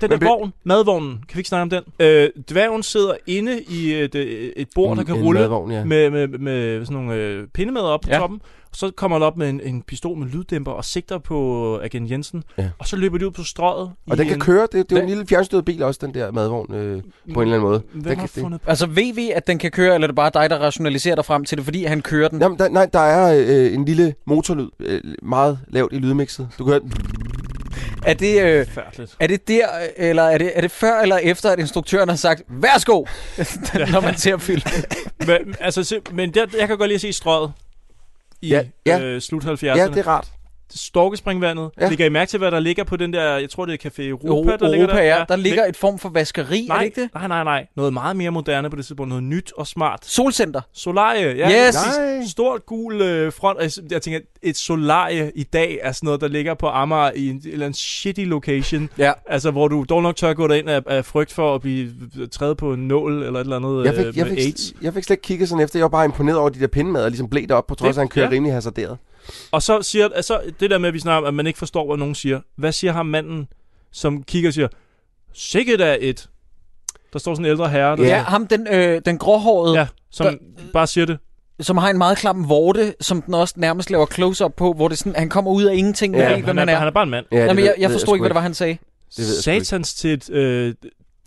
Speaker 7: Den der vogn, madvognen, kan vi ikke snakke om den? Øh, dværgen sidder inde i et, øh, et bord,
Speaker 6: En-
Speaker 7: der kan
Speaker 6: en
Speaker 7: rulle
Speaker 6: madvogn, ja.
Speaker 7: med, med, med sådan nogle øh, pindemad op på ja. toppen. Og så kommer han op med en, en pistol med lyddæmper og sigter på agent Jensen. Ja.
Speaker 6: Ja.
Speaker 7: Og så løber de ud på strøget. i
Speaker 6: Og den kan
Speaker 7: en-
Speaker 6: køre, det, det er jo en
Speaker 7: Den-
Speaker 6: lille fjernstød bil også, den der madvogn, øh, på en eller anden måde.
Speaker 7: Hvem
Speaker 6: den
Speaker 7: har
Speaker 6: kan,
Speaker 7: fundet
Speaker 1: Altså ved vi, at den kan køre, eller er det bare dig, der rationaliserer dig frem til det, fordi han kører den?
Speaker 6: Jamen, der, nej, der er øh, en lille motorlyd, øh, meget lavt i lydmixet. Du kan høre...
Speaker 1: Er det, øh, er det der, øh, eller er det, er det før eller efter, at instruktøren har sagt, værsgo, når man ser filmen?
Speaker 7: men, altså, se, men der, jeg kan godt lige se strøget i
Speaker 6: Ja,
Speaker 7: ja,
Speaker 6: ja.
Speaker 7: ja. Øh, slut 70'erne.
Speaker 6: Ja, det er rart.
Speaker 7: Storkespringvandet. Ja. Lægger I mærke til, hvad der ligger på den der, jeg tror det er Café Europa, der ligger
Speaker 1: Europa,
Speaker 7: der?
Speaker 1: ja. Der ligger et form for vaskeri,
Speaker 7: nej,
Speaker 1: er det ikke det?
Speaker 7: Nej, nej, nej. Noget meget mere moderne på det tidspunkt. Noget nyt og smart.
Speaker 1: Solcenter.
Speaker 7: Solarie.
Speaker 1: Yes.
Speaker 7: Ja, yes. Stort gul øh, front. Og jeg- Jeg tænker, et solarie i dag er sådan noget, der ligger på Amager i en en eller anden shitty location.
Speaker 1: ja.
Speaker 7: Altså, hvor du dog nok tør gå derind af, af frygt for at blive trædet på en nål eller et eller andet
Speaker 6: Jeg
Speaker 7: øh,
Speaker 6: fik, jeg,
Speaker 7: med
Speaker 6: fik,
Speaker 7: AIDS.
Speaker 6: jeg fik slet ikke kigget sådan efter. Jeg var bare imponeret over de der pindemader, ligesom blev deroppe, på trods af,
Speaker 7: Det-
Speaker 6: at han kører
Speaker 7: ja.
Speaker 6: rimelig hasarderet.
Speaker 7: Og så siger altså, det der med, at vi snakker om, at man ikke forstår, hvad nogen siger. Hvad siger ham manden, som kigger og siger, sikkert er et. Der står sådan en ældre herre. Der
Speaker 1: Ja, ham den, øh, den gråhårede.
Speaker 7: Ja, som bare siger det.
Speaker 1: Som har en meget klam vorte, som den også nærmest laver close-up på, hvor det sådan, han kommer ud af ingenting, ja,
Speaker 7: Ja,
Speaker 1: ved ikke, hvem
Speaker 7: han
Speaker 1: han
Speaker 7: er-
Speaker 1: er.
Speaker 7: han er bare en mand. Ja,
Speaker 1: Ja,
Speaker 7: det
Speaker 1: Nå, men
Speaker 7: ved-
Speaker 1: jeg, jeg
Speaker 7: ved jeg
Speaker 1: forstod ikke,
Speaker 7: sgu
Speaker 1: hvad det var,
Speaker 7: ikke.
Speaker 1: han sagde.
Speaker 6: ved jeg sgu ikke.
Speaker 7: Satans til et øh,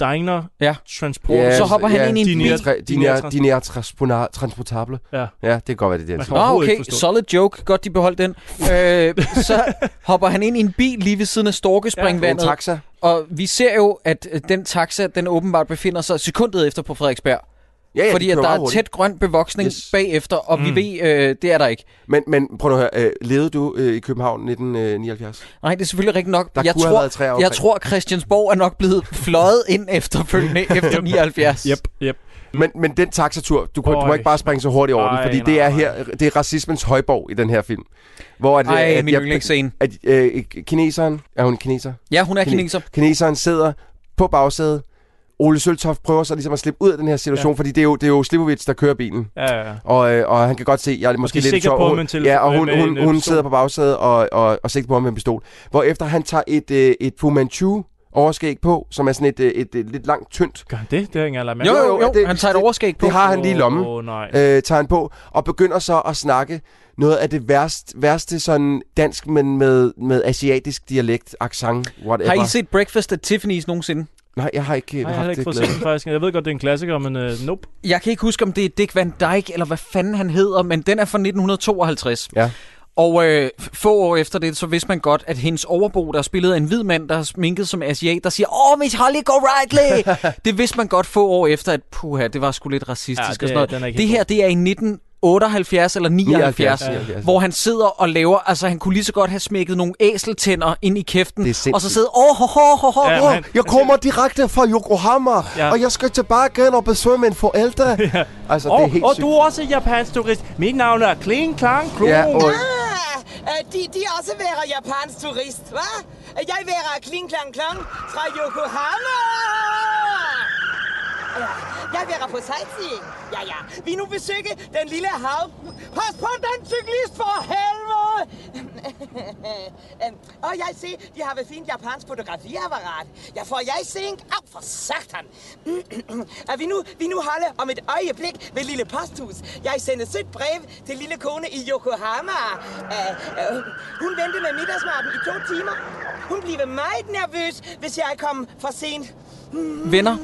Speaker 7: diner
Speaker 1: ja.
Speaker 7: transport.
Speaker 1: så hopper han ind i en
Speaker 6: din
Speaker 1: bil.
Speaker 6: Din er, din er transpona- transportable.
Speaker 7: Ja.
Speaker 6: ja, det kan godt være, det er det,
Speaker 1: Nå, okay, solid joke. Godt, de beholdt den. øh, så hopper han ind i en bil lige ved siden af Storkespringvandet.
Speaker 6: Ja, en taxa.
Speaker 1: Og vi ser jo, at øh, den taxa, den åbenbart befinder sig sekundet efter på Frederiksberg.
Speaker 6: Ja, ja, de
Speaker 1: fordi at
Speaker 6: kører
Speaker 1: der
Speaker 6: meget
Speaker 1: er
Speaker 6: hurtigt.
Speaker 1: tæt grøn bevoksning yes. bagefter, og mm. vi ved, øh, det er der ikke.
Speaker 6: Men, men prøv nu at høre, øh, levede du øh, i København 1979?
Speaker 1: Nej, det er selvfølgelig rigtigt nok.
Speaker 6: Der
Speaker 1: jeg
Speaker 6: kunne
Speaker 1: tror,
Speaker 6: have været træer
Speaker 1: jeg
Speaker 6: omkring.
Speaker 1: tror, Christiansborg er nok blevet fløjet ind efterfølgende efter 79.
Speaker 7: Yep, yep.
Speaker 6: Men, men den taxatur, du, kunne, du må
Speaker 1: Øj.
Speaker 6: ikke bare springe så hurtigt over
Speaker 1: Ej,
Speaker 6: den, fordi
Speaker 1: nej,
Speaker 6: det er her, det er racismens højborg i den her film. Hvor at, øh,
Speaker 1: Ej,
Speaker 6: at,
Speaker 1: min yndlingsscene.
Speaker 6: At, øh, kineseren, er hun kineser?
Speaker 1: Ja, hun er kineser.
Speaker 6: Kineseren sidder på bagsædet. Ole Søltoft prøver så ligesom at slippe ud af den her situation,
Speaker 7: Ja.
Speaker 6: ja. fordi det er jo, det er jo Slivovic, der kører bilen.
Speaker 7: Ja, ja, ja.
Speaker 6: Og, øh, og han kan godt se, jeg er måske
Speaker 7: de
Speaker 6: lidt
Speaker 7: sigter
Speaker 6: tør.
Speaker 7: på ham
Speaker 6: Hun-
Speaker 7: med en tele-
Speaker 6: ja, og
Speaker 7: med-
Speaker 6: hun,
Speaker 7: med en,
Speaker 6: hun,
Speaker 7: øh,
Speaker 6: hun
Speaker 7: pistol.
Speaker 6: sidder på bagsædet og, og, og sigter på ham med en pistol. Hvorefter han tager et, øh, et Fu Manchu overskæg på, som er sådan et, øh, et, et lidt langt, tyndt.
Speaker 7: Gør han det? Det har jeg ikke engang lagt mærke
Speaker 1: Jo,
Speaker 7: til.
Speaker 1: jo, jo, det, han tager et overskæg på.
Speaker 6: Det har han lige i lommen.
Speaker 7: Åh, nej.
Speaker 6: Øh, tager han på og begynder så at snakke noget af det værst, værste sådan dansk, men med, med asiatisk dialekt, accent, whatever.
Speaker 1: Har I set Breakfast at Tiffany's nogensinde?
Speaker 6: Nej, jeg har ikke
Speaker 7: Nej, jeg har heller ikke fået set den faktisk. Jeg ved godt, det er en klassiker, men øh, nope.
Speaker 1: Jeg kan ikke huske, om det er Dick Van Dyke, eller hvad fanden han hedder, men den er fra 1952.
Speaker 6: Ja.
Speaker 1: Og øh, f- få år efter det, så vidste man godt, at hendes overbo, der spillede af en hvid mand, der er sminket som asiat, der siger, Åh, Miss Holly go rightly! det vidste man godt få år efter, at puha, det var sgu lidt racistisk
Speaker 7: Ja,
Speaker 1: og
Speaker 7: det-
Speaker 1: sådan
Speaker 7: den er
Speaker 1: noget.
Speaker 7: ikke
Speaker 1: Det
Speaker 7: helt
Speaker 1: her, det er i 19... 78 eller 79,
Speaker 6: 79, ja.
Speaker 1: hvor han sidder og laver, altså han kunne lige så godt have smækket nogle æseltænder ind i kæften, og så
Speaker 6: sindssygt.
Speaker 1: sidder, åh, ho, ho, ho, ho,
Speaker 6: Ja,
Speaker 1: ho.
Speaker 6: men han- Jeg kommer direkte fra Yokohama,
Speaker 7: Ja. og
Speaker 6: jeg skal tilbage igen og besøge mine forældre. ja. Altså, det er helt sygt.
Speaker 7: er også japansk turist. Mit navn er Kling Klang Klo.
Speaker 6: Ja, og-
Speaker 10: Øh, de, de også være japansk turist, hva? Jeg være Kling Klang Klang fra Yokohama! Ja, jeg være på sightseeing. Ja, ja. Vi nu besøge den lille havn. Pas på den cyklist for helvede! Øhm, og jeg ser, de har været fint japansk fotografiapparat. Ja, for jeg ser en... Au, for satan! at vi nu, vi nu holder om et øjeblik ved Lille Posthus. Jeg sender sødt brev til lille kone i Yokohama. Øh, øh, hun ventede med middagsmaden i to timer. Hun bliver meget nervøs, hvis jeg kommer for sent.
Speaker 1: Venner,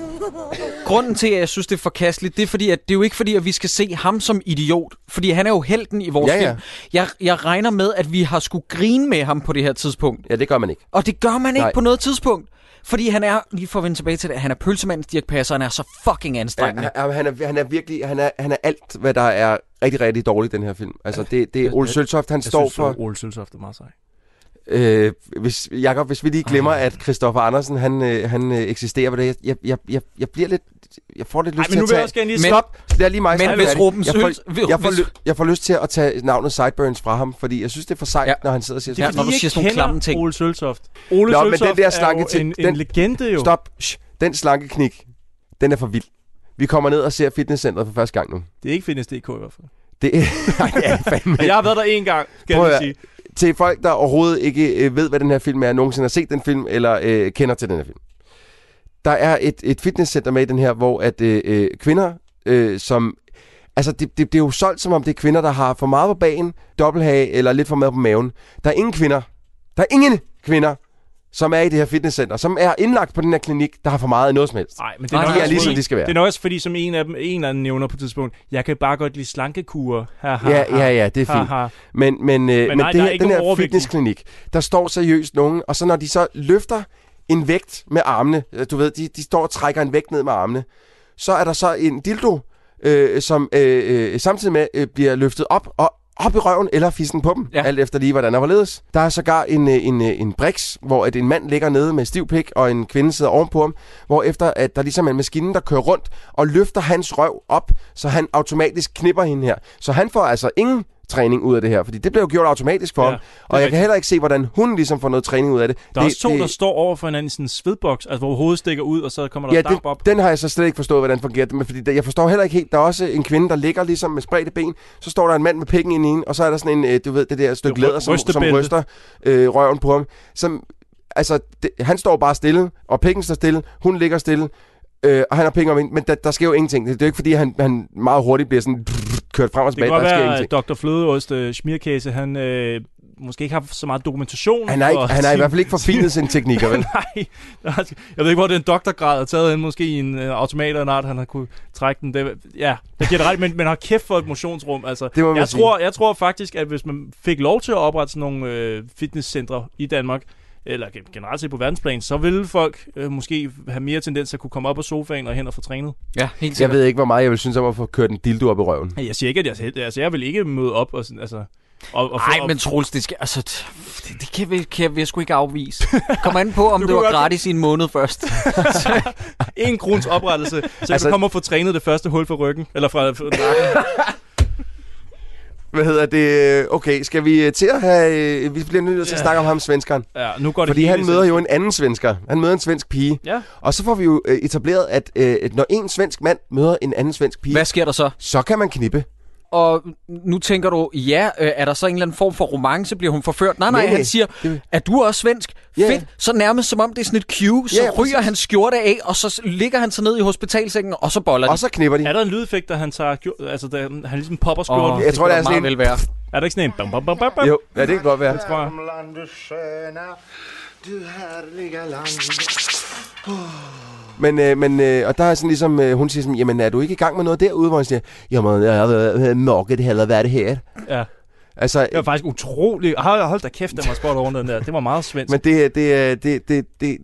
Speaker 1: grunden til, at jeg synes, det er forkasteligt, det er, fordi, at det er jo ikke fordi, at vi skal se ham som idiot. Fordi han er jo helten i vores
Speaker 6: Ja, ja.
Speaker 1: film. Jeg, jeg regner med, at vi har skulle grine med ham på det her tidspunkt.
Speaker 6: Ja, det gør man ikke.
Speaker 1: Og det gør man ikke
Speaker 6: Nej.
Speaker 1: på noget tidspunkt. Fordi han er, lige for at vende tilbage til det, han er pølsemandens Dirk Passer, han er så fucking anstrengende.
Speaker 6: Ja, han, han, er, han er virkelig, han er, han er alt, hvad der er rigtig, rigtig dårligt i den her film. Altså, det, det er Ole Søltoft, han
Speaker 7: jeg
Speaker 6: står
Speaker 7: synes,
Speaker 6: for...
Speaker 7: at Ole Søltoft er meget sej.
Speaker 6: Øh, hvis, Jacob, hvis vi lige glemmer, at Christoffer Andersen, han, øh, han øh, eksisterer på det, jeg, jeg, jeg, jeg bliver lidt... Jeg får lidt lyst
Speaker 7: men
Speaker 6: til
Speaker 7: nu
Speaker 6: at
Speaker 7: vil jeg
Speaker 6: tage...
Speaker 7: også gerne lige-
Speaker 6: Men, Stop! Det er lige mig.
Speaker 1: Men
Speaker 6: som er
Speaker 1: hvis
Speaker 6: færdig.
Speaker 1: Ruben
Speaker 6: jeg får,
Speaker 1: Sølst-
Speaker 6: jeg, jeg, får,
Speaker 1: hvis-
Speaker 6: ly- jeg får lyst til at tage navnet Sideburns fra ham, fordi jeg synes, det er for sejt, ja. når han sidder og siger...
Speaker 7: Det er, fordi I ikke kender Ole Søltoft. Ole
Speaker 6: Nå, men
Speaker 7: Søltoft
Speaker 6: den der
Speaker 7: er jo
Speaker 6: slanke til,
Speaker 7: en, en legende jo.
Speaker 6: Stop. Shh. Den slanke knik, den er for vild. Vi kommer ned og ser fitnesscenteret for første gang nu.
Speaker 7: Det er ikke Fitness.dk i hvert fald.
Speaker 6: Det Nej, det er fandme
Speaker 7: Og jeg har været der én gang, skal
Speaker 6: Prøv
Speaker 7: jeg
Speaker 6: at
Speaker 7: lige
Speaker 6: høre.
Speaker 7: sige.
Speaker 6: Til folk, der overhovedet ikke øh, ved, hvad den her film er, nogensinde har set den film, eller øh, kender til den her film. Der er et, et fitnesscenter med i den her, hvor at øh, øh, kvinder, øh, som... Altså, det, det, det er jo solgt, som om det er kvinder, der har for meget på bagen, dobbelthage eller lidt for meget på maven. Der er ingen kvinder. Der er ingen kvinder, som er i det her fitnesscenter, som er indlagt på den her klinik, der har for meget af noget som helst.
Speaker 7: Nej, men det er, nok
Speaker 6: de er
Speaker 7: også
Speaker 6: ligesom,
Speaker 7: fordi,
Speaker 6: de skal være.
Speaker 7: Det er nok også fordi, som en af dem, en af dem nævner på et tidspunkt, jeg kan bare godt lide slankekure. Ha, ha,
Speaker 6: Ja,
Speaker 7: ha.
Speaker 6: ja, ja, det er
Speaker 7: Ha,
Speaker 6: fint.
Speaker 7: ha.
Speaker 6: Men, men, øh, men,
Speaker 7: nej, der
Speaker 6: det
Speaker 7: er
Speaker 6: her,
Speaker 7: ikke
Speaker 6: den
Speaker 7: nogen
Speaker 6: her
Speaker 7: overvægt nu.
Speaker 6: fitnessklinik, der står seriøst nogen, og så når de så løfter en vægt med armene, øh, du ved, de, de står og trækker en vægt ned med armene, så er der så en dildo, øh, som øh, øh, samtidig med øh, bliver løftet op og op i røven eller fissen på dem, ja. alt efter lige, hvordan der hvorledes. Der er sågar en, øh, en, øh, en briks, hvor at en mand ligger nede med stiv pik, og en kvinde sidder ovenpå ham, hvor efter at der ligesom er en maskine, der kører rundt og løfter hans røv op, så han automatisk knipper hende her. Så han får altså ingen træning ud af det her, fordi det blev jo gjort automatisk for ja, ham, og jeg kan
Speaker 7: rigtigt.
Speaker 6: heller ikke se, hvordan hun ligesom får noget træning ud af det.
Speaker 7: Der er
Speaker 6: det,
Speaker 7: også to, der står over for hinanden i sådan en svedboks, altså hvor hovedet stikker ud, og så kommer der
Speaker 6: ja,
Speaker 7: damp
Speaker 6: det,
Speaker 7: op.
Speaker 6: den har jeg så slet ikke forstået, hvordan fungerer det, men fordi der, jeg forstår heller ikke helt, der er også en kvinde, der ligger ligesom med spredte ben, så står der en mand med pikken ind i hende, og så er der sådan en, øh, du ved, det der stykke
Speaker 7: ry-
Speaker 6: læder, som, som
Speaker 7: rystebælte.
Speaker 6: ryster øh, røven på ham, som, altså, det, han står bare stille, og pikken står stille, hun ligger stille, øh, og han har pikken om hende, men der, der sker jo ingenting, det, det er jo ikke fordi, han, han meget hurtigt bliver sådan kørt frem og
Speaker 7: Det kan
Speaker 6: tilbage,
Speaker 7: godt
Speaker 6: der sker
Speaker 7: være,
Speaker 6: ingenting.
Speaker 7: at Dr. Flødeost øh, Schmierkæse, han øh, måske ikke har haft så meget dokumentation.
Speaker 6: Han har, ikke,
Speaker 7: for
Speaker 6: han har i
Speaker 7: sin-
Speaker 6: hvert fald ikke forfinet sine teknikker, vel?
Speaker 7: Nej, der er- jeg ved ikke, hvor den doktorgrad er taget hen. Måske i en øh, automat eller en art, han har kunne trække den. Det, ja, det giver det ret, men, men har kæft for et motionsrum. Altså,
Speaker 6: Det må man
Speaker 7: jeg,
Speaker 6: sige.
Speaker 7: tror, jeg tror faktisk, at hvis man fik lov til at oprette sådan nogle øh, fitnesscentre i Danmark, eller gen- generelt set på verdensplan, så ville folk øh, måske have mere tendens til at kunne komme op på sofaen og hen og få trænet.
Speaker 6: Jeg ved ikke, hvor meget jeg vil synes om at få kørt en dildo op i røven.
Speaker 7: Jeg siger ikke, at jeg, selv- altså, jeg vil ikke møde op og sådan, altså... Og, og
Speaker 1: Nej,
Speaker 7: og-
Speaker 1: men Troels, det, skal, altså, t- det, det kan, vi, kan vi sgu ikke afvise. Kom an på, om det var gratis i en måned først.
Speaker 7: en krones oprettelse, så altså,
Speaker 1: Altså-
Speaker 7: du kommer og få trænet det første hul fra ryggen, eller fra, fra nakken.
Speaker 6: Hvad hedder det? Okay, skal vi øh, til at have... øh, Vi bliver nødt til at
Speaker 7: Ja.
Speaker 6: snakke om ham, svenskeren.
Speaker 7: Ja, nu går det
Speaker 6: Fordi
Speaker 7: hele
Speaker 6: han
Speaker 7: i
Speaker 6: møder
Speaker 7: svensk.
Speaker 6: jo en anden svensker. Han møder en svensk pige.
Speaker 7: Ja.
Speaker 6: Og så får vi jo øh, etableret, at øh, at når en svensk mand møder en anden svensk pige...
Speaker 1: Hvad sker der så?
Speaker 6: Så kan man knippe.
Speaker 1: Og nu tænker du, ja, øh, er der så en eller anden form for romance? Bliver hun forført? Nej, nej,
Speaker 6: Nej,
Speaker 1: han siger, er du også svensk?
Speaker 6: Ja.
Speaker 1: Fedt. Så nærmest som om det er sådan et cue, så
Speaker 6: Ja, ja,
Speaker 1: ryger
Speaker 6: præcis.
Speaker 1: han skjorte af, og så s- ligger han sig ned i hospitalsengen, og så boller de.
Speaker 6: Og så knipper de.
Speaker 7: Er der en lydeffekt, der han tager, gjort- altså der, han ligesom popper skjorten?
Speaker 1: Åh, Jeg det tror, kan der er sådan meget en- vel være.
Speaker 7: Er der ikke sådan en bam, bam, bam, bam, bam?
Speaker 6: Jo, ja, det kan godt være.
Speaker 7: Det tror jeg.
Speaker 5: Land, du sköna, du härliga land.
Speaker 6: Men, øh, men øh, og der er sådan ligesom, øh, hun siger sådan, jamen er du ikke i gang med noget derude, hvor han siger, jamen øh, jeg har mørket heller været det her.
Speaker 7: Ja.
Speaker 6: Altså,
Speaker 7: Det var faktisk utroligt. Hold, hold da kæft, den var spot rundt den der. Det var meget svensk.
Speaker 6: men det, er- det, er- det, det, det,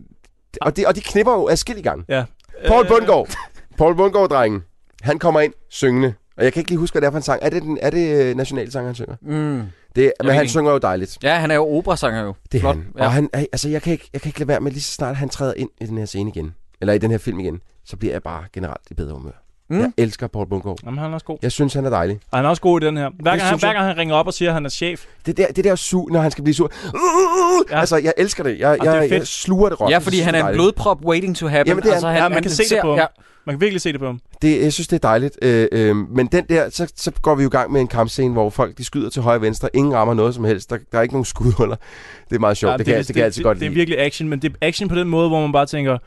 Speaker 6: og det, og de knipper jo adskillige gange.
Speaker 7: Ja.
Speaker 1: Øh.
Speaker 6: Paul Bundgaard. Paul Bundgaard, drengen. Han kommer ind syngende. Og jeg kan ikke lige huske, hvad det er for en sang. Er det, den, er det øh, nationalsang, han synger?
Speaker 1: Mm.
Speaker 6: Det,
Speaker 1: ved
Speaker 6: men han
Speaker 1: ikke.
Speaker 6: synger jo dejligt.
Speaker 1: Ja, han er jo operasanger jo.
Speaker 6: Det er
Speaker 1: Flot.
Speaker 6: han.
Speaker 1: Ja.
Speaker 6: Og han, er- altså, jeg, kan ikke, jeg kan ikke lade være med, lige så snart han træder ind i den her scene igen, eller i den her film igen, så bliver jeg bare generelt i bedre humør.
Speaker 7: Mm.
Speaker 6: Mm. Jeg elsker Paul Bundgaard.
Speaker 7: Jamen, han er også god.
Speaker 6: Jeg synes, han er dejlig.
Speaker 7: Og han er også god i den her. Hver gang, han,
Speaker 6: synes
Speaker 7: hver
Speaker 6: jeg.
Speaker 7: gang han ringer op og siger, at han er chef.
Speaker 6: Det der, det der su, når han skal blive sur. Uh, ja. Altså, jeg elsker det. Jeg,
Speaker 7: Og det er
Speaker 6: jeg, jeg,
Speaker 7: fedt.
Speaker 6: sluger det råt.
Speaker 1: Ja,
Speaker 6: Jeg
Speaker 1: fordi
Speaker 6: synes,
Speaker 1: han
Speaker 6: det
Speaker 1: er en
Speaker 6: dejligt.
Speaker 1: blodprop waiting to happen.
Speaker 6: Jamen, det er
Speaker 1: altså,
Speaker 6: han.
Speaker 1: han,
Speaker 7: Ja, man kan se det
Speaker 1: ser-
Speaker 7: på ham.
Speaker 1: Ja.
Speaker 7: Man kan virkelig se det på ham.
Speaker 6: Det, jeg synes, det er dejligt. Øh, øh, men den der, så, så går vi jo i gang med en kampscene, hvor folk de skyder til højre og venstre. Ingen rammer noget som helst. Der, der er ikke nogen skud under. Det er meget sjovt.
Speaker 7: Jamen,
Speaker 6: det, kan, det, det, kan jeg altid godt
Speaker 7: Det er
Speaker 6: lide.
Speaker 7: virkelig action, men det er action på den måde, hvor man bare tænker,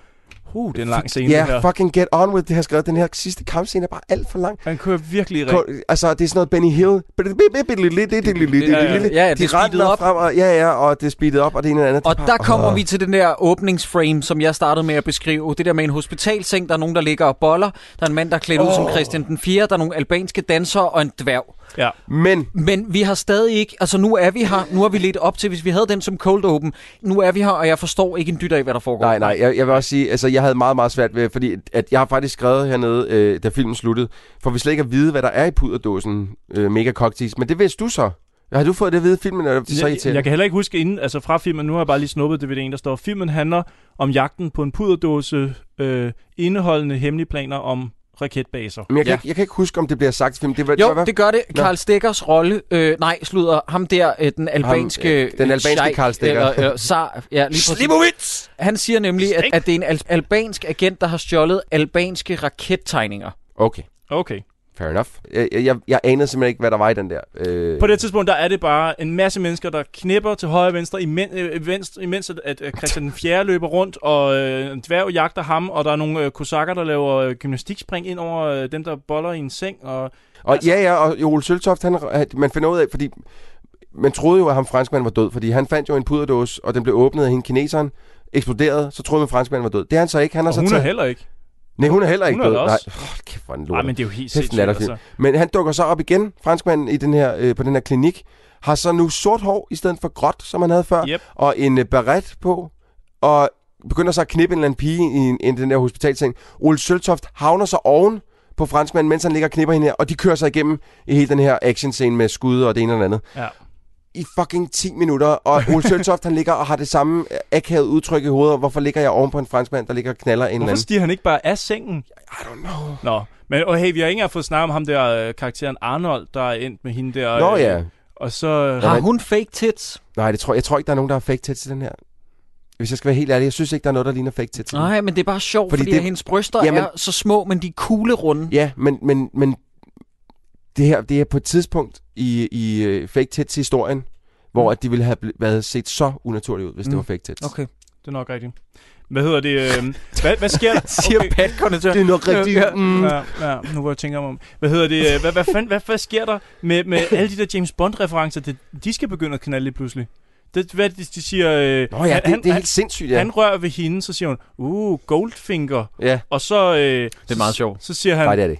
Speaker 7: huh, det er en lang scene,
Speaker 6: Ja,
Speaker 7: det her.
Speaker 6: yeah, fucking get on with det her skrevet. Den her sidste kampscene er bare alt for lang.
Speaker 7: Han kører virkelig
Speaker 6: Ko-
Speaker 7: rigtigt.
Speaker 6: Altså, det er sådan noget Benny Hill.
Speaker 1: Ja, ja,
Speaker 6: De
Speaker 1: det er speedet
Speaker 6: render
Speaker 1: op.
Speaker 6: frem, og ja, ja, og det er speedet op, og det ene og det andet.
Speaker 1: Og
Speaker 6: Det er
Speaker 1: der
Speaker 6: bare-
Speaker 1: kommer
Speaker 6: Åh.
Speaker 1: vi til den der åbningsframe, som jeg startede med at beskrive. Det der med en hospitalseng, der er nogen, der ligger og boller. Der er en mand, der er klædt oh. ud som Christian den 4. Der er nogle albanske dansere og en dværg.
Speaker 7: Ja.
Speaker 6: Men
Speaker 1: Men vi har stadig ikke, altså nu er vi her, nu er vi lidt op til, hvis vi havde den som cold open, nu er vi her, og jeg forstår ikke en dyt af, hvad der foregår.
Speaker 6: Nej, nej, jeg, jeg vil også sige, altså jeg havde meget, meget svært ved, fordi at jeg har faktisk skrevet hernede, øh, da filmen sluttede, for vi slet ikke at vide, hvad der er i puderdåsen, øh, mega cocktails, men det vidste du så. Har du fået det at vide i filmen, eller er det så
Speaker 7: Jeg,
Speaker 6: irriterende?
Speaker 7: jeg kan heller ikke huske inden, altså fra filmen, nu har jeg bare lige snuppet DVD'en, der står, filmen handler om jagten på en puderdåse, øh, indeholdende hemmelige planer om raketbaser.
Speaker 6: Men jeg, kan ikke, jeg kan ikke huske, om det bliver sagt i filmen. Det, var-
Speaker 1: Jo,
Speaker 6: var-
Speaker 1: det gør det.
Speaker 6: Nå.
Speaker 1: Karl Stikkers rolle, øh, nej, slutter ham der, øh, den albanske...
Speaker 6: øh, den
Speaker 1: øh,
Speaker 6: albanske
Speaker 1: sheik,
Speaker 6: Karl Stikker.
Speaker 1: Eller, øh, zar, ja, lige præcis.
Speaker 6: Slimovic!
Speaker 1: Han siger nemlig, at, at det er en al- albansk agent, der har stjålet albanske rakettegninger.
Speaker 6: Okay,
Speaker 7: Okay.
Speaker 6: fair enough. Jeg, jeg- jeg, jeg anede simpelthen ikke, hvad der var i den der. Øh,
Speaker 7: På det tidspunkt, der er det bare en masse mennesker, der knipper til højre og venstre, imens, øh, venstre, imens at, at øh, Christian den 4. løber rundt, og øh, en dværg jagter ham, og der er nogle øh, kosakker, der laver øh, gymnastikspring ind over øh, dem, der boller i en seng. Og,
Speaker 6: Og altså, ja, ja, og Joel Søltoft, han, han- man finder ud af, fordi man troede jo, at ham franskmanden var død, fordi han fandt jo en puderdåse, og den blev åbnet af hende kineseren, eksploderede, så troede man, at franskmanden var død. Det er han så ikke. Han har
Speaker 7: og
Speaker 6: så
Speaker 7: hun er
Speaker 6: taget-
Speaker 7: heller ikke.
Speaker 6: Nej, hun er heller ikke
Speaker 7: Hun er
Speaker 6: død.
Speaker 7: der
Speaker 6: Nej,
Speaker 7: også.
Speaker 6: Hold kæft, hvor er den
Speaker 7: Ej,
Speaker 6: lort.
Speaker 7: men det er jo helt
Speaker 6: Kæft, den
Speaker 7: sindssygt,
Speaker 6: latterfilm.
Speaker 7: altså.
Speaker 6: Men han dukker så op igen, franskmanden, i den her, øh, på den her klinik, har så nu sort hår i stedet for gråt, som han havde før,
Speaker 7: Yep.
Speaker 6: og en øh, beret på, og begynder så at knippe en eller anden pige i en, en den der hospitalseng. Ole Søltoft havner så oven på franskmanden, mens han ligger og knipper hende her, og de kører sig igennem i hele den her action-scene med skud og det ene og det andet.
Speaker 7: Ja.
Speaker 6: I fucking 10 minutter, og Ole Søltoft, han ligger og har det samme øh, akavet udtryk i hovedet, og hvorfor ligger jeg oven på en franskmand, der ligger og knaller en eller
Speaker 7: Hvorfor
Speaker 6: anden?
Speaker 7: stiger han ikke bare af sengen?
Speaker 6: I don't know.
Speaker 7: Nå, men og hey, vi har ikke engang fået snakket om ham der øh, karakteren Arnold, der er endt med hende der.
Speaker 6: Nå
Speaker 7: øh,
Speaker 6: ja.
Speaker 7: Og så... øh,
Speaker 6: Har
Speaker 1: hun fake tits?
Speaker 6: Nej, det tror, jeg tror ikke, der er nogen, der har fake tits i den her. Hvis jeg skal være helt ærlig, jeg synes ikke, der er noget, der ligner fake tits. i den.
Speaker 1: Nej, men det er bare sjovt, fordi, fordi det... hendes bryster jamen... er så små, men de er kuglerunde.
Speaker 6: Ja, men, men, men det her det er på et tidspunkt i, i øh, fake tits historien, hvor at de ville have bl- været set så unaturligt ud, hvis mm. det var fake tits.
Speaker 1: Okay.
Speaker 7: Det er nok rigtigt. Hvad hedder det? Øh, hvad, hvad sker der? Siger okay.
Speaker 1: Pat Conatør.
Speaker 6: Det er nok rigtigt.
Speaker 7: Ja,
Speaker 6: Mm.
Speaker 7: ja, ja, nu hvor jeg tænker mig om. Hvad hedder det? øh, Hvad, hvad, fanden, hvad, hvad sker der med, med alle de der James Bond-referencer? Det, de skal begynde at knalde lige pludselig. Det, hvad de, de siger... Øh,
Speaker 6: Nå ja, det- det er helt sindssygt, ja.
Speaker 7: Han rører ved hende, så siger hun, uh, Goldfinger.
Speaker 6: Ja.
Speaker 7: Og så... Øh, det
Speaker 1: er meget sjovt.
Speaker 7: Så siger han...
Speaker 6: Nej, det er det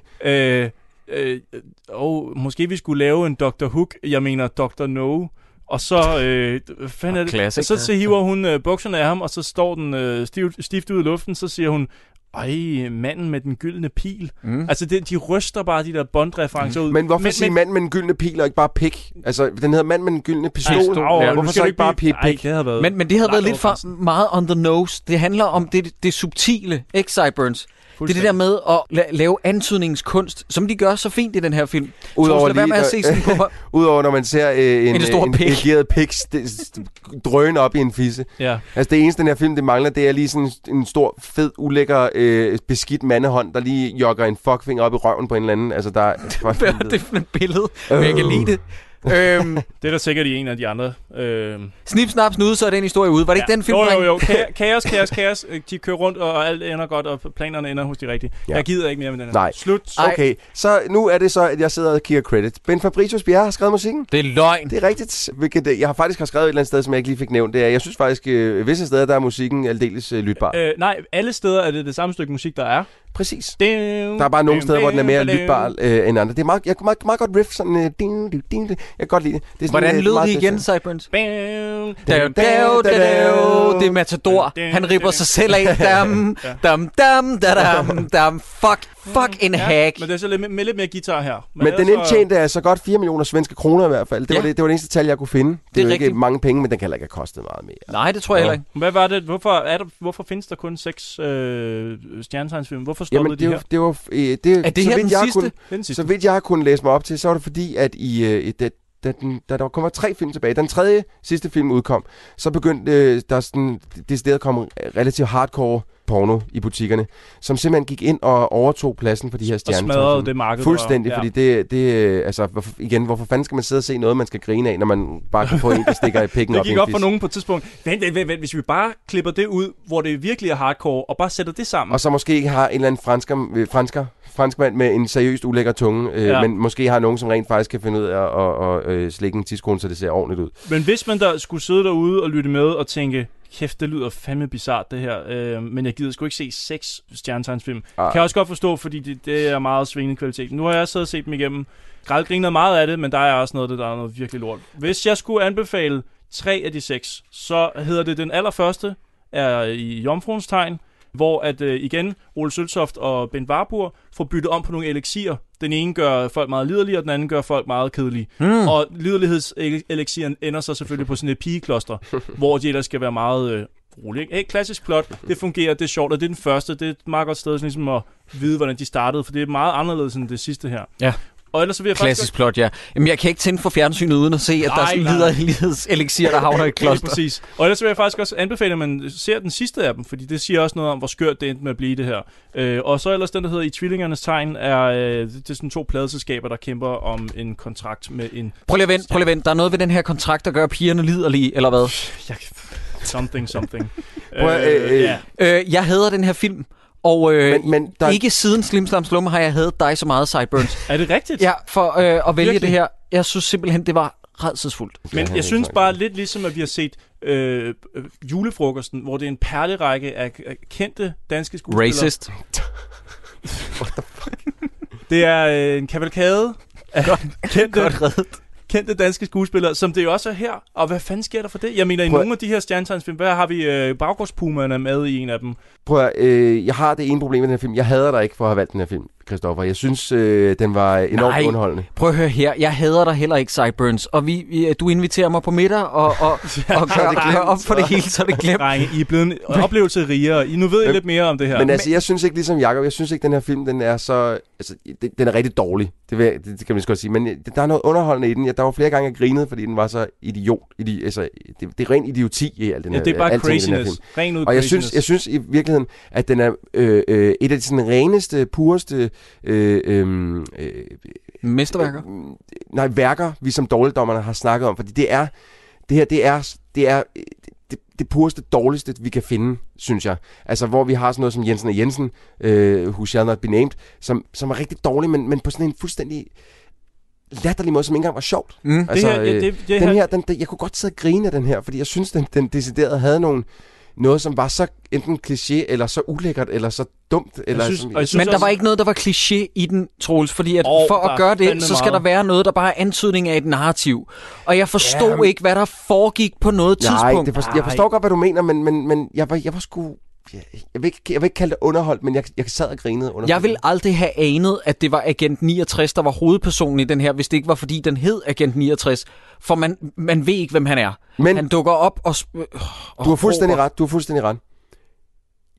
Speaker 7: Øh, øh, og måske vi skulle lave en Dr. Hook, jeg mener Dr. No. Og så, øh, hvad fanden er det?
Speaker 1: Classic.
Speaker 7: Og så, så hiver hun øh, bukserne af ham, og så står den øh, stivt, stift ud i luften, så siger hun, ej, manden med den gyldne pil.
Speaker 6: Mm.
Speaker 7: Mm. Altså, det, de ryster bare de der bondreferencer ud.
Speaker 6: Men hvorfor men, sige
Speaker 7: men-
Speaker 6: mand med den gyldne pil og ikke bare pik? Altså, den hedder mand med den gyldne pistol.
Speaker 7: Ej, stop.
Speaker 6: ja,
Speaker 7: Nu
Speaker 6: hvorfor
Speaker 7: skal
Speaker 6: så
Speaker 7: du
Speaker 6: ikke bare pik?
Speaker 7: blive- Ej, det havde været...
Speaker 1: Men, men det havde
Speaker 7: langt
Speaker 1: været lidt
Speaker 7: over
Speaker 1: for meget on the nose. Det handler om det, det subtile, ikke Sideburns? Det er det der med at la- lave antydningskunst, som de gør så fint i den her film. Troels, lad være med at se sådan på mig.
Speaker 6: Udover når man ser øh, en,
Speaker 1: En stor
Speaker 6: en
Speaker 1: pik.
Speaker 6: erigeret pik st- st- drøne op i en fisse.
Speaker 7: Ja.
Speaker 6: Altså det eneste, den her film det mangler, det er lige sådan en stor, fed, ulækker, øh, beskidt mandehånd, der lige jogger en fuckfinger op i røven på en eller anden. Altså der er...
Speaker 1: Hvad er det for et billede? Men jeg kan lide det. Øhm,
Speaker 7: Det er da sikkert i en af de andre. Øhm.
Speaker 1: Snip, snap, snude, så er det en historie ude. Var det ikke den film,
Speaker 7: Jo, jo,
Speaker 1: dreng?
Speaker 7: jo. Ka- Kaos, kaos, kaos. Øh, De kører rundt, og alt ender godt, og planerne ender hos de rigtige.
Speaker 6: Ja.
Speaker 7: Ja. Jeg gider ikke mere med den her.
Speaker 6: Nej.
Speaker 7: Slut.
Speaker 6: Okay, så nu er det så, at jeg sidder og kigger credits. Ben Fabricius Bjerre har skrevet musikken.
Speaker 1: Det er løgn.
Speaker 6: Det er rigtigt. Hvilket, øh, jeg har faktisk har skrevet et eller andet sted, som jeg ikke lige fik nævnt. Det er, jeg synes faktisk, øh, visse steder, der er musikken aldeles øh, lytbar.
Speaker 7: Øh, nej, alle steder er det det samme stykke musik, der er.
Speaker 6: Præcis.
Speaker 7: Damn,
Speaker 6: Der er bare nogle steder, hvor den er mere lytbar øh, end andre. Det er meget, jeg kan meget, meget godt riff, sådan... Øh, ding, ding, ding, jeg kan godt lide det. det er sådan,
Speaker 1: Hvordan
Speaker 6: øh,
Speaker 1: lød
Speaker 6: meget
Speaker 1: det igen,
Speaker 6: sådan-
Speaker 1: Sideburns?
Speaker 7: Bam.
Speaker 1: Dam, dam, dam, dam. Det er Matador. Han ripper sig selv af. Dam, dam, dam, da, dam, dam. Fuck, fuck en hack.
Speaker 7: Men det er så lidt, med lidt mere guitar her.
Speaker 6: Men den
Speaker 7: ellers så-
Speaker 6: indtjente altså godt 4 millioner svenske kroner i hvert fald. Det, ja. var,
Speaker 7: Ja.
Speaker 6: det, det var det eneste tal, jeg kunne finde. Det, det
Speaker 7: Det
Speaker 6: er
Speaker 7: er
Speaker 6: jo ikke
Speaker 7: rigtigt.
Speaker 6: mange penge, men den kan heller ikke have kostet meget mere.
Speaker 1: Nej, det tror jeg heller ikke.
Speaker 7: Hvad var det? Hvorfor, er der, hvorfor findes der kun seks øh, stjernetegnsfilm? Hvorfor stoppede
Speaker 6: Jamen, det
Speaker 7: de
Speaker 6: var,
Speaker 7: her?
Speaker 6: det var, øh, det,
Speaker 7: Er det
Speaker 6: så
Speaker 7: her
Speaker 6: vidt
Speaker 7: den
Speaker 6: jeg
Speaker 7: sidste?
Speaker 6: Kunne,
Speaker 7: Det er den sidste.
Speaker 6: Så vidt jeg har kunnet læse mig op til, så var det fordi, at i, øh, i- da, da, den, da der kommer tre film tilbage, da den tredje sidste film udkom, så begyndte øh, der sådan, decideret at komme relativt hardcore porno i butikkerne, som simpelthen gik ind og overtog pladsen på de her stjerner.
Speaker 7: smadrede det marked, der var.
Speaker 6: Fuldstændig,
Speaker 7: Ja.
Speaker 6: fordi det, det øh, altså, hvorfor, igen, hvorfor fanden skal man sidde og se noget, man skal grine af, når man bare kan få en, der stikker i pikken
Speaker 7: Det
Speaker 6: op i
Speaker 7: gik
Speaker 6: en
Speaker 7: op for
Speaker 6: fis?
Speaker 7: nogen på et tidspunkt. Vent, vent, vent, vent, hvis vi bare klipper det ud, hvor det virkelig er hardcore, og bare sætter det sammen.
Speaker 6: Og så måske ikke har en eller anden fransker, øh, fransker franskmand med en seriøst ulækker tunge, øh, ja.
Speaker 7: Ja.
Speaker 6: men måske har nogen, som rent faktisk kan finde ud af at, at, at, at slikke en tidskone, så det ser ordentligt ud.
Speaker 7: Men hvis man der skulle sidde derude og lytte med og tænke, kæft, det lyder fandme bizart det her, øh, men jeg gider sgu ikke se seks stjernetegnsfilm.
Speaker 6: Ah.
Speaker 7: Kan jeg også godt forstå, fordi det, det er meget svingende kvalitet. Nu har jeg siddet og set dem igennem. Græd griner meget af det, men der er også noget, af det, der er noget virkelig lort. Hvis jeg skulle anbefale tre af de seks, så hedder det den allerførste, er i Jomfruens tegn, hvor at øh, igen Ole Søltoft og Ben Warburg får byttet om på nogle elixier. Den ene gør folk meget liderlige, og den anden gør folk meget kedelige.
Speaker 1: Hmm.
Speaker 7: Og liderlighedselixieren ender så selvfølgelig på sådan et pigekloster, hvor de ellers skal være meget øh, rolige. Ikke? Hey, klassisk plot, det fungerer, det er sjovt, og det er den første. Det er et meget godt sted sådan ligesom at vide, hvordan de startede, for det er meget anderledes end det sidste her.
Speaker 1: Ja.
Speaker 7: Og ellers så vil jeg
Speaker 1: Klassisk
Speaker 7: faktisk...
Speaker 1: plot, ja. Jamen, jeg kan ikke tænde for fjernsynet uden at se, at der er
Speaker 7: Nej,
Speaker 1: sådan
Speaker 7: nej.
Speaker 1: lider lighedselixir, der havner i et kloster.
Speaker 7: Lige præcis. Og ellers vil jeg faktisk også anbefale, at man ser den sidste af dem, fordi det siger også noget om, hvor skørt det endte med at blive det her. Øh, og så ellers den, der hedder I Tvillingernes Tegn, er, øh, det er sådan to pladeselskaber, der kæmper om en kontrakt med en
Speaker 1: Prøv lige at vente, prøv lige at vente. Der er noget ved den her kontrakt, der gør at pigerne liderlige, eller hvad?
Speaker 7: something something.
Speaker 1: Prøv at- øh, øh.
Speaker 7: ja.
Speaker 1: Øh, jeg hader den her film, og øh,
Speaker 6: men, men
Speaker 1: der... ikke siden Slim Slam Slum har jeg hadet dig så meget, Sideburns.
Speaker 7: Er det rigtigt?
Speaker 1: Ja, for øh, at vælge
Speaker 7: Virkelig?
Speaker 1: det her. Jeg synes simpelthen, det var redselsfuldt.
Speaker 7: Men jeg synes bare lidt ligesom, at vi har set øh, øh, julefrokosten, hvor det er en perlerække af af kendte danske skuespillere.
Speaker 1: Racist.
Speaker 7: Det er øh, en kavalkade af kendte, kendte danske skuespillere, som det jo også er her. Og hvad fanden sker der for det? Jeg mener, i
Speaker 6: Prøv-
Speaker 7: nogle af de her stjernetegnsfilm, hvad har vi øh, baggårdspumaerne med i en af dem?
Speaker 6: Prøv at, øh, jeg har det ene problem med den her film. Jeg hader dig ikke for at have valgt den her film. Christoffer. Jeg synes, øh, den var enormt
Speaker 1: Nej.
Speaker 6: underholdende.
Speaker 1: Prøv at høre her, jeg hader dig heller ikke, Sideburns, og vi, vi, du inviterer mig på middag og, og, og, og gør, gør op for det hele, så er det glemt.
Speaker 7: Drenge, I er blevet en oplevelse rigere. I, nu ved I lidt mere om det her.
Speaker 6: Men altså, jeg synes ikke ligesom Jacob, jeg synes ikke, den her film, den er så... Altså, den, den er rigtig dårlig, det, vil, jeg- det, det kan man lige så godt sige. Men øh, der er noget underholdende i den. Jeg, der var flere gange, jeg grinede, fordi den var så idiot. Idi, altså, det, det er ren idioti i alt den
Speaker 7: Ja,
Speaker 6: her
Speaker 7: det er bare
Speaker 6: alting i den her
Speaker 7: craziness.
Speaker 6: film.
Speaker 7: Ren ud
Speaker 6: Og jeg synes,
Speaker 7: craziness.
Speaker 6: jeg synes i virkeligheden, at den er øh, øh, et af de sådan, reneste, pureste... Øh, øh, øh,
Speaker 1: Mesterværker?
Speaker 6: Øh, nej, værker, vi som dårligdommerne har snakket om. Fordi det er... Det her, det er... Det er øh, det, det pureste, dårligste, vi kan finde, synes jeg. Altså, hvor vi har sådan noget som Jensen og Jensen, øh, Who Shall Not Be Named, som, som er rigtig dårlig, men, men på sådan en fuldstændig latterlig måde, som ikke engang var sjovt.
Speaker 1: Mm.
Speaker 6: Altså,
Speaker 7: Det her- ja,
Speaker 6: øh,
Speaker 7: det- det her-
Speaker 6: den her, den, den, jeg kunne godt sidde og grine af den her, fordi jeg synes, den, den decideret havde nogle, noget, som var så enten kliché, eller så ulækkert, eller så dumt. Eller
Speaker 1: synes-
Speaker 6: som,
Speaker 1: og jeg synes Men der også- var ikke noget, der var kliché i den, Troels, fordi at
Speaker 6: Åh,
Speaker 1: for
Speaker 6: der er
Speaker 1: at gøre det,
Speaker 6: fandme
Speaker 1: så skal
Speaker 6: meget.
Speaker 1: der være noget, der bare er antydning af et narrativ. Og jeg forstod
Speaker 6: Jamen.
Speaker 1: ikke, hvad der foregik på noget
Speaker 6: Nej,
Speaker 1: tidspunkt.
Speaker 6: det forstår, jeg forstår godt, hvad du mener, men, men, men jeg, var, jeg var sgu... Jeg, jeg, vil ikke, jeg vil ikke kalde det underholdt, men jeg, jeg sad og grinede under.
Speaker 1: Jeg ville aldrig have anet, at det var Agent 69, der var hovedpersonen i den her, hvis det ikke var, fordi den hed Agent 69. For man, man ved ikke, hvem han er.
Speaker 6: Men
Speaker 1: han dukker op og... Sp- Øh,
Speaker 6: Du har fuldstændig ret, du har fuldstændig ret.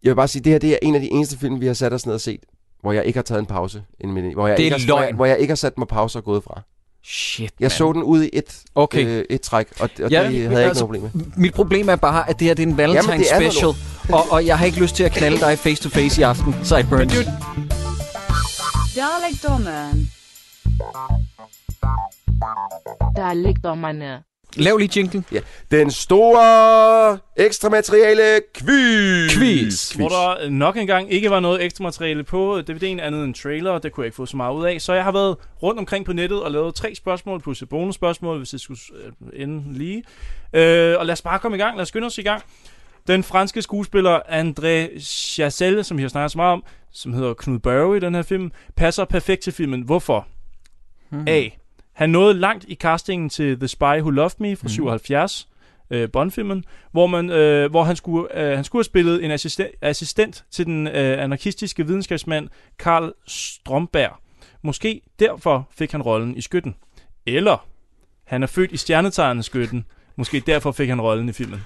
Speaker 6: Jeg vil bare sige, det her det er en af de eneste film, vi har sat os ned og set, hvor jeg ikke har taget en pause. inden vi- Hvor jeg
Speaker 1: Det
Speaker 6: ikke
Speaker 1: er
Speaker 6: har, hvor jeg,
Speaker 1: løgn.
Speaker 6: hvor jeg ikke har sat mig pause og gået fra.
Speaker 1: Shit,
Speaker 6: Jeg så den ud i et,
Speaker 1: Okay.
Speaker 6: øh, et træk, og, og ja, det havde jeg ikke altså, noget problem med.
Speaker 1: Mit problem er bare, at det her det er en
Speaker 6: det er
Speaker 1: Valentine's
Speaker 6: noget
Speaker 1: special, og, og jeg har ikke lyst til at knalde dig face to face i aften, Sideburns.
Speaker 3: Dårligdommeren. Dårligdommerne.
Speaker 1: Lav lige jinglen.
Speaker 6: Ja. Den store ekstra materiale quiz.
Speaker 1: Quiz.
Speaker 7: Hvor der øh, nok engang ikke var noget ekstra materiale på øh, DVD'en andet end trailer, og det kunne jeg ikke få så meget ud af. Så jeg har været rundt omkring på nettet og lavet tre spørgsmål plus et bonusspørgsmål, hvis det skulle øh, ende lige. Øh, og lad os bare komme i gang. Lad os skynde os i gang. Den franske skuespiller André Chazelle, som vi har snakket så meget om, som hedder Knud Børge i den her film, passer perfekt til filmen. Hvorfor?
Speaker 1: Hmm.
Speaker 7: A. Han nåede langt i castingen til The Spy Who Loved Me fra 77, øh, Bond-filmen, hvor, man, øh, hvor han, skulle, øh, han skulle have spillet en assistent, assistent til den øh, anarkistiske videnskabsmand Karl Stromberg. Måske derfor fik han rollen i Skytten. Eller han er født i stjernetegnet Skytten. Måske derfor fik han rollen i filmen.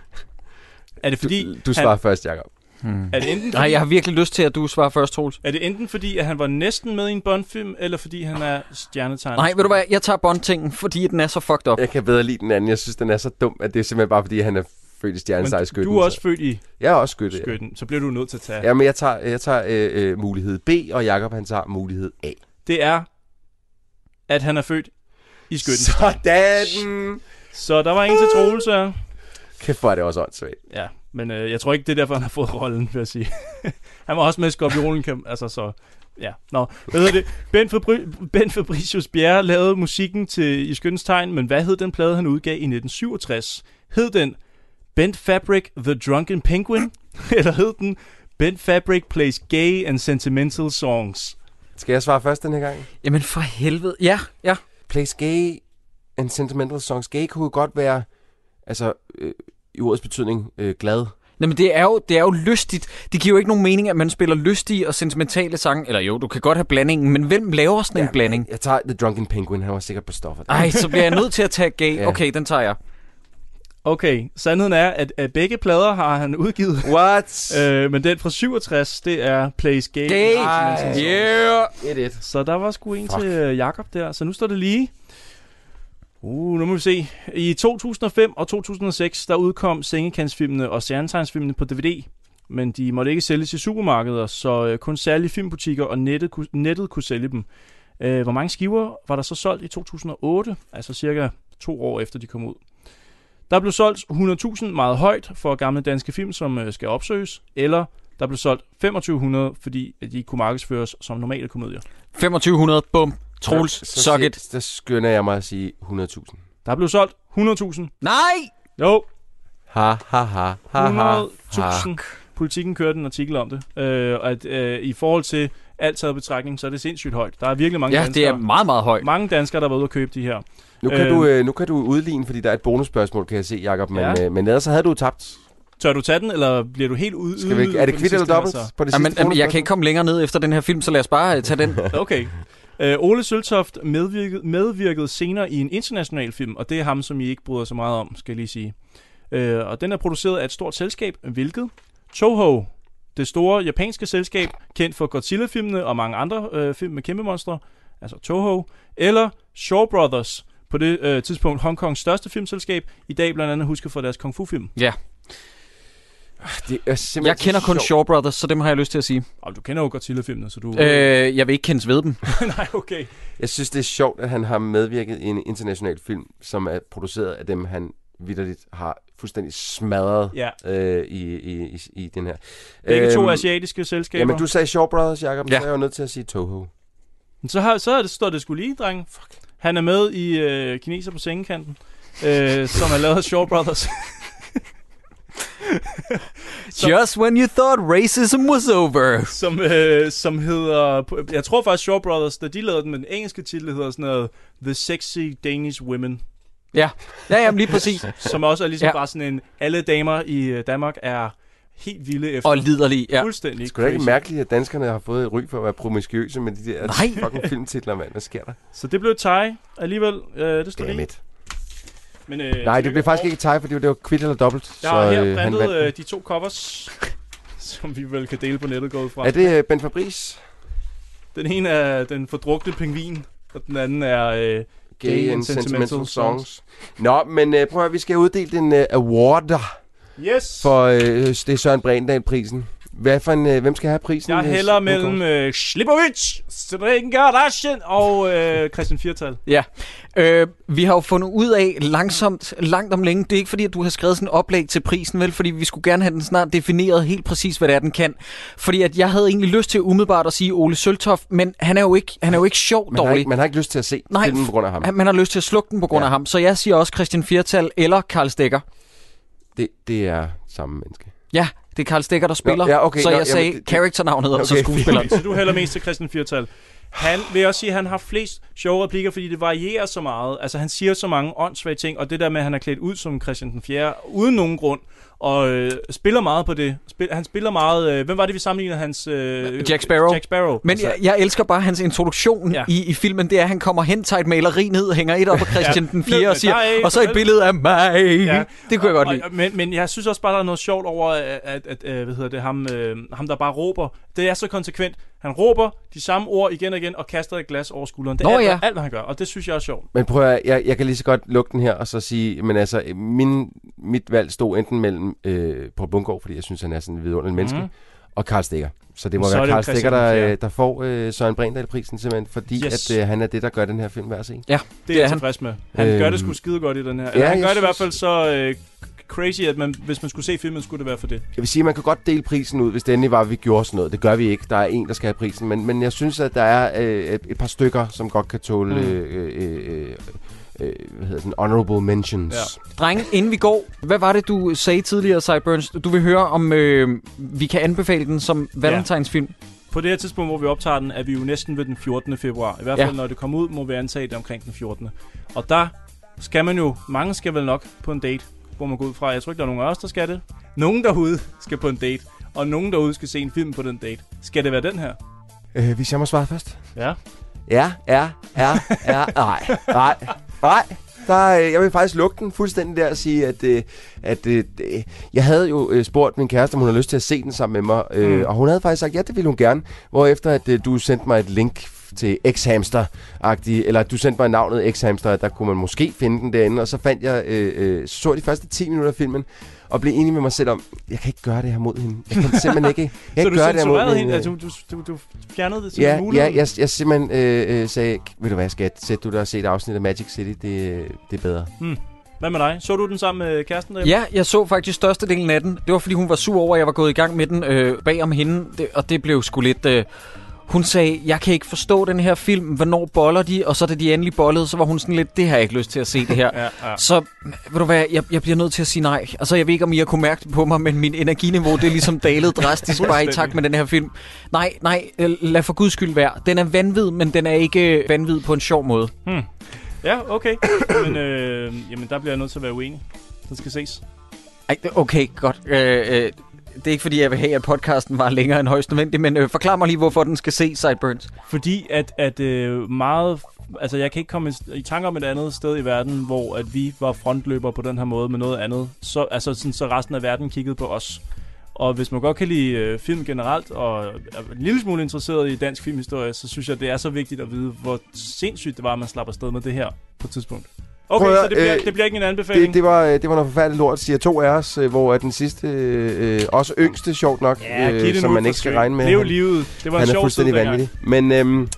Speaker 7: Er det fordi...
Speaker 6: Du
Speaker 7: han-
Speaker 6: svarer først, Jacob.
Speaker 1: Hmm.
Speaker 7: Er det enten
Speaker 1: Nej,
Speaker 7: fordi-
Speaker 1: jeg har virkelig lyst til, at du svarer først, Troels.
Speaker 7: Er det enten fordi, at han var næsten med i en Bond-film, eller fordi han er stjernetegnet?
Speaker 1: Nej, ved du hvad, jeg tager bondtingen, fordi den er så fucked up.
Speaker 6: Jeg kan bedre lide den anden. Jeg synes, den er så dum, at det er simpelthen bare, fordi han er født i stjernesejl
Speaker 7: Men
Speaker 6: skytten.
Speaker 7: du er også født i
Speaker 6: Jeg er også skytte. ja.
Speaker 7: skytten, så bliver du nødt til at tage.
Speaker 6: Ja, men jeg tager, jeg tager øh, øh, mulighed B, og Jakob han tager mulighed A.
Speaker 7: Det er, at han er født i skytten.
Speaker 6: Sådan!
Speaker 7: Så der var en til Troels her.
Speaker 6: Kæft, hvor er det også åndssvagt.
Speaker 7: Ja, men øh, jeg tror ikke, det er derfor, han har fået rollen, vil jeg sige. han var også med i Skorpionen, kan, altså så... Ja, nå. Hvad hedder det? Ben, Fabri- ben Fabricius Bjerre lavede musikken til I Skyndens Tegn, men hvad hed den plade, han udgav i 1967? Hed den Bent Fabric The Drunken Penguin? Eller hed den Bent Fabric Plays Gay and Sentimental Songs?
Speaker 6: Skal jeg svare først den her gang?
Speaker 1: Jamen for helvede. Ja, ja.
Speaker 6: Place gay and sentimental songs. Gay kunne jo godt være, altså øh, i ordets betydning, øh, glad.
Speaker 1: Nej, men det er, jo, det er jo lystigt. Det giver jo ikke nogen mening, at man spiller lystige og sentimentale sange. Eller jo, du kan godt have blandingen, men hvem laver sådan en blanding? Ah,
Speaker 6: Jeg tager The Drunken Penguin, han var sikkert på stoffer.
Speaker 1: Ej, så bliver jeg nødt til at tage gay.
Speaker 6: Ja.
Speaker 1: Okay, den tager jeg.
Speaker 7: Okay, sandheden er, at, at begge plader har han udgivet.
Speaker 6: What?
Speaker 7: Øh, men den fra 67, det er Plays Gay.
Speaker 1: Gay.
Speaker 7: and
Speaker 1: Ej.
Speaker 7: Sentimental
Speaker 1: Yeah.
Speaker 6: Et, et.
Speaker 7: Så der var sgu en
Speaker 1: Fuck.
Speaker 7: Fuck. til øh, Jakob der. Så nu står det lige. Uh, nu må vi se. I 2005 og 2006, der udkom sengekantsfilmene og stjernetegnsfilmene på DVD. Men de måtte ikke sælges i supermarkeder, så øh, kun særlige filmbutikker og nettet, ku- nettet kunne sælge dem. Øh, hvor mange skiver var der så solgt i 2008? Altså cirka to år efter de kom ud. Der blev solgt 100.000 meget højt for gamle danske film, som øh, skal opsøges, eller der blev solgt 2500, fordi at de ikke kunne markedsføres som normale komedier.
Speaker 1: 2500, bum. Troels,
Speaker 6: så,
Speaker 1: suck it.
Speaker 6: Så, så skynder jeg mig at sige 100.000.
Speaker 7: Der blev solgt 100.000.
Speaker 1: Nej!
Speaker 7: Jo,
Speaker 6: Ha, ha, ha, ha, ha, ha.
Speaker 7: 100.000. Politikken kørte en artikel om det. Øh, og at øh, i forhold til alt taget i betragtning, så er det sindssygt højt. Der er virkelig mange
Speaker 1: Ja, det
Speaker 7: danskere.
Speaker 1: er meget, meget højt.
Speaker 7: Mange danskere, der var ude og købe de her.
Speaker 6: Nu kan, du, øh, nu kan du udligne, fordi der er et bonusspørgsmål, kan jeg se, Jacob. Men,
Speaker 7: Øhm. Ja.
Speaker 6: ja. øh, men ellers så havde du tabt.
Speaker 7: Tør du tage den, eller bliver du helt ude?
Speaker 6: Skal vi ikke- er det kvitt eller dobbelt
Speaker 7: altså.
Speaker 6: på det
Speaker 1: Ja, men, jamen, jeg kan ikke komme længere ned efter den her film, så lad os bare øh, tage den.
Speaker 7: Okay. Øh, Ole Søltoft medvirkede, medvirkede senere i en international film, og det er ham, som I ikke bryder så meget om, skal jeg lige sige. Øh, og den er produceret af et stort selskab, hvilket Toho, det store japanske selskab, kendt for Godzilla-filmene og mange andre øh, film med kæmpe monstre, altså Toho, eller Shaw Brothers, på det øh, tidspunkt Hongkongs største filmselskab, i dag blandt andet husket for deres kung fu-film.
Speaker 1: Ja.
Speaker 6: Det er simpelthen
Speaker 1: Jeg kender
Speaker 7: så
Speaker 1: kun
Speaker 7: sjovt.
Speaker 1: Shaw Brothers, så dem har jeg lyst til at sige.
Speaker 7: Og du kender jo Godzilla-filmene, så du...
Speaker 1: Øh, jeg vil ikke kendes ved dem.
Speaker 7: Nej, okay.
Speaker 6: Jeg synes, det er sjovt, at han har medvirket i en international film, som er produceret af dem, han vidderligt har fuldstændig smadret
Speaker 7: Ja.
Speaker 6: øh, i, i, i, i den her.
Speaker 7: Begge to asiatiske selskaber.
Speaker 6: Øhm. Jamen, du sagde Shaw Brothers, Jacob, ja.
Speaker 7: Ja.
Speaker 6: så er jeg jo nødt til at sige Toho.
Speaker 7: Men Så, har, så er det, står det skulle lige, drenge. Fuck. Han er med i øh, Kineser på sengekanten, øh, som er lavet af Shaw Brothers.
Speaker 1: Just when you thought racism was over.
Speaker 7: som, øh, som hedder... på- Jeg tror faktisk, Shaw Brothers, da de lavede den med den engelske titel, hedder sådan noget The Sexy Danish Women.
Speaker 1: Ja, ja jamen, lige præcis.
Speaker 7: som også er ligesom ja.
Speaker 1: Ja.
Speaker 7: bare sådan en... Alle damer i øh, Danmark er helt vilde efter.
Speaker 1: Og liderlige, ja.
Speaker 7: Fuldstændig
Speaker 6: Skulle det ikke
Speaker 7: crazy.
Speaker 6: mærkeligt, at danskerne har fået et ry for at være promiskuøse med de der
Speaker 7: Nej.
Speaker 6: fucking filmtitler, mand? Hvad sker der?
Speaker 7: Så det blev Thai alligevel. Øh, det stod
Speaker 6: Damn
Speaker 7: lige.
Speaker 6: it.
Speaker 7: Men, øh,
Speaker 6: Nej, det blev faktisk ikke Thai, for det var, det var kvitt eller dobbelt.
Speaker 7: Jeg har her
Speaker 6: han
Speaker 7: printet
Speaker 6: vandt den.
Speaker 7: øh, de to covers, som vi vel kan dele på nettet gået fra.
Speaker 6: Er det øh, Ben Fabrice?
Speaker 7: Den ene er den fordrukne pingvin, og den anden er øh,
Speaker 6: Gay and Sentimental Songs. Nå, men øh, prøv at høre, vi skal uddele en øh, award
Speaker 7: Yes.
Speaker 6: for øh, det er Søren Brændal-prisen. Hvad for en, øh, hvem skal have prisen?
Speaker 7: Jeg
Speaker 6: hvis-
Speaker 7: hælder
Speaker 6: Udgaven?
Speaker 7: mellem øh, Slipovic, Strengarasjen og øh, Christian Firtal.
Speaker 1: Ja, øh, vi har jo fundet ud af langsomt, langt om længe, det er ikke fordi, at du har skrevet sådan et oplæg til prisen, vel? Fordi vi skulle gerne have den snart defineret helt præcis, hvad det er, den kan. Fordi at jeg havde egentlig lyst til umiddelbart at sige Ole Søltoft, men han er jo ikke, han er jo ikke sjov
Speaker 6: Man har,
Speaker 1: dårlig.
Speaker 6: ikke, man har ikke lyst til at se Nej, filmen på grund af ham.
Speaker 1: Han- Man har lyst til at slukke den på grund
Speaker 6: Ja.
Speaker 1: ja. af ham. Så jeg siger også Christian Firtal eller Karl Stikker.
Speaker 6: Det, det er samme menneske.
Speaker 1: Ja, det er Karl Stikker, der spiller.
Speaker 6: Nå, ja, okay,
Speaker 1: så
Speaker 6: nå,
Speaker 1: jeg sagde
Speaker 6: jamen, det- det-
Speaker 1: characternavnet og så
Speaker 6: Okay,
Speaker 1: skuespilleren.
Speaker 7: Så du hælder mest til Christian Firtal. Han vil jeg også sige, at han har flest sjove replikker, fordi det varierer så meget. Altså, han siger så mange åndssvage ting, og det der med, at han er klædt ud som Christian den 4. uden nogen grund, og øh, spiller meget på det. Spil, han spiller meget... Øh, hvem var det, vi sammenlignede hans... Øh,
Speaker 1: Jack Sparrow.
Speaker 7: Jack Sparrow. Altså,
Speaker 1: Men jeg, jeg elsker bare hans introduktion ja. i, i filmen. Det er, at han kommer hen, tager et maleri ned, hænger et op på Christian
Speaker 7: Ja.
Speaker 1: ja. den 4. og
Speaker 7: Ned med
Speaker 1: siger,
Speaker 7: dig,
Speaker 1: og så et
Speaker 7: farvel."
Speaker 1: billede af mig.
Speaker 7: Ja.
Speaker 1: Ja. Det kunne jeg godt lide.
Speaker 7: Og, men, men jeg synes også bare, der er noget sjovt over, at, at, at øh, hvad hedder det, ham, øh, ham der bare råber. Det er så konsekvent. Han råber de samme ord igen og igen og kaster et glas over skulderen. Det er
Speaker 6: Nå
Speaker 7: alt,
Speaker 6: ja.
Speaker 7: alt, hvad han gør, og det synes jeg er sjovt.
Speaker 6: Men prøv at, høre, jeg, jeg kan lige så godt lukke den her og så sige, men altså, min, mit valg stod enten mellem øh, på Bungård, fordi jeg synes, han er sådan en vidunderlig menneske,
Speaker 7: Mhm.
Speaker 6: mm. og Karl Stikker. Så det må
Speaker 7: Så er
Speaker 6: være
Speaker 7: det jo
Speaker 6: Karl
Speaker 7: Christian
Speaker 6: Stikker,
Speaker 7: den
Speaker 6: der,
Speaker 7: fjerde.
Speaker 6: øh, der får øh, Søren Brindahl-prisen simpelthen, fordi
Speaker 7: Yes.
Speaker 6: yes. at øh, han er det, der gør den her film værd at se.
Speaker 1: Ja,
Speaker 7: Det er jeg tilfreds med. Han øhm, gør det sgu skide godt i den her. Eller ja, han gør
Speaker 6: jeg
Speaker 7: det i hvert fald
Speaker 6: synes-
Speaker 7: så øh, crazy, at man, hvis man skulle se filmen, skulle det være for det.
Speaker 6: Jeg vil sige, at man kan godt dele prisen ud, hvis det endelig var, at vi gjorde sådan noget. Det gør vi ikke. Der er en, der skal have prisen. Men, men jeg synes, at der er øh, et, et par stykker, som godt kan tåle
Speaker 1: Mm.
Speaker 6: øh, øh, øh, øh, hvad hedder den? honorable mentions. Ja.
Speaker 1: Drenge, inden vi går, hvad var det, du sagde tidligere, Cyburns? Du vil høre, om øh, vi kan anbefale den som valentinsfilm.
Speaker 7: På det her tidspunkt, hvor vi optager den, er vi jo næsten ved den 14. februar. I hvert
Speaker 1: Ja.
Speaker 7: fald, ja. når det kommer ud, må vi antage det omkring den 14. Og der skal man jo, mange skal vel nok på en date, hvor man går ud fra. Jeg tror ikke, der er nogen af os, der skal det. Nogen derude skal på en date, og nogen derude skal se en film på den date. Skal det være den her?
Speaker 6: Øh, hvis jeg må svare først.
Speaker 7: Ja.
Speaker 6: Ja, ja, ja, ja, nej, nej, nej. Der, øh, jeg vil faktisk lukke den fuldstændig der og sige, at, øh, at øh, øh, jeg havde jo øh, spurgt min kæreste, om hun havde lyst til at se den sammen med mig, øh,
Speaker 7: Mm.
Speaker 6: og hun havde faktisk sagt, ja, det ville hun gerne, hvorefter at øh, du sendte mig et link til X-Hamster, eller du sendte mig navnet X-Hamster, og der kunne man måske finde den derinde, og så fandt jeg, øh, øh, så de første 10 minutter af filmen, og blev enig med mig selv om, jeg kan ikke gøre det her mod hende. Jeg kan simpelthen ikke, jeg kan ikke
Speaker 7: så du
Speaker 6: gøre det her mod øh,
Speaker 7: censurerede hende?
Speaker 6: hende.
Speaker 7: Altså, du, du, du fjernede det som
Speaker 6: Ja,
Speaker 7: muligt?
Speaker 6: ja jeg, jeg simpelthen øh, øh, sagde, ved du hvad skat, sæt du dig og se et afsnit af Magic City, det, øh, det er bedre.
Speaker 7: Hmm. Hvad med dig? Så du den sammen med kæresten derhjemme?
Speaker 1: Ja, jeg så faktisk størstedelen af den. Det var, fordi hun var sur over, at jeg var gået i gang med den øh, bag om hende, det, og det blev sgu lidt... Øh, hun sagde, jeg kan ikke forstå den her film, hvornår boller de? Og så da de endelig bollede, så var hun sådan lidt, det har jeg ikke lyst til at se det her.
Speaker 7: ja, ja.
Speaker 1: Så ved du hvad, jeg, jeg bliver nødt til at sige nej. Altså, jeg ved ikke, om I har kunne mærke det på mig, men min energiniveau, det er ligesom dalet drastisk bare i
Speaker 7: Fuldstændig.
Speaker 1: takt med den her film. Nej, nej, øh, lad for guds skyld være. Den er vanvid, men den er ikke øh, vanvid på en sjov måde.
Speaker 7: Hmm. Ja, okay. Men øh, jamen, der bliver jeg nødt til at være uenig. Den skal ses.
Speaker 15: Ej, okay, godt. Øh, øh, det er ikke fordi, jeg vil have, at podcasten var længere end højst nødvendigt, men øh, forklar mig lige, hvorfor den skal se Sideburns.
Speaker 7: Fordi at, at øh, meget... Altså, jeg kan ikke komme i tanke om et andet sted i verden, hvor at vi var frontløber på den her måde med noget andet. Så, altså, sådan, så resten af verden kiggede på os. Og hvis man godt kan lide øh, film generelt, og er en lille smule interesseret i dansk filmhistorie, så synes jeg, det er så vigtigt at vide, hvor sindssygt det var, at man slapper afsted med det her på et tidspunkt. Okay,
Speaker 6: Prøv at-
Speaker 7: så det bliver,
Speaker 6: øh,
Speaker 7: det bliver ikke en anbefaling.
Speaker 6: Det, det, var, øh, det var noget forfærdeligt lort, siger to af os, øh, hvor er den sidste, øh, øh, også yngste, sjovt nok,
Speaker 7: Ja, giv det
Speaker 6: øh, som
Speaker 7: nu
Speaker 6: man
Speaker 7: for
Speaker 6: ikke skal
Speaker 7: søren.
Speaker 6: regne med.
Speaker 7: Lev
Speaker 6: Han-
Speaker 7: livet. Det var en
Speaker 6: Han er
Speaker 7: sjov
Speaker 6: fuldstændig
Speaker 7: tid dengang.
Speaker 6: vanvittig. Men øhm,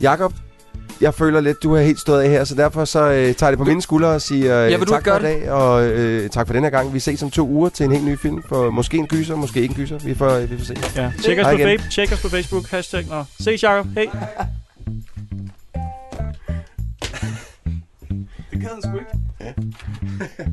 Speaker 6: Jakob, jeg føler lidt, du har helt stået af her, så derfor så øh, tager jeg det på mine skuldre og siger øh,
Speaker 15: Ja, vil du
Speaker 6: tak
Speaker 15: ikke
Speaker 6: for i
Speaker 15: gøre det?
Speaker 6: dag, og øh, tak for den her gang. Vi ses om to uger til en helt ny film, for måske en gyser, måske ikke en gyser. Vi får, øh, vi får se.
Speaker 7: Ja, Tjek os,
Speaker 6: Hej
Speaker 7: på
Speaker 6: igen.
Speaker 7: fa- tjek os på Facebook. Hashtag. Nå. Ses, Jacob. Hej. det kan han sgu ikke.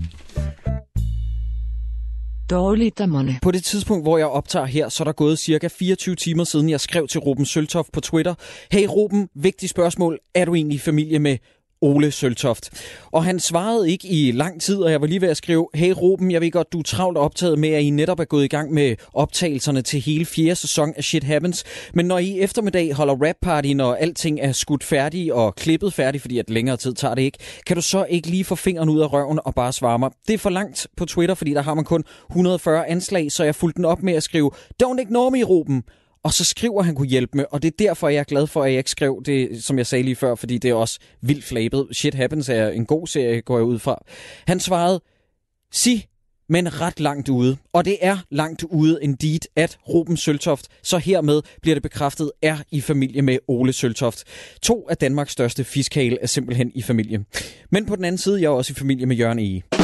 Speaker 12: Dårligt dommerne.
Speaker 1: På det tidspunkt, hvor jeg optager her, så er der gået cirka 24 timer siden, jeg skrev til Ruben Søltoft på Twitter. Hey Ruben, vigtigt spørgsmål. Er du egentlig i familie med Ole Søltoft? Og han svarede ikke i lang tid, og jeg var lige ved at skrive, hey Ruben, jeg ved godt, du er travlt optaget med, at I netop er gået i gang med optagelserne til hele fjerde sæson af Shit Happens. Men når I i eftermiddag holder rap party, når alting er skudt færdig og klippet færdig, fordi at længere tid tager det ikke, kan du så ikke lige få fingeren ud af røven og bare svare mig? Det er for langt på Twitter, fordi der har man kun 140 anslag, så jeg fulgte den op med at skrive, don't ignore me, Ruben. Og så skriver han kunne hjælpe med, og det er derfor, jeg er glad for, at jeg ikke skrev det, som jeg sagde lige før, fordi det er også vildt flabet. Shit Happens er en god serie, går jeg ud fra. Han svarede, sig, men ret langt ude. Og det er langt ude indeed, at Ruben Søltoft, så hermed bliver det bekræftet, er i familie med Ole Søltoft. To af Danmarks største fiskale er simpelthen i familie. Men på den anden side, jeg er også i familie med Jørgen E.